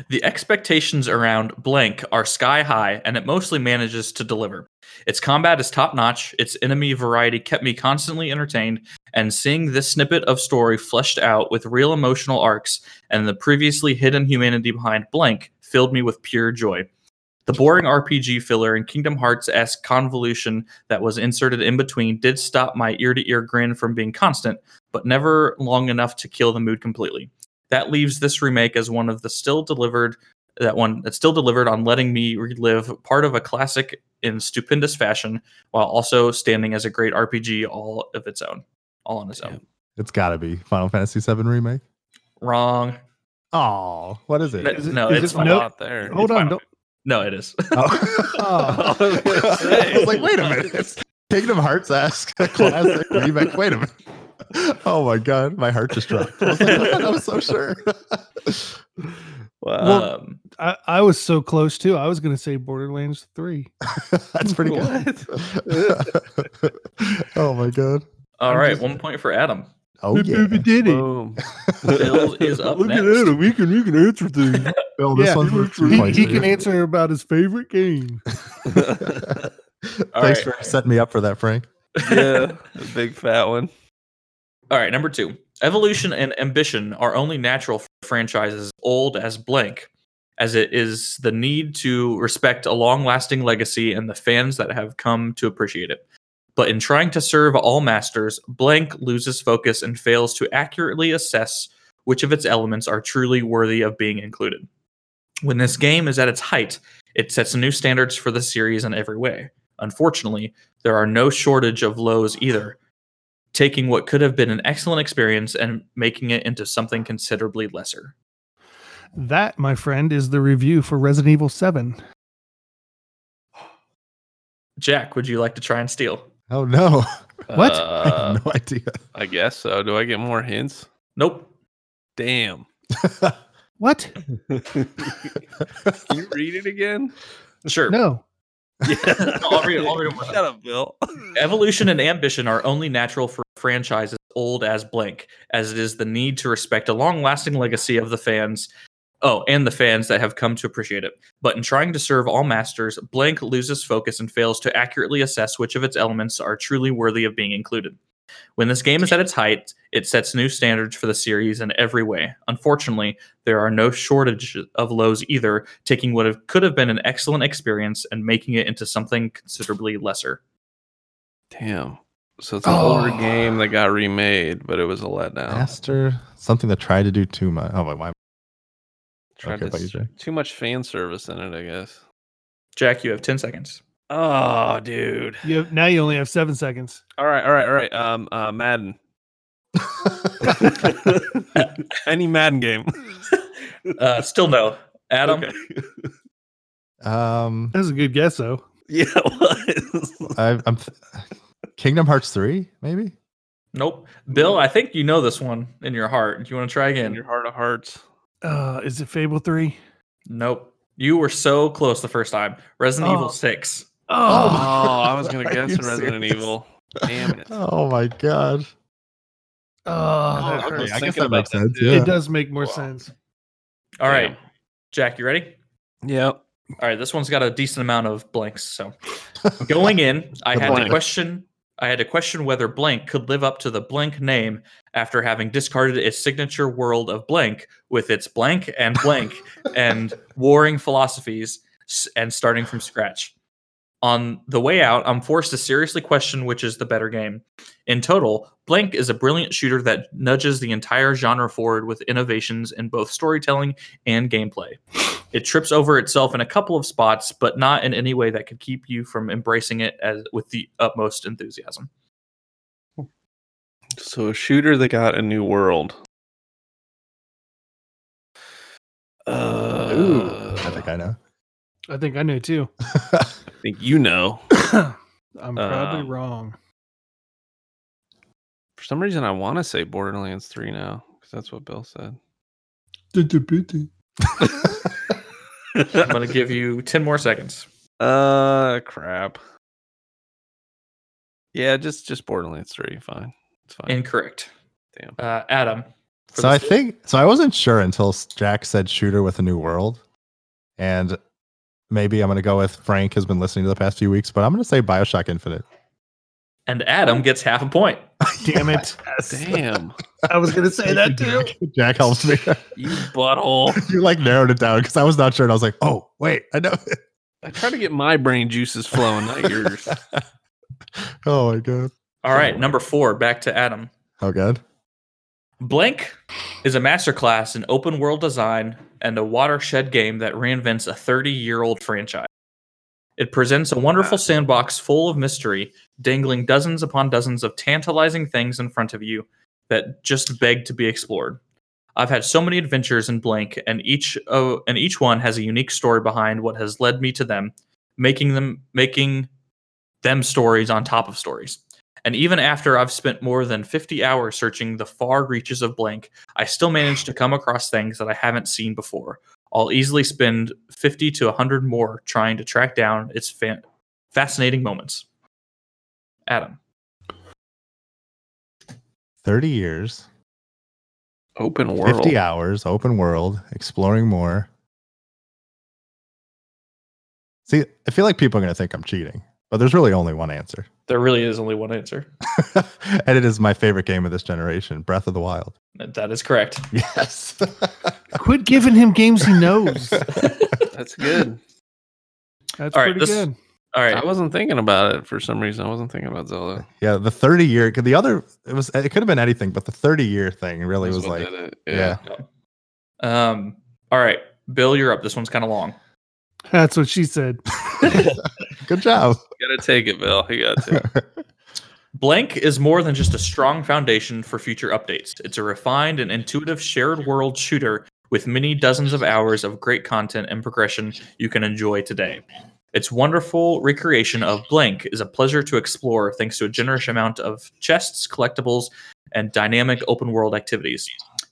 [SPEAKER 4] the expectations around blank are sky high, and it mostly manages to deliver. Its combat is top notch, its enemy variety kept me constantly entertained, and seeing this snippet of story fleshed out with real emotional arcs and the previously hidden humanity behind blank filled me with pure joy. The boring RPG filler and Kingdom Hearts esque convolution that was inserted in between did stop my ear to ear grin from being constant, but never long enough to kill the mood completely that leaves this remake as one of the still delivered that one that's still delivered on letting me relive part of a classic in stupendous fashion while also standing as a great RPG all of its own all on its own
[SPEAKER 1] It's got to be Final Fantasy VII remake.
[SPEAKER 4] wrong
[SPEAKER 1] Oh, what is it?
[SPEAKER 4] That-
[SPEAKER 2] Is it-
[SPEAKER 4] no
[SPEAKER 2] is
[SPEAKER 4] it's
[SPEAKER 2] it
[SPEAKER 4] fine.
[SPEAKER 2] no-
[SPEAKER 3] out there.
[SPEAKER 2] Hold on. Don't,
[SPEAKER 4] no it is
[SPEAKER 1] Oh.
[SPEAKER 2] Oh.
[SPEAKER 3] I was gonna
[SPEAKER 1] I
[SPEAKER 3] say.
[SPEAKER 1] was like, wait a minute. It's Kingdom Hearts esque classic remake. Wait a minute. oh my god, my heart just dropped. I was, like, "What? I was so sure.
[SPEAKER 2] Well-
[SPEAKER 4] um,
[SPEAKER 2] I, I was so close too. I was gonna say Borderlands Three.
[SPEAKER 1] That's pretty good. oh my god.
[SPEAKER 4] all
[SPEAKER 2] I'm
[SPEAKER 4] right,
[SPEAKER 2] just-
[SPEAKER 4] one point for Adam.
[SPEAKER 1] Oh yeah.
[SPEAKER 2] Baby did it.
[SPEAKER 3] Boom.
[SPEAKER 4] Bill is up
[SPEAKER 1] Look
[SPEAKER 4] next.
[SPEAKER 1] at that. We can we can answer things. Bill, this
[SPEAKER 2] Yeah.
[SPEAKER 1] one's for two
[SPEAKER 2] He,
[SPEAKER 1] points
[SPEAKER 2] he
[SPEAKER 1] for you.
[SPEAKER 2] can answer about his favorite game.
[SPEAKER 4] All
[SPEAKER 1] Thanks
[SPEAKER 4] right.
[SPEAKER 1] for setting me up for that, Frank.
[SPEAKER 3] yeah, a big fat one.
[SPEAKER 4] All right, number two. Evolution and Ambition are only natural for franchises old as blank, as it is the need to respect a long lasting legacy and the fans that have come to appreciate it. But in trying to serve all masters, blank loses focus and fails to accurately assess which of its elements are truly worthy of being included. When this game is at its height, it sets new standards for the series in every way. Unfortunately, there are no shortage of lows either, taking what could have been an excellent experience and making it into something considerably lesser.
[SPEAKER 2] That, my friend, is the review for Resident Evil Seven.
[SPEAKER 4] Jack, would you like to try and steal?
[SPEAKER 1] Oh no.
[SPEAKER 2] What?
[SPEAKER 1] I
[SPEAKER 3] Uh,
[SPEAKER 1] have no idea.
[SPEAKER 3] I guess so. Do I get more hints?
[SPEAKER 4] Nope.
[SPEAKER 3] Damn.
[SPEAKER 2] What?
[SPEAKER 3] Can you read it again?
[SPEAKER 4] Sure.
[SPEAKER 2] No.
[SPEAKER 3] Yeah.
[SPEAKER 4] No, I'll read it- I'll read it.
[SPEAKER 3] Shut up, Bill.
[SPEAKER 4] Evolution and ambition are only natural for franchises old as blank, as it is the need to respect a long lasting legacy of the fans. Oh, and the fans that have come to appreciate it. But in trying to serve all masters, Blank loses focus and fails to accurately assess which of its elements are truly worthy of being included. When this game is at its height, it sets new standards for the series in every way. Unfortunately, there are no shortage of lows either, taking what have- could have been an excellent experience and making it into something considerably lesser.
[SPEAKER 3] Damn. So it's an
[SPEAKER 2] Oh.
[SPEAKER 3] older game that got remade, but it was a letdown.
[SPEAKER 1] Master something that tried to do too much. Oh my, my
[SPEAKER 3] Tried
[SPEAKER 1] okay,
[SPEAKER 3] to
[SPEAKER 1] about you,
[SPEAKER 3] s-
[SPEAKER 1] Jay.
[SPEAKER 3] too much fan service in it, I guess.
[SPEAKER 4] Jack, you have 10 seconds.
[SPEAKER 3] Oh, dude.
[SPEAKER 2] You have, now you only have seven seconds.
[SPEAKER 3] All right, all right, all right. Um, uh, Madden. Any Madden game.
[SPEAKER 4] Uh, still no. Adam,
[SPEAKER 3] Okay.
[SPEAKER 1] um
[SPEAKER 2] That was a good guess, though.
[SPEAKER 3] Yeah, it was.
[SPEAKER 1] I, I'm th- Kingdom Hearts 3, maybe?
[SPEAKER 4] nope. Bill, I think you know this one in your heart. Do you want to try
[SPEAKER 3] in
[SPEAKER 4] again?
[SPEAKER 3] your heart of hearts.
[SPEAKER 2] Uh, is it Fable Three?
[SPEAKER 4] Nope. You were so close the first time. Resident
[SPEAKER 2] Oh.
[SPEAKER 4] Evil 6.
[SPEAKER 1] Oh my
[SPEAKER 3] Oh, I was
[SPEAKER 1] God,
[SPEAKER 3] gonna
[SPEAKER 1] are
[SPEAKER 3] guess
[SPEAKER 1] you
[SPEAKER 3] Resident
[SPEAKER 1] serious?
[SPEAKER 3] Evil. Damn it.
[SPEAKER 1] Oh my god.
[SPEAKER 2] Oh,
[SPEAKER 3] Oh,
[SPEAKER 2] that
[SPEAKER 3] okay,
[SPEAKER 2] hurts.
[SPEAKER 1] I guess
[SPEAKER 3] thinking
[SPEAKER 1] that
[SPEAKER 3] about
[SPEAKER 1] makes
[SPEAKER 3] that,
[SPEAKER 1] sense.
[SPEAKER 3] too.
[SPEAKER 1] Yeah.
[SPEAKER 2] It does make more
[SPEAKER 3] Wow.
[SPEAKER 2] sense.
[SPEAKER 4] All right,
[SPEAKER 3] Damn.
[SPEAKER 4] Jack, you ready?
[SPEAKER 3] Yep.
[SPEAKER 4] All right, this one's got a decent amount of blanks. So going in, I
[SPEAKER 1] The
[SPEAKER 4] had to
[SPEAKER 3] blank.
[SPEAKER 4] question I had to question whether blank could live up to the blank name after having discarded its signature world of blank with its blank and blank and warring philosophies s- and starting from scratch. On the way out, I'm forced to seriously question which is the better game. In total, Blank is a brilliant shooter that nudges the entire genre forward with innovations in both storytelling and gameplay. It trips over itself in a couple of spots, but not in any way that could keep you from embracing it as with the utmost enthusiasm.
[SPEAKER 3] So a shooter that got a new world. Uh,
[SPEAKER 1] I think I know.
[SPEAKER 2] I think I know too.
[SPEAKER 3] I think you know.
[SPEAKER 2] I'm probably
[SPEAKER 3] Um,
[SPEAKER 2] wrong.
[SPEAKER 3] For some reason, I want to say Borderlands Three now because that's what Bill said.
[SPEAKER 4] I'm going to give you 10 more seconds.
[SPEAKER 3] Uh, crap. Yeah, just just Borderlands Three. Fine, it's fine.
[SPEAKER 4] Incorrect.
[SPEAKER 3] Damn.
[SPEAKER 4] Uh, Adam. for
[SPEAKER 1] so I
[SPEAKER 4] this-
[SPEAKER 1] think so I wasn't sure until s- Jack said shooter with a new world. And maybe I'm gonna go with Frank has been listening to the past few weeks, but I'm gonna say Bioshock Infinite.
[SPEAKER 4] And Adam gets half a point.
[SPEAKER 2] Damn it!
[SPEAKER 3] Damn,
[SPEAKER 2] I was gonna say that
[SPEAKER 1] Thank you,
[SPEAKER 2] too.
[SPEAKER 1] Jack. Jack helps me.
[SPEAKER 3] you butthole!
[SPEAKER 1] you like narrowed it down because I was not sure and I was like, oh wait, I know it.
[SPEAKER 3] I try to get my brain juices flowing, not yours.
[SPEAKER 1] oh my god.
[SPEAKER 4] All right, number four, back to Adam.
[SPEAKER 1] Oh god.
[SPEAKER 4] Blank is a masterclass in open world design and a watershed game that reinvents a 30 year old franchise. It presents a wonderful sandbox full of mystery, dangling dozens upon dozens of tantalizing things in front of you that just beg to be explored. I've had so many adventures in Blank, and each oh, and each one has a unique story behind what has led me to them, making them making them stories on top of stories. And even after I've spent more than 50 hours searching the far reaches of blank, I still manage to come across things that I haven't seen before. I'll easily spend 50 to 100 more trying to track down its fan- fascinating moments. Adam.
[SPEAKER 1] 30 years,
[SPEAKER 3] Open world.
[SPEAKER 1] 50 hours, open world, exploring more. See, I feel like people are going to think I'm cheating, but there's really only one answer.
[SPEAKER 4] There really is only one answer.
[SPEAKER 1] and it is my favorite game of this generation Breath of the Wild.
[SPEAKER 4] That is correct.
[SPEAKER 1] Yes.
[SPEAKER 2] Quit giving him games he knows.
[SPEAKER 3] That's good.
[SPEAKER 2] That's
[SPEAKER 4] All right,
[SPEAKER 2] pretty
[SPEAKER 4] this-
[SPEAKER 2] good.
[SPEAKER 4] All right.
[SPEAKER 3] I wasn't thinking about it for some reason. I wasn't thinking about Zelda.
[SPEAKER 1] yeah, the 30 year, the other, it was, it could have been anything, but the 30 year thing really
[SPEAKER 3] That's
[SPEAKER 1] was
[SPEAKER 3] what
[SPEAKER 1] like,
[SPEAKER 3] did it.
[SPEAKER 1] yeah.
[SPEAKER 4] Um, all right. Bill, you're up. This one's kind of long.
[SPEAKER 2] That's what she said.
[SPEAKER 1] good job.
[SPEAKER 3] You gotta take it, Bill. You got to.
[SPEAKER 4] Blank is more than just a strong foundation for future updates. It's a refined and intuitive shared world shooter with many dozens of hours of great content and progression you can enjoy today. Its wonderful recreation of Blank is a pleasure to explore thanks to a generous amount of chests, collectibles, and dynamic open world activities.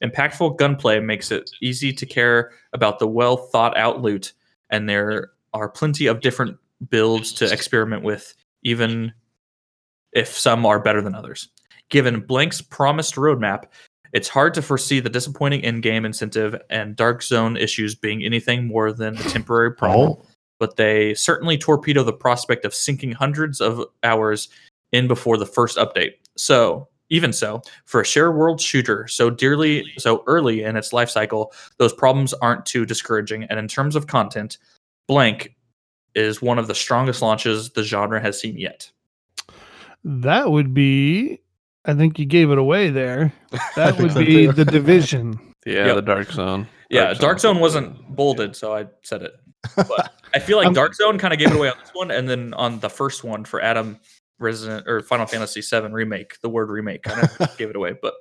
[SPEAKER 4] Impactful gunplay makes it easy to care about the well thought out loot, and there are plenty of different builds to experiment with, even if some are better than others. Given Blank's promised roadmap, it's hard to foresee the disappointing in-game incentive and dark zone issues being anything more than a temporary problem
[SPEAKER 1] Oh,
[SPEAKER 4] but they certainly torpedo the prospect of sinking hundreds of hours in before the first update. So, even so, for a shared world shooter so dearly so early in its life cycle, those problems aren't too discouraging. And in terms of content, Blank is one of the strongest launches the genre has seen yet.
[SPEAKER 2] That would be. I think you gave it away there. That
[SPEAKER 1] think
[SPEAKER 2] would
[SPEAKER 1] so
[SPEAKER 2] be
[SPEAKER 1] too.
[SPEAKER 2] the division.
[SPEAKER 3] Yeah,
[SPEAKER 4] Yep.
[SPEAKER 3] the Dark Zone.
[SPEAKER 4] Yeah, Dark, Zone wasn't bolded, so I said it. But I feel like
[SPEAKER 3] Um,
[SPEAKER 2] I'm-
[SPEAKER 4] Dark Zone kind of gave it away on this one, and then on the first one for Adam Resident or Final Fantasy VII remake, the word remake kind of gave it away. But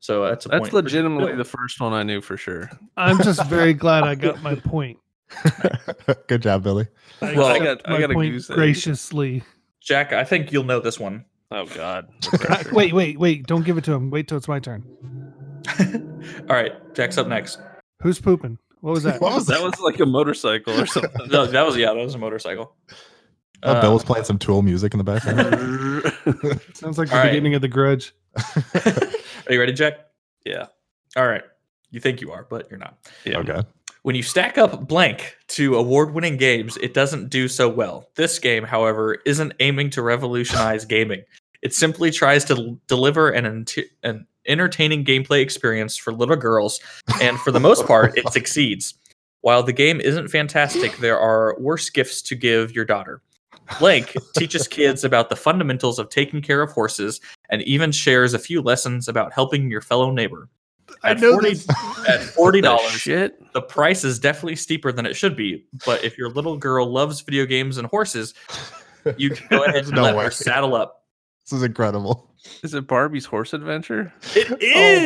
[SPEAKER 4] so that's a
[SPEAKER 3] That's
[SPEAKER 4] point.
[SPEAKER 3] legitimately the first one I knew for sure.
[SPEAKER 2] I'm just very glad I got my point.
[SPEAKER 1] good job, Billy.
[SPEAKER 2] I
[SPEAKER 4] Well, I
[SPEAKER 2] accept
[SPEAKER 3] got- I
[SPEAKER 2] my
[SPEAKER 3] got a
[SPEAKER 2] point
[SPEAKER 3] goose egg.
[SPEAKER 2] graciously.
[SPEAKER 4] Jack, I think you'll know this one.
[SPEAKER 3] Oh God.
[SPEAKER 2] Uh, wait, wait, wait! Don't give it to him. Wait till it's my turn.
[SPEAKER 4] All right, Jack's up next.
[SPEAKER 2] Who's pooping? What was that?
[SPEAKER 1] What was
[SPEAKER 3] That was like a motorcycle or something.
[SPEAKER 4] No, that was yeah, that was a motorcycle.
[SPEAKER 1] Oh, Bill was
[SPEAKER 4] Um,
[SPEAKER 1] playing some Tool music in the background.
[SPEAKER 2] Sounds like the
[SPEAKER 4] All right.
[SPEAKER 2] beginning of the Grudge.
[SPEAKER 4] are you ready, Jack?
[SPEAKER 3] yeah.
[SPEAKER 4] All right. You think you are, but you're not.
[SPEAKER 3] Yeah.
[SPEAKER 1] oh god.
[SPEAKER 4] When you stack up blank to award winning games, it doesn't do so well. This game, however, isn't aiming to revolutionize gaming. It simply tries to l- deliver an, ent- an entertaining gameplay experience for little girls, and for the most part, it succeeds. While the game isn't fantastic, there are worse gifts to give your daughter. Blank teaches kids about the fundamentals of taking care of horses and even shares a few lessons about helping your fellow neighbor.
[SPEAKER 2] I
[SPEAKER 4] At
[SPEAKER 2] know
[SPEAKER 4] 40
[SPEAKER 2] this.
[SPEAKER 4] At $40,
[SPEAKER 3] The Shit.
[SPEAKER 4] the price is definitely steeper than it should be. But if your little girl loves video games and horses, you can go ahead and
[SPEAKER 1] No
[SPEAKER 4] let
[SPEAKER 1] way.
[SPEAKER 4] her saddle up.
[SPEAKER 1] This is incredible.
[SPEAKER 3] Is it Barbie's horse adventure?
[SPEAKER 4] It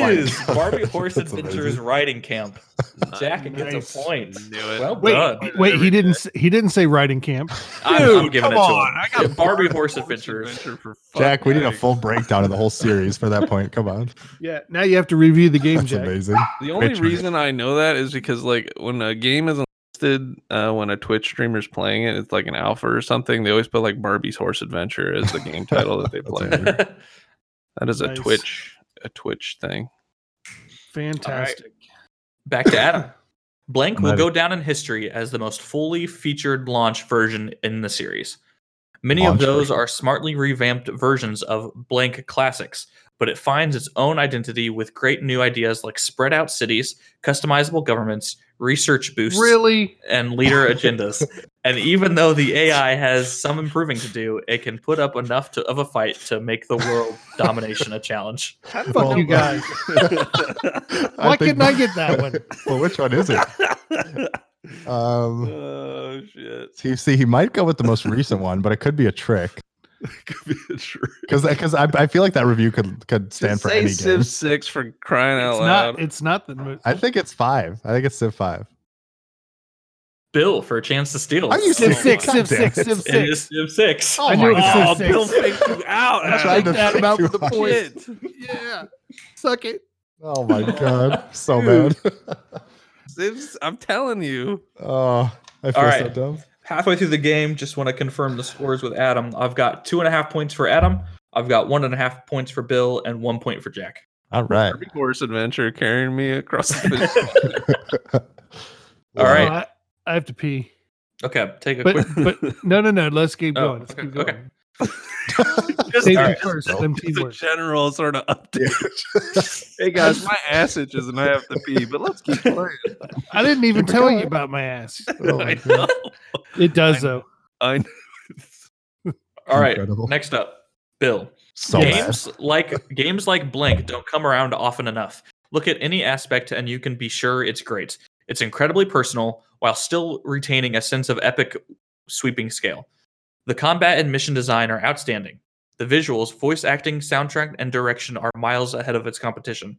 [SPEAKER 1] my
[SPEAKER 4] is
[SPEAKER 1] God.
[SPEAKER 4] Oh Barbie Horse
[SPEAKER 1] That's
[SPEAKER 4] Adventures
[SPEAKER 1] amazing.
[SPEAKER 4] Riding Camp. Jack it gets
[SPEAKER 2] Nice.
[SPEAKER 4] a point.
[SPEAKER 3] Knew it.
[SPEAKER 4] Well
[SPEAKER 2] Wait,
[SPEAKER 4] done.
[SPEAKER 2] wait. He didn't. s- He didn't say riding camp.
[SPEAKER 4] I'm, I'm giving it to him.
[SPEAKER 2] I
[SPEAKER 4] Yeah, Barbie Horse Adventures.
[SPEAKER 3] for fuck's
[SPEAKER 1] Jack, we need a
[SPEAKER 3] sake.
[SPEAKER 1] full breakdown of the whole series for that point. Come on.
[SPEAKER 2] Yeah. Now you have to review the game,
[SPEAKER 1] That's
[SPEAKER 2] Jack.
[SPEAKER 1] amazing.
[SPEAKER 3] The only
[SPEAKER 1] Twitch, right?
[SPEAKER 3] reason I know that is because like when a game isn't listed, uh, when a Twitch streamer's playing it, it's like an alpha or something. They always put like Barbie's Horse Adventure as the game title that they
[SPEAKER 1] That's
[SPEAKER 3] play.
[SPEAKER 1] amazing.
[SPEAKER 3] That is a
[SPEAKER 2] Nice.
[SPEAKER 3] Twitch, a Twitch thing.
[SPEAKER 2] Fantastic.
[SPEAKER 4] Back to Adam. Blank will
[SPEAKER 1] Mighty.
[SPEAKER 4] go down in history as the most fully featured launch version in the series. Many
[SPEAKER 1] Launch
[SPEAKER 4] of those
[SPEAKER 1] version.
[SPEAKER 4] are smartly revamped versions of Blank classics, but it finds its own identity with great new ideas like spread out cities, customizable governments, research boosts,
[SPEAKER 2] Really?
[SPEAKER 4] and leader agendas. And even though the AI has some improving to do, it can put up enough to, of a fight to make the world domination a challenge.
[SPEAKER 2] Fuck
[SPEAKER 1] Well,
[SPEAKER 2] you guys. Why
[SPEAKER 1] think-
[SPEAKER 2] couldn't I get that one?
[SPEAKER 1] well, which one is it? Um,
[SPEAKER 3] oh shit!
[SPEAKER 1] so you see, he might go with the most recent one, but it could be a trick
[SPEAKER 3] Could be a true.
[SPEAKER 1] because because I, I feel like that review could could stand for
[SPEAKER 3] say
[SPEAKER 1] any
[SPEAKER 3] Civ
[SPEAKER 1] game.
[SPEAKER 3] Six for crying out
[SPEAKER 2] It's
[SPEAKER 3] loud.
[SPEAKER 2] not. It's not the. mo-
[SPEAKER 1] I think it's five. I think it's Civ five.
[SPEAKER 4] Bill for a chance to steal.
[SPEAKER 1] Are you
[SPEAKER 2] Civ
[SPEAKER 1] Civ
[SPEAKER 2] six,
[SPEAKER 1] six,
[SPEAKER 2] Civ
[SPEAKER 1] Civ
[SPEAKER 2] six,
[SPEAKER 1] six,
[SPEAKER 2] Civ
[SPEAKER 1] Civ
[SPEAKER 4] It
[SPEAKER 2] six.
[SPEAKER 4] is Civ six.
[SPEAKER 1] Oh
[SPEAKER 2] I
[SPEAKER 1] my
[SPEAKER 2] knew it was
[SPEAKER 1] God.
[SPEAKER 3] Oh,
[SPEAKER 2] Civ six.
[SPEAKER 3] Bill faked you out.
[SPEAKER 1] I tried to
[SPEAKER 3] Adam.
[SPEAKER 1] fake you out.
[SPEAKER 3] Shit.
[SPEAKER 2] Yeah. Suck it.
[SPEAKER 1] Oh my god, so
[SPEAKER 3] Dude.
[SPEAKER 1] bad.
[SPEAKER 3] Ziv's- I'm telling you.
[SPEAKER 1] oh, I feel so
[SPEAKER 4] right.
[SPEAKER 1] dumb.
[SPEAKER 4] halfway through the game, just want to confirm the scores with Adam. I've got two and a half points for Adam. I've got one and a half points for Bill and one point for Jack.
[SPEAKER 1] All right.
[SPEAKER 3] Every horse adventure carrying me across the finish.
[SPEAKER 4] All right.
[SPEAKER 2] Well, I, I have to pee.
[SPEAKER 4] Okay, take a
[SPEAKER 2] But
[SPEAKER 4] quick.
[SPEAKER 2] but no no no. Let's keep
[SPEAKER 4] Oh,
[SPEAKER 2] going. Let's
[SPEAKER 4] okay,
[SPEAKER 2] keep
[SPEAKER 4] okay.
[SPEAKER 2] going.
[SPEAKER 1] Oh
[SPEAKER 3] just
[SPEAKER 2] Save
[SPEAKER 4] all
[SPEAKER 2] it
[SPEAKER 4] right.
[SPEAKER 2] first.
[SPEAKER 1] Nope.
[SPEAKER 2] Them
[SPEAKER 3] It's a
[SPEAKER 2] keywords.
[SPEAKER 3] general sort of update. hey guys, my ass itches and I have to pee, but let's keep playing.
[SPEAKER 2] I didn't even
[SPEAKER 1] Keep it
[SPEAKER 2] tell
[SPEAKER 1] going.
[SPEAKER 2] you about my ass.
[SPEAKER 1] Oh my
[SPEAKER 3] I
[SPEAKER 1] God.
[SPEAKER 3] know.
[SPEAKER 2] It does
[SPEAKER 3] I-
[SPEAKER 2] though.
[SPEAKER 3] I know.
[SPEAKER 4] All right,
[SPEAKER 1] Incredible.
[SPEAKER 4] next up, Bill.
[SPEAKER 1] So bad.
[SPEAKER 4] games like games like Blank don't come around often enough. Look at any aspect, and you can be sure it's great. It's incredibly personal while still retaining a sense of epic sweeping scale. The combat and mission design are outstanding. The visuals, voice acting, soundtrack, and direction are miles ahead of its competition.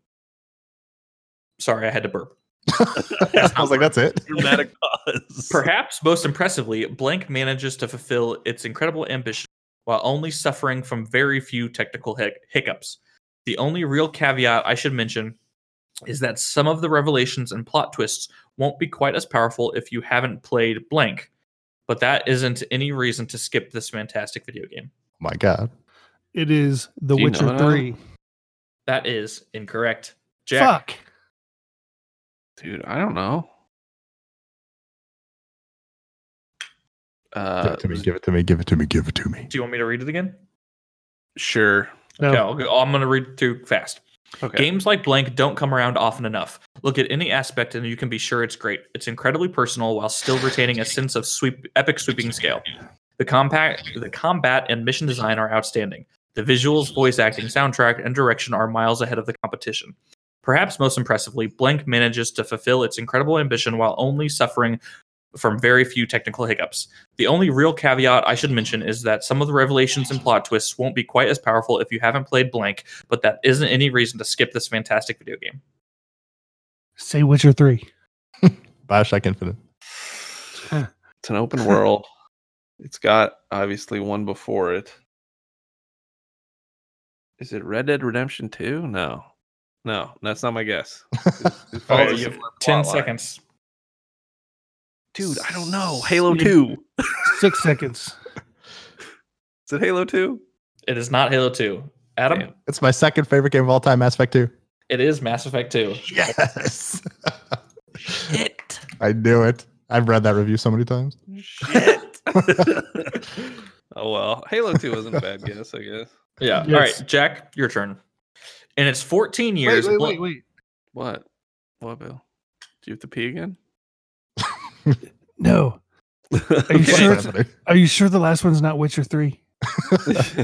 [SPEAKER 4] Sorry, I had to burp.
[SPEAKER 1] I was like, that's it.
[SPEAKER 3] Dramatic pause.
[SPEAKER 4] Perhaps most impressively, Blank manages to fulfill its incredible ambition while only suffering from very few technical hic- hiccups. The only real caveat I should mention is that some of the revelations and plot twists won't be quite as powerful if you haven't played Blank, but that isn't any reason to skip this fantastic video game.
[SPEAKER 1] Oh my god.
[SPEAKER 2] It is The
[SPEAKER 3] Do you know
[SPEAKER 2] Witcher
[SPEAKER 3] now?
[SPEAKER 2] Three.
[SPEAKER 4] That is incorrect. Jack,
[SPEAKER 2] Fuck.
[SPEAKER 3] Dude, I don't know. Uh,
[SPEAKER 1] give it to me. Give it to me. Give it to me. Give it to me.
[SPEAKER 4] do you want me to read it again?
[SPEAKER 3] sure.
[SPEAKER 2] No.
[SPEAKER 4] Okay, I'll go- I'm going to read through fast.
[SPEAKER 3] Okay.
[SPEAKER 4] Games like Blank don't come around often enough. Look at any aspect and you can be sure it's great. It's incredibly personal while still retaining a sense of sweep epic sweeping scale. The compact the combat and mission design are outstanding. The visuals, voice acting, soundtrack, and direction are miles ahead of the competition. Perhaps most impressively, Blank manages to fulfill its incredible ambition while only suffering from very few technical hiccups. The only real caveat I should mention is that some of the revelations and plot twists won't be quite as powerful if you haven't played Blank, but that isn't any reason to skip this fantastic video game.
[SPEAKER 2] Say Witcher Three.
[SPEAKER 1] Bioshock Infinite.
[SPEAKER 3] It's an open world. It's got obviously one before it. Is it Red Dead Redemption 2? No. No, that's not my guess. It
[SPEAKER 2] Oh,
[SPEAKER 3] follows a
[SPEAKER 4] Oh, you have
[SPEAKER 3] similar
[SPEAKER 4] 10
[SPEAKER 3] plotline.
[SPEAKER 4] seconds.
[SPEAKER 3] Dude, I don't know. Halo
[SPEAKER 2] Yeah.
[SPEAKER 3] 2.
[SPEAKER 2] Six seconds.
[SPEAKER 3] Is it Halo 2?
[SPEAKER 4] It is not Halo 2. Adam,
[SPEAKER 3] Damn.
[SPEAKER 1] it's my second favorite game of all time, Mass Effect 2.
[SPEAKER 4] it is Mass Effect 2.
[SPEAKER 1] Yes. I knew it. I've read that review so many times.
[SPEAKER 3] Shit. oh well. Halo 2 wasn't a bad guess, I guess.
[SPEAKER 4] Yeah. All
[SPEAKER 2] Yes.
[SPEAKER 4] right, Jack, your turn. In its 14
[SPEAKER 2] Wait,
[SPEAKER 4] years,
[SPEAKER 2] wait,
[SPEAKER 4] Bla-
[SPEAKER 2] wait, wait.
[SPEAKER 3] What? What, Bill? Do you have to pee again?
[SPEAKER 2] No. Are you sure? it's- Are you sure the last one's not Witcher Three?
[SPEAKER 4] uh,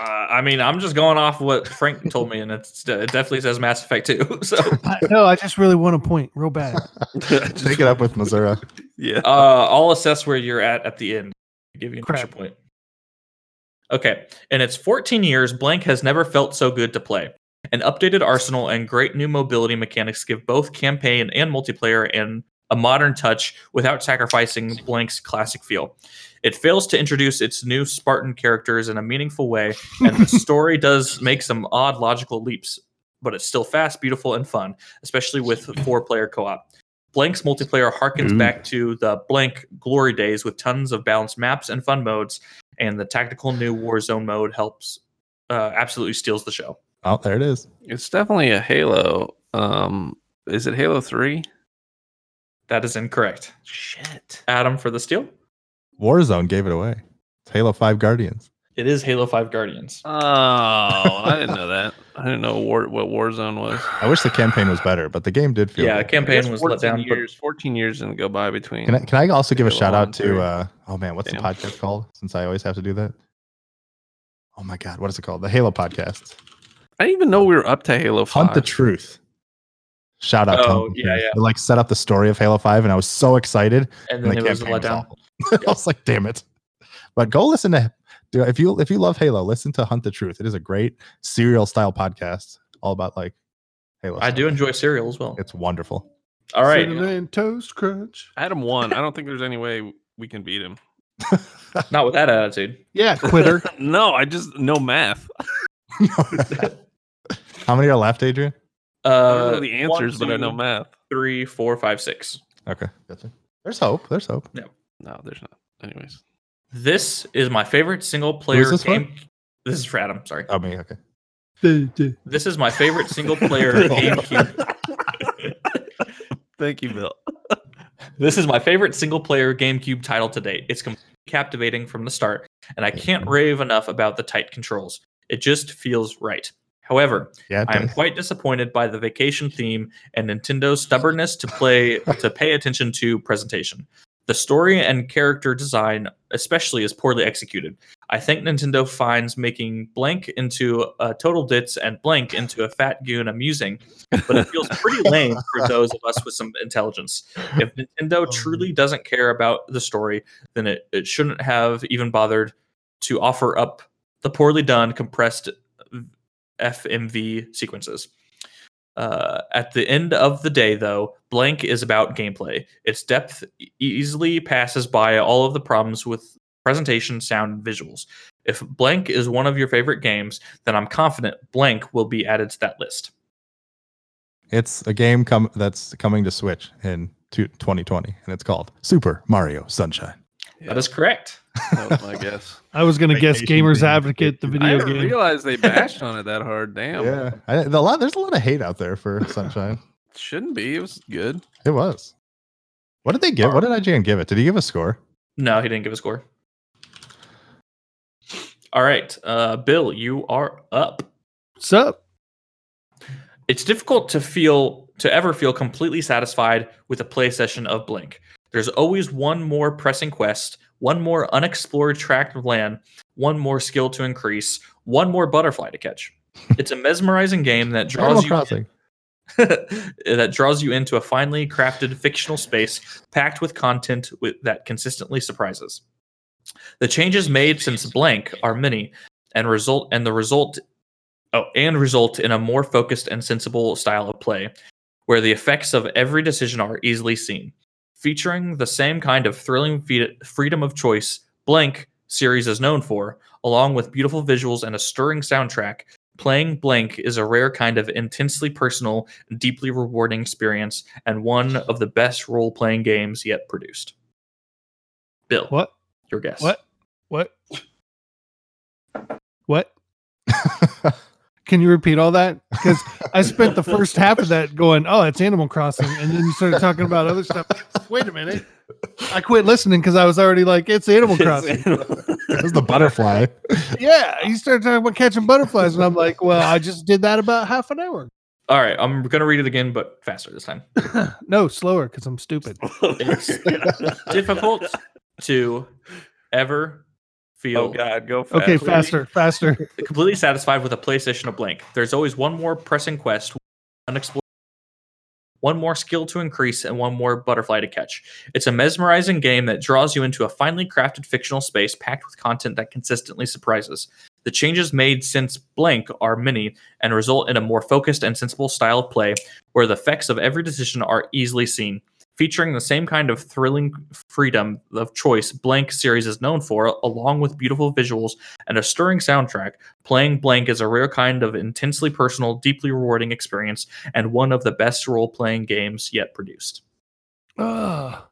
[SPEAKER 4] I mean, I'm just going off what Frank told me, and it's, it definitely says Mass Effect 2. So,
[SPEAKER 2] I, no, I just really want a point, real bad.
[SPEAKER 1] Take it up with Missouri.
[SPEAKER 3] Yeah.
[SPEAKER 4] uh, I'll assess where you're at at the end. Give you an extra
[SPEAKER 2] Crap.
[SPEAKER 4] point. Okay. In its 14 years, Blank has never felt so good to play. An updated arsenal and great new mobility mechanics give both campaign and multiplayer and a modern touch without sacrificing Blank's classic feel. It fails to introduce its new Spartan characters in a meaningful way, and the story does make some odd logical leaps, but it's still fast, beautiful, and fun, especially with four player co op. Blank's multiplayer harkens
[SPEAKER 1] Ooh.
[SPEAKER 4] back to the Blank glory days with tons of balanced maps and fun modes, and the tactical new Warzone mode helps uh, absolutely steals the show.
[SPEAKER 1] Oh, there it is.
[SPEAKER 3] It's definitely a Halo. Um, is it Halo Three?
[SPEAKER 4] That is incorrect.
[SPEAKER 3] Shit.
[SPEAKER 4] Adam for the steal.
[SPEAKER 1] Warzone gave it away. It's Halo 5 Guardians.
[SPEAKER 4] It is Halo 5 Guardians.
[SPEAKER 3] Oh, I didn't know that. I didn't know war, what Warzone was.
[SPEAKER 1] I wish the campaign was better, but the game did feel.
[SPEAKER 4] Yeah,
[SPEAKER 1] good.
[SPEAKER 4] campaign was let down. But
[SPEAKER 3] Years, Fourteen years didn't go by between.
[SPEAKER 1] Can I, can I also give a
[SPEAKER 3] Halo
[SPEAKER 1] shout
[SPEAKER 3] 1,
[SPEAKER 1] out
[SPEAKER 3] three.
[SPEAKER 1] to, uh, oh man, what's
[SPEAKER 3] Damn.
[SPEAKER 1] the podcast called? Since I always have to do that. Oh my God, what is it called? The Halo podcast.
[SPEAKER 3] I didn't even know we were up to Halo Five.
[SPEAKER 1] Hunt the Truth. Shout out. to
[SPEAKER 4] Oh,
[SPEAKER 1] Hunt the
[SPEAKER 4] yeah,
[SPEAKER 1] Truth.
[SPEAKER 4] yeah.
[SPEAKER 1] They, like set up the story of Halo Five, and I was so excited, and,
[SPEAKER 4] and then
[SPEAKER 1] the
[SPEAKER 4] it was a
[SPEAKER 1] campaign was
[SPEAKER 4] letdown.
[SPEAKER 1] awful. I was like, damn it. But go listen to do if you if you love Halo, listen to Hunt the Truth. It is a great serial style podcast, all about like Halo.
[SPEAKER 4] I
[SPEAKER 1] stuff.
[SPEAKER 4] do enjoy cereal as well.
[SPEAKER 1] It's wonderful.
[SPEAKER 4] All right.
[SPEAKER 2] Cinnamon toast crunch.
[SPEAKER 3] Adam won. I don't think there's any way we can beat him.
[SPEAKER 4] Not with that attitude.
[SPEAKER 2] Yeah, quitter.
[SPEAKER 3] Uh, no, I just no math.
[SPEAKER 1] How many are left, Adrian?
[SPEAKER 3] I
[SPEAKER 4] Uh,
[SPEAKER 3] don't know the answers, but I know
[SPEAKER 4] math.
[SPEAKER 3] math.
[SPEAKER 4] Three, four, five, six.
[SPEAKER 1] Okay, gotcha. There's hope. There's hope.
[SPEAKER 3] No, there's not. Anyways,
[SPEAKER 4] This is my favorite single player
[SPEAKER 1] this
[SPEAKER 4] game.
[SPEAKER 1] one? Oh.
[SPEAKER 4] This is for Adam. Sorry.
[SPEAKER 1] I mean, okay.
[SPEAKER 2] That's
[SPEAKER 4] This is my favorite single player GameCube.
[SPEAKER 3] thank you, Bill.
[SPEAKER 4] This is my favorite single player GameCube title to date. It's completely captivating from the start, and I can't rave enough about the tight controls. It just feels right. However,
[SPEAKER 1] Yeah, it
[SPEAKER 4] I am
[SPEAKER 1] does.
[SPEAKER 4] quite disappointed by the vacation theme and Nintendo's stubbornness to play to pay attention to presentation. The story and character design, especially, is poorly executed. I think Nintendo finds making blank into a total ditz and blank into a fat goon amusing, but it feels pretty lame for those of us with some intelligence. If Nintendo truly doesn't care about the story, then it, it shouldn't have even bothered to offer up the poorly done compressed FMV sequences. Uh, at the end of the day, though, Blank is about gameplay. Its depth e- easily passes by all of the problems with presentation, sound, and visuals. If Blank is one of your favorite games, then I'm confident Blank will be added to that list.
[SPEAKER 1] It's a game come that's coming to Switch in two- 2020, and it's called Super Mario Sunshine.
[SPEAKER 4] That is correct.
[SPEAKER 3] that was my guess.
[SPEAKER 2] I was gonna guess
[SPEAKER 1] Vacation
[SPEAKER 2] Gamers
[SPEAKER 1] theme.
[SPEAKER 2] Advocate, the
[SPEAKER 3] I
[SPEAKER 2] video
[SPEAKER 3] didn't
[SPEAKER 2] game.
[SPEAKER 3] realize they bashed on it that hard. Damn.
[SPEAKER 1] Yeah, I, the lot, there's a lot of hate out there for Sunshine.
[SPEAKER 3] Shouldn't be. It was good.
[SPEAKER 1] it was. What did they give? What did IGN give it? Did he give a score?
[SPEAKER 4] No, he didn't give a score. All right, uh, Bill, you are up.
[SPEAKER 2] What's up?
[SPEAKER 4] It's difficult to feel to ever feel completely satisfied with a play session of Blink. There's always one more pressing quest, one more unexplored tract of land, one more skill to increase, one more butterfly to catch. It's a mesmerizing game that
[SPEAKER 1] Animal
[SPEAKER 4] draws you
[SPEAKER 1] Crossing.
[SPEAKER 4] that draws you into a finely crafted fictional space packed with content with, that consistently surprises. The changes made since blank are many and result and the result oh and result in a more focused and sensible style of play where the effects of every decision are easily seen. Featuring the same kind of thrilling fe- freedom of choice blank series is known for, along with beautiful visuals and a stirring soundtrack, Playing blank is a rare kind of intensely personal, and deeply rewarding experience, and one of the best role playing games yet produced. Bill,
[SPEAKER 2] What?
[SPEAKER 4] your guess?
[SPEAKER 2] What? What? What? Can you repeat all that? Because I spent the first half of that going, "Oh, it's Animal Crossing," and then you started talking about other stuff. Wait a minute. I quit listening because I was already like, "It's Animal Crossing."
[SPEAKER 1] It was the butterfly.
[SPEAKER 2] yeah, you started talking about catching butterflies, and I'm like, "Well, I just did that about half an hour."
[SPEAKER 4] All right, I'm gonna read it again, but faster this time.
[SPEAKER 2] No, slower because I'm stupid.
[SPEAKER 4] It's difficult to ever feel
[SPEAKER 3] Oh God, go fast.
[SPEAKER 2] Okay, faster, faster.
[SPEAKER 4] completely satisfied with a PlayStation of blank. There's always one more pressing quest, unexplored, one more skill to increase, and one more butterfly to catch. It's a mesmerizing game that draws you into a finely crafted fictional space packed with content that consistently surprises. The changes made since blank are many and result in a more focused and sensible style of play where the effects of every decision are easily seen. Featuring the same kind of thrilling freedom of choice Blank series is known for, along with beautiful visuals and a stirring soundtrack, Playing Blank is a rare kind of intensely personal, deeply rewarding experience, and one of the best role playing games yet produced.
[SPEAKER 2] Ugh. Ah.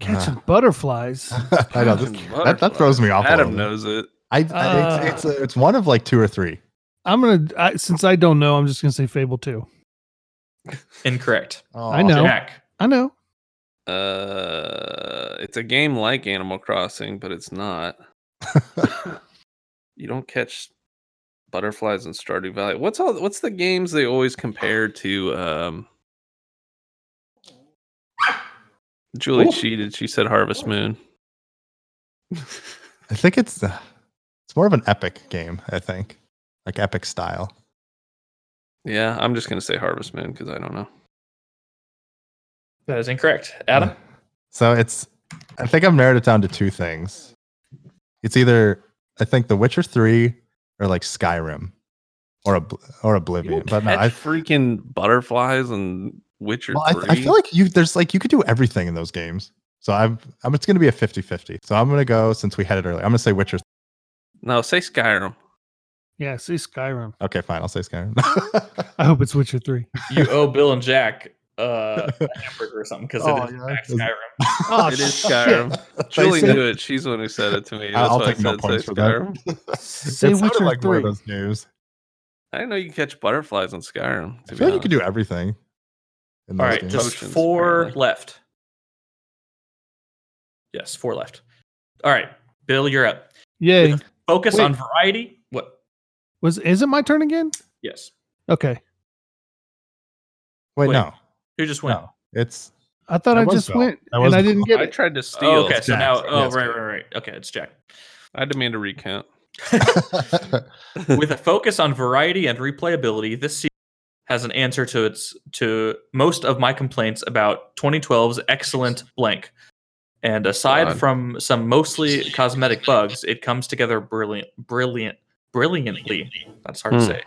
[SPEAKER 2] Catching butterflies.
[SPEAKER 1] I know this, that, that throws me off. a
[SPEAKER 3] Adam
[SPEAKER 1] little bit.
[SPEAKER 3] knows it.
[SPEAKER 1] I,
[SPEAKER 2] Uh.
[SPEAKER 1] I- it's, uh, it's, it's one of like two or three.
[SPEAKER 2] I'm gonna I, since I don't know, I'm just gonna say Fable Two.
[SPEAKER 4] Incorrect.
[SPEAKER 2] I know. No.
[SPEAKER 4] Jack.
[SPEAKER 2] I know.
[SPEAKER 3] Uh, it's a game like Animal Crossing, but it's not. you don't catch butterflies in Stardew Valley. What's all? What's the games they always compare to? Um, Julie
[SPEAKER 4] Ooh.
[SPEAKER 3] cheated. She said Harvest Moon.
[SPEAKER 1] I think it's uh, it's more of an epic game. I think like epic style.
[SPEAKER 3] Yeah, I'm just gonna say Harvest Moon because I don't know.
[SPEAKER 4] That is incorrect. Adam.
[SPEAKER 1] So it's I think I've narrowed it down to two things. It's either I think The Witcher Three or like Skyrim or Ob- or
[SPEAKER 3] You don't
[SPEAKER 1] Oblivion. But no,
[SPEAKER 3] catch
[SPEAKER 1] I
[SPEAKER 3] freaking butterflies and Witcher
[SPEAKER 1] Well, I,
[SPEAKER 3] Three.
[SPEAKER 1] I feel like you there's like you could do everything in those games. So I'm I'm it's gonna be a 50-50. So I'm gonna go since we had it earlier. I'm gonna say Witcher.
[SPEAKER 3] no, say Skyrim.
[SPEAKER 2] Yeah, see Skyrim.
[SPEAKER 1] Okay, fine, I'll say Skyrim.
[SPEAKER 2] I hope it's Witcher Three.
[SPEAKER 4] You owe Bill and Jack uh, a hamburger or something because
[SPEAKER 1] Oh,
[SPEAKER 4] it is
[SPEAKER 1] yeah.
[SPEAKER 4] back Skyrim.
[SPEAKER 2] Oh,
[SPEAKER 3] It is Skyrim. Julie
[SPEAKER 2] said-
[SPEAKER 3] knew it. She's the one who said it to me.
[SPEAKER 1] I'll
[SPEAKER 3] That's why I
[SPEAKER 1] take no
[SPEAKER 3] said
[SPEAKER 1] points
[SPEAKER 3] say
[SPEAKER 1] for that.
[SPEAKER 3] Skyrim.
[SPEAKER 1] it
[SPEAKER 2] Say
[SPEAKER 1] sounded
[SPEAKER 2] Witcher
[SPEAKER 1] like one of
[SPEAKER 2] three.
[SPEAKER 1] those games.
[SPEAKER 3] I didn't know you could catch butterflies on Skyrim. To
[SPEAKER 1] I feel
[SPEAKER 3] be
[SPEAKER 1] like you
[SPEAKER 3] honest.
[SPEAKER 1] could do everything. in
[SPEAKER 4] All
[SPEAKER 1] those
[SPEAKER 4] right,
[SPEAKER 1] games.
[SPEAKER 4] just
[SPEAKER 3] Potions,
[SPEAKER 4] four
[SPEAKER 3] apparently.
[SPEAKER 4] left. Yes, four left. All right, Bill, you're up.
[SPEAKER 2] Yay!
[SPEAKER 4] Focus
[SPEAKER 2] Wait.
[SPEAKER 4] on variety. What?
[SPEAKER 2] Was is it my turn again?
[SPEAKER 4] Yes.
[SPEAKER 2] Okay,
[SPEAKER 1] wait,
[SPEAKER 4] wait.
[SPEAKER 1] no,
[SPEAKER 4] Who just went?
[SPEAKER 1] No. it's
[SPEAKER 2] I thought
[SPEAKER 1] That
[SPEAKER 2] I
[SPEAKER 1] was
[SPEAKER 2] just
[SPEAKER 1] Bill.
[SPEAKER 2] went
[SPEAKER 1] That
[SPEAKER 2] and
[SPEAKER 1] was
[SPEAKER 2] I
[SPEAKER 1] Bill.
[SPEAKER 2] didn't get
[SPEAKER 3] I
[SPEAKER 2] it.
[SPEAKER 3] tried to steal.
[SPEAKER 4] Oh, okay, so
[SPEAKER 1] Jack.
[SPEAKER 4] now, oh,
[SPEAKER 1] Yes.
[SPEAKER 4] right, right, right. Okay, it's Jack.
[SPEAKER 3] I demand a recount.
[SPEAKER 4] With a focus on variety and replayability, this series has an answer to its to most of my complaints about 2012's excellent blank. And aside
[SPEAKER 3] God.
[SPEAKER 4] from some mostly cosmetic bugs, it comes together brilliant, brilliant, brilliantly. That's hard to
[SPEAKER 3] Hmm.
[SPEAKER 4] say.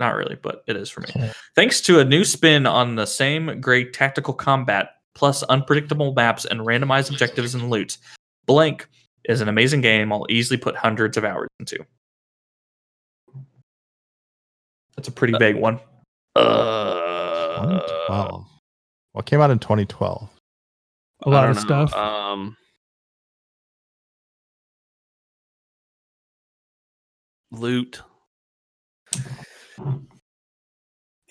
[SPEAKER 4] Not really, but it is for me.
[SPEAKER 1] Yeah.
[SPEAKER 4] Thanks to a new spin on the same great tactical combat, plus unpredictable maps and randomized objectives and loot, Blank is an amazing game I'll easily put hundreds of hours into. That's a pretty big one. Uh,
[SPEAKER 1] 2012. well, it came out in 2012.
[SPEAKER 2] A
[SPEAKER 3] I
[SPEAKER 2] lot of
[SPEAKER 3] don't know.
[SPEAKER 2] stuff.
[SPEAKER 3] Um, loot.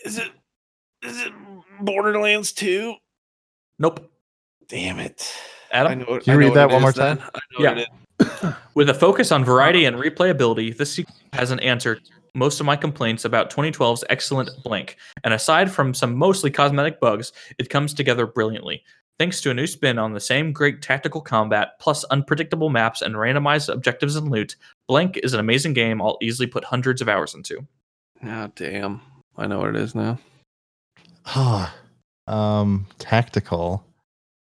[SPEAKER 3] Is it? Is it Borderlands Two?
[SPEAKER 4] nope.
[SPEAKER 3] Damn it!
[SPEAKER 4] Adam?
[SPEAKER 3] I know. it-
[SPEAKER 1] Can you
[SPEAKER 3] I know
[SPEAKER 1] read that
[SPEAKER 3] what it
[SPEAKER 1] one more
[SPEAKER 3] is then.
[SPEAKER 1] time?
[SPEAKER 3] I know what
[SPEAKER 4] Yeah.
[SPEAKER 3] it is.
[SPEAKER 4] With a focus on variety and replayability, this sequel has an answer to most of my complaints about 2012's excellent blank. And aside from some mostly cosmetic bugs, it comes together brilliantly. Thanks to a new spin on the same great tactical combat, plus unpredictable maps and randomized objectives and loot, Blank is an amazing game I'll easily put hundreds of hours into.
[SPEAKER 3] Ah, damn. I know what it is now.
[SPEAKER 1] Ah, um, tactical,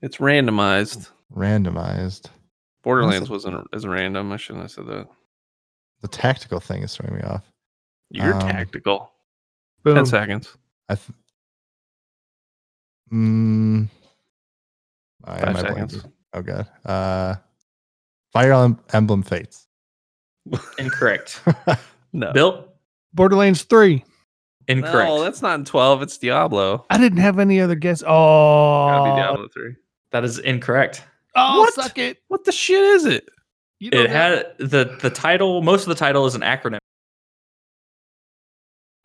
[SPEAKER 3] It's randomized.
[SPEAKER 1] randomized.
[SPEAKER 3] Borderlands wasn't as random. I shouldn't have said that.
[SPEAKER 1] The tactical thing is throwing me off.
[SPEAKER 3] You're
[SPEAKER 1] Um,
[SPEAKER 3] tactical.
[SPEAKER 2] Boom.
[SPEAKER 3] Ten seconds.
[SPEAKER 1] I. Th- mm, I am
[SPEAKER 3] Five
[SPEAKER 1] I
[SPEAKER 3] seconds.
[SPEAKER 1] blanking. Oh god. Uh, Fire Em- Emblem Fates.
[SPEAKER 4] Incorrect.
[SPEAKER 3] No.
[SPEAKER 4] Bill?
[SPEAKER 2] Borderlands Three.
[SPEAKER 4] Incorrect.
[SPEAKER 3] No, that's not in twelve. It's Diablo.
[SPEAKER 2] I didn't have any other guess.
[SPEAKER 3] Gotta be
[SPEAKER 2] Oh,
[SPEAKER 3] Diablo three.
[SPEAKER 4] that is incorrect.
[SPEAKER 2] oh,
[SPEAKER 3] What?
[SPEAKER 2] suck it!
[SPEAKER 3] What the shit is it?
[SPEAKER 2] You know
[SPEAKER 4] It
[SPEAKER 2] that.
[SPEAKER 4] had the the title. Most of the title is an acronym.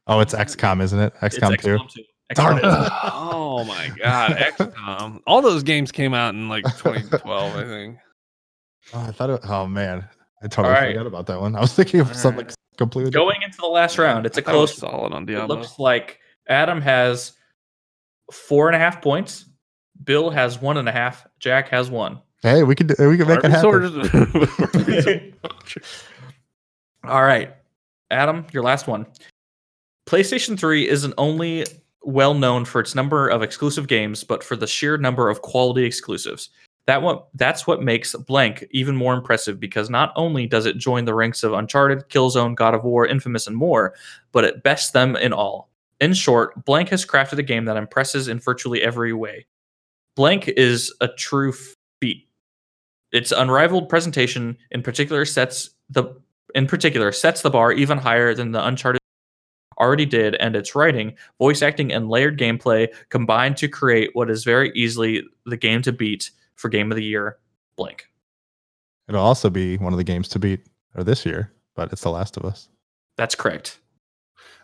[SPEAKER 1] Oh, it's XCOM, isn't it?
[SPEAKER 4] It's
[SPEAKER 1] XCOM two.
[SPEAKER 4] XCOM 2.
[SPEAKER 1] Darn it.
[SPEAKER 4] XCOM 2.
[SPEAKER 3] Oh my god, XCOM. All those games came out in like 2012, I think.
[SPEAKER 1] Oh, I thought. It, oh man, I totally
[SPEAKER 4] Alright.
[SPEAKER 1] forgot about that one. I was thinking of
[SPEAKER 3] Alright.
[SPEAKER 1] something completely. different.
[SPEAKER 4] Going into the last round, it's a
[SPEAKER 3] I thought it was
[SPEAKER 4] close.
[SPEAKER 3] solid on
[SPEAKER 4] It
[SPEAKER 3] Diablo.
[SPEAKER 4] looks like Adam has four and a half points. Bill has one and a half. Jack has one.
[SPEAKER 1] Hey, we could do- we could make it
[SPEAKER 3] Army
[SPEAKER 1] happen.
[SPEAKER 3] Soldiers-
[SPEAKER 4] All right, Adam, your last one. PlayStation 3 isn't only well known for its number of exclusive games, but for the sheer number of quality exclusives. That what that's what makes Blank even more impressive because not only does it join the ranks of Uncharted, Killzone, God of War, Infamous, and more, but it bests them in all. In short, Blank has crafted a game that impresses in virtually every way. Blank is a true feat. Its unrivaled presentation, in particular, sets the in particular sets the bar even higher than the Uncharted already did, and its writing, voice acting, and layered gameplay combined to create what is very easily the game to beat for Game of the Year. Blank.
[SPEAKER 1] It'll also be one of the games to beat or this year, but it's The Last of Us.
[SPEAKER 4] That's correct.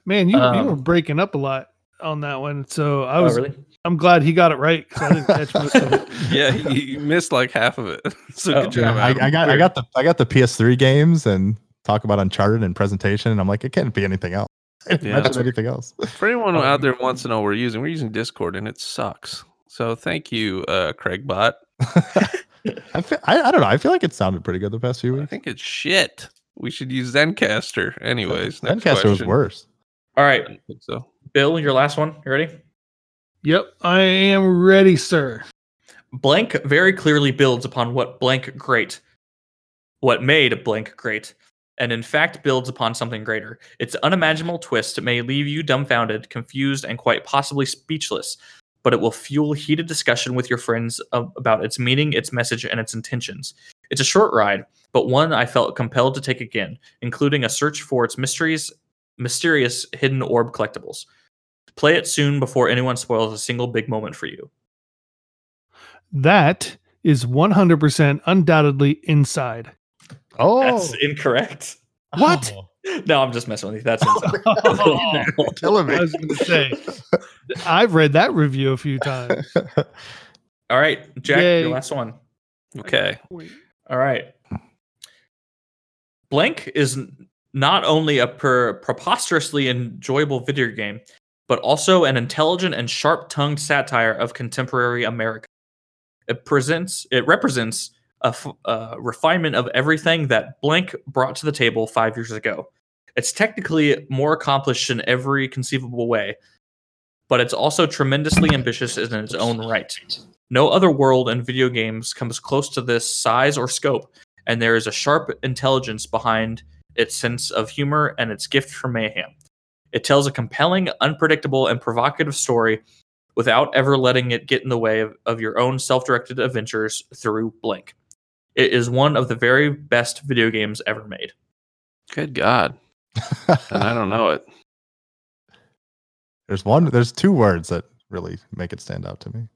[SPEAKER 2] Man, you, you were
[SPEAKER 4] Um,
[SPEAKER 2] breaking up a lot on that one. So I
[SPEAKER 4] Oh,
[SPEAKER 2] was.
[SPEAKER 4] really?
[SPEAKER 2] I'm glad he got it right because I didn't catch most of it.
[SPEAKER 3] yeah, you missed like half of it. So
[SPEAKER 4] Oh.
[SPEAKER 3] good job.
[SPEAKER 1] I,
[SPEAKER 3] Adam.
[SPEAKER 1] I got I got the I got the PS3 games and talk about Uncharted and presentation, and I'm like, it can't be anything else. I didn't
[SPEAKER 3] Yeah.
[SPEAKER 1] mention anything else.
[SPEAKER 3] For anyone
[SPEAKER 1] Oh.
[SPEAKER 4] Um,
[SPEAKER 3] out there who wants to know what we're using, we're using Discord and it sucks. So thank you, uh, Craig Bot.
[SPEAKER 1] I, feel, I I don't know. I feel like it sounded pretty good the past few
[SPEAKER 3] I
[SPEAKER 1] weeks.
[SPEAKER 3] think it's shit. We should use Zencaster. Anyways, next
[SPEAKER 1] Zencaster was
[SPEAKER 3] question.
[SPEAKER 1] worse.
[SPEAKER 4] All
[SPEAKER 3] I
[SPEAKER 4] right,
[SPEAKER 3] don't think so.
[SPEAKER 4] Bill, your last one. You ready?
[SPEAKER 2] Yep, I am ready, sir.
[SPEAKER 4] Blank very clearly builds upon what blank great, what made blank great, and in fact builds upon something greater. Its unimaginable twist may leave you dumbfounded, confused, and quite possibly speechless. but it will fuel heated discussion with your friends ab- about its meaning, its message, and its intentions. It's a short ride, but one I felt compelled to take again, including a search for its mysteries, mysterious hidden orb collectibles. Play it soon before anyone spoils a single big moment for you.
[SPEAKER 2] That is 100% undoubtedly inside.
[SPEAKER 1] Oh,
[SPEAKER 4] That's incorrect.
[SPEAKER 1] what?
[SPEAKER 4] No, I'm just messing with you. That's
[SPEAKER 1] Oh,
[SPEAKER 4] inside.
[SPEAKER 2] I
[SPEAKER 1] Killing Oh. me.
[SPEAKER 2] was going to say, I've read that review a few times.
[SPEAKER 4] All right, Jack,
[SPEAKER 2] Yay.
[SPEAKER 4] your last one.
[SPEAKER 3] Okay.
[SPEAKER 4] All right. Blank is n- not only a per- preposterously enjoyable video game, but also an intelligent and sharp-tongued satire of contemporary America. It presents, it represents a f- a refinement of everything that Blank brought to the table five years ago. It's technically more accomplished in every conceivable way, but it's also tremendously ambitious in its own right. No other world in video games comes close to this size or scope, and there is a sharp intelligence behind its sense of humor and its gift for mayhem. It tells a compelling, unpredictable, and provocative story without ever letting it get in the way of, of your own self directed adventures through Blink. It is one of the very best video games ever made.
[SPEAKER 3] Good God. And I don't know it.
[SPEAKER 1] there's one. There's two words that really make it stand out to me.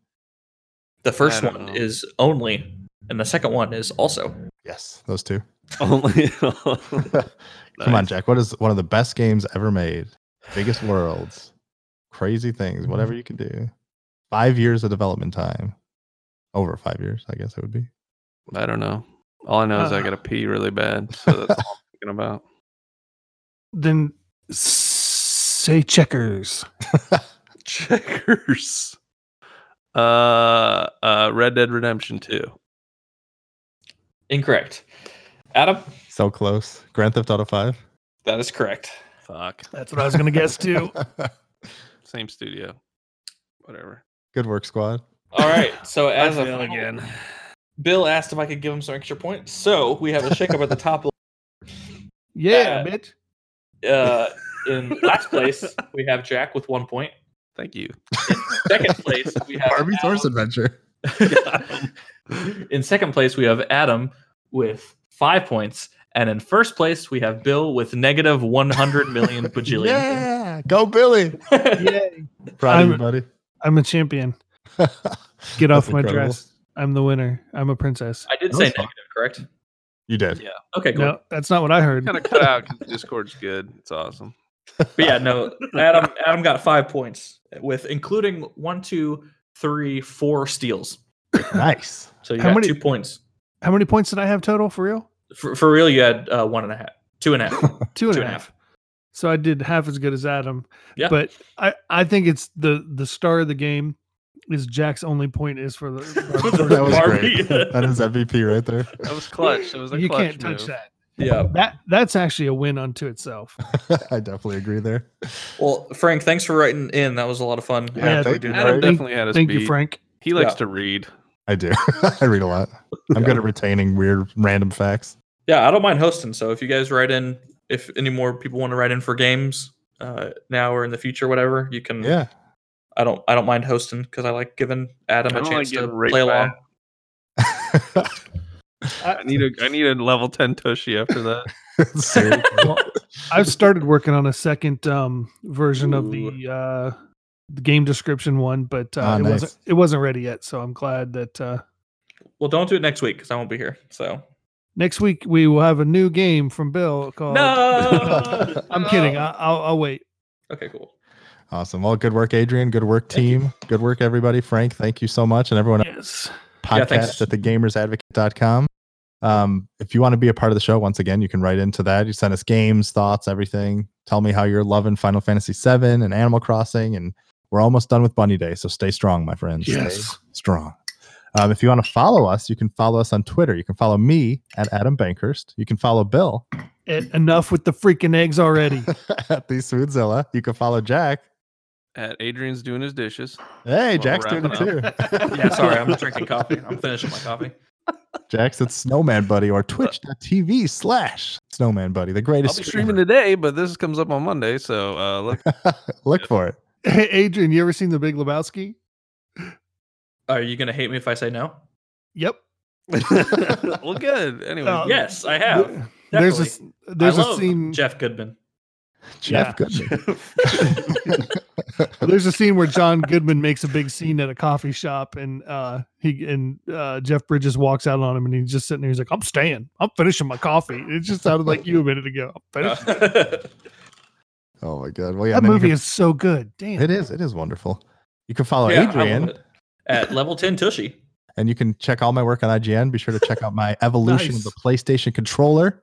[SPEAKER 4] The first
[SPEAKER 3] don't
[SPEAKER 4] one
[SPEAKER 3] know.
[SPEAKER 4] is only, and the second one is also.
[SPEAKER 1] Yes, those two.
[SPEAKER 3] Only.
[SPEAKER 1] Come on, Jack. What is one of the best games ever made? Biggest worlds, crazy things, whatever you can do. Five years of development time, over five years, I guess it would be.
[SPEAKER 3] I don't know. All I know is I
[SPEAKER 2] Uh.
[SPEAKER 3] gotta pee really bad. So that's all I'm thinking about.
[SPEAKER 2] Then s- say checkers.
[SPEAKER 3] Checkers. Uh, uh, Red Dead Redemption 2.
[SPEAKER 4] Incorrect. Adam,
[SPEAKER 1] So close. Grand Theft Auto Five.
[SPEAKER 4] that is correct.
[SPEAKER 3] Fuck.
[SPEAKER 2] That's what I was going to guess too.
[SPEAKER 3] Same studio. Whatever.
[SPEAKER 1] Good work, squad.
[SPEAKER 4] All right. So as a
[SPEAKER 3] Bill
[SPEAKER 4] final- Bill asked if I could give him some extra points. So we have a shakeup at the top. Yeah.
[SPEAKER 2] Yeah, bitch.
[SPEAKER 4] Uh, in last place, we have Jack with one point.
[SPEAKER 3] Thank you.
[SPEAKER 4] Second place, we have
[SPEAKER 1] Barbie's
[SPEAKER 4] Adam.
[SPEAKER 1] Horse Adventure.
[SPEAKER 4] in second place, we have Adam with five points. And in first place, we have Bill with negative 100 million bajillion.
[SPEAKER 1] Yeah, go Billy.
[SPEAKER 2] Yay.
[SPEAKER 1] Proud of you,
[SPEAKER 2] I'm-
[SPEAKER 1] buddy.
[SPEAKER 2] I'm a champion. Get off
[SPEAKER 1] That's
[SPEAKER 2] my
[SPEAKER 1] incredible.
[SPEAKER 2] dress. I'm the winner. I'm a princess.
[SPEAKER 4] I did
[SPEAKER 1] That
[SPEAKER 4] say
[SPEAKER 1] was fun.
[SPEAKER 4] negative, correct?
[SPEAKER 1] You did.
[SPEAKER 4] Okay, cool.
[SPEAKER 2] No, that's not what I heard.
[SPEAKER 3] kind of cut out because Discord's good. It's awesome.
[SPEAKER 4] But yeah, no, Adam Adam got five points with including one, two, three, four steals.
[SPEAKER 1] Nice.
[SPEAKER 4] So you
[SPEAKER 2] How
[SPEAKER 4] got
[SPEAKER 2] many-
[SPEAKER 4] two points.
[SPEAKER 2] How many points did I have total for real?
[SPEAKER 4] For, for real, you had uh, one and a half, two and a half.
[SPEAKER 2] Two and
[SPEAKER 4] Two
[SPEAKER 2] a half. So I did half as good as Adam.
[SPEAKER 4] Yeah.
[SPEAKER 2] But I, I think it's the the star of the game is Jack's only point is for the
[SPEAKER 1] That was
[SPEAKER 4] Barbie.
[SPEAKER 1] great. That is MVP right there.
[SPEAKER 3] That was clutch. It was a
[SPEAKER 2] you
[SPEAKER 3] clutch
[SPEAKER 2] can't touch
[SPEAKER 3] move.
[SPEAKER 2] that.
[SPEAKER 4] Yeah.
[SPEAKER 2] That that's actually a win unto itself.
[SPEAKER 1] I definitely agree there.
[SPEAKER 4] Well, Frank, thanks for writing in. That was a lot of fun.
[SPEAKER 1] Yeah,
[SPEAKER 2] Yeah,
[SPEAKER 1] thank you,
[SPEAKER 3] Adam
[SPEAKER 1] Frank.
[SPEAKER 3] definitely had us
[SPEAKER 2] Thank
[SPEAKER 3] beat.
[SPEAKER 2] you, Frank.
[SPEAKER 3] He likes
[SPEAKER 4] Yeah.
[SPEAKER 3] to read.
[SPEAKER 1] I do. I read a lot. I'm good at retaining weird random facts.
[SPEAKER 4] Yeah, I don't mind hosting. So if you guys write in, if any more people want to write in for games uh, now or in the future, whatever, you can.
[SPEAKER 1] Yeah.
[SPEAKER 4] I don't. I don't mind hosting because I like giving Adam
[SPEAKER 3] I
[SPEAKER 4] a
[SPEAKER 3] don't like
[SPEAKER 4] chance to
[SPEAKER 3] getting raped
[SPEAKER 4] play
[SPEAKER 3] by
[SPEAKER 4] along.
[SPEAKER 3] I need a I need a level ten tushy after that.
[SPEAKER 1] Seriously.
[SPEAKER 2] I've started working on a second um, version of
[SPEAKER 4] Ooh.
[SPEAKER 2] the uh, the game description one, but uh,
[SPEAKER 1] Ah,
[SPEAKER 2] it
[SPEAKER 1] nice.
[SPEAKER 2] wasn't it wasn't ready yet. So I'm glad that uh,
[SPEAKER 4] Well, don't do it next week because I won't be here. So
[SPEAKER 2] next week we will have a new game from Bill
[SPEAKER 1] Oh.
[SPEAKER 2] called.
[SPEAKER 4] no,
[SPEAKER 2] I'm kidding. I, I'll, I'll wait.
[SPEAKER 4] Okay, cool.
[SPEAKER 1] awesome. Well, good work, Adrian. Good work, team. Good work, everybody. Frank, thank you so much. And everyone
[SPEAKER 2] Yes.
[SPEAKER 4] Yeah,
[SPEAKER 1] podcast
[SPEAKER 4] thanks.
[SPEAKER 1] at thegamersadvocate.com. Um, if you want to be a part of the show, once again, you can write into that. You send us games, thoughts, everything. Tell me how you're loving Final Fantasy VII and Animal Crossing. And we're almost done with Bunny Day. So stay strong, my friends. Stay
[SPEAKER 2] Yes.
[SPEAKER 1] strong. Um, if you want to follow us, you can follow us on Twitter. You can follow me at Adam Bankhurst. You can follow Bill
[SPEAKER 2] And enough with the freaking eggs already.
[SPEAKER 1] at the Smoothzilla. You can follow Jack.
[SPEAKER 3] At Adrian's doing his dishes.
[SPEAKER 1] Hey,
[SPEAKER 3] Well,
[SPEAKER 1] Jack's
[SPEAKER 3] wrap
[SPEAKER 1] doing it too.
[SPEAKER 3] it
[SPEAKER 4] Yeah, sorry, I'm drinking coffee. I'm finishing my coffee.
[SPEAKER 1] Jack's at Snowman Buddy or twitch.tv slash Snowman Buddy, the
[SPEAKER 3] I'll
[SPEAKER 1] greatest
[SPEAKER 3] be streaming today, but this comes up on Monday, so uh, look
[SPEAKER 1] Look for it.
[SPEAKER 2] Hey, Adrian, you ever seen The Big Lebowski?
[SPEAKER 4] Are you gonna hate me if I say no?
[SPEAKER 2] Yep.
[SPEAKER 3] well, good. Anyway,
[SPEAKER 2] Uh,
[SPEAKER 4] yes, I have.
[SPEAKER 2] Th- There's a s-
[SPEAKER 4] Definitely.
[SPEAKER 2] there's
[SPEAKER 4] I
[SPEAKER 2] a
[SPEAKER 4] love
[SPEAKER 2] scene
[SPEAKER 4] Jeff Goodman.
[SPEAKER 1] Jeff
[SPEAKER 2] Yeah.
[SPEAKER 1] Goodman.
[SPEAKER 2] there's a scene where John Goodman makes a big scene at a coffee shop, and uh, he and uh, Jeff Bridges walks out on him, and he's just sitting there. He's like, "I'm staying. I'm finishing my coffee." It just sounded like you a minute ago. I'm finishing-
[SPEAKER 1] Oh my god. Well, yeah.
[SPEAKER 2] that
[SPEAKER 1] and then you
[SPEAKER 2] movie
[SPEAKER 1] can-
[SPEAKER 2] is so good. Damn.
[SPEAKER 1] It is. It is wonderful. You can follow
[SPEAKER 4] Yeah, I love
[SPEAKER 1] Oh, Adrian,
[SPEAKER 4] it. at level ten Tushy.
[SPEAKER 1] and you can check all my work on IGN. Be sure to check out my evolution of the PlayStation controller.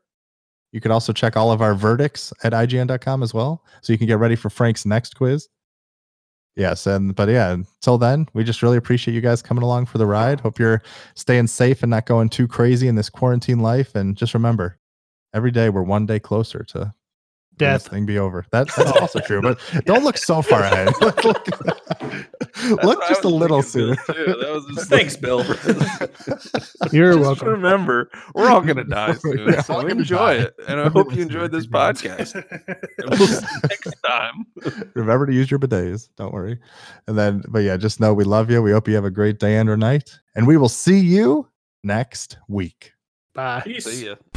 [SPEAKER 1] You can also check all of our verdicts at IGN.com as well, so you can get ready for Frank's next quiz. Yes, and but yeah, until then, we just really appreciate you guys coming along for the ride. Hope you're staying safe and not going too crazy in this quarantine life. And just remember, every day we're one day closer to when this
[SPEAKER 2] Death.
[SPEAKER 1] thing be over. That, that's also true, but don't look so far ahead. look, look- look just a little sooner.
[SPEAKER 3] That was just like,
[SPEAKER 4] Thanks, Bill.
[SPEAKER 2] You're
[SPEAKER 3] just
[SPEAKER 2] welcome.
[SPEAKER 3] remember, we're all gonna die soon.
[SPEAKER 1] Yeah,
[SPEAKER 3] so
[SPEAKER 1] we're gonna
[SPEAKER 3] enjoy
[SPEAKER 1] die.
[SPEAKER 3] it, and I
[SPEAKER 1] Every
[SPEAKER 3] hope you
[SPEAKER 1] listener
[SPEAKER 3] enjoyed this
[SPEAKER 1] is gonna-
[SPEAKER 3] podcast. And we'll see you next time.
[SPEAKER 1] Remember to use your bidets. Don't worry. And then, but yeah, just know we love you. We hope you have a great day and or night, and we will see you next week.
[SPEAKER 2] Bye.
[SPEAKER 4] Peace.
[SPEAKER 3] See ya.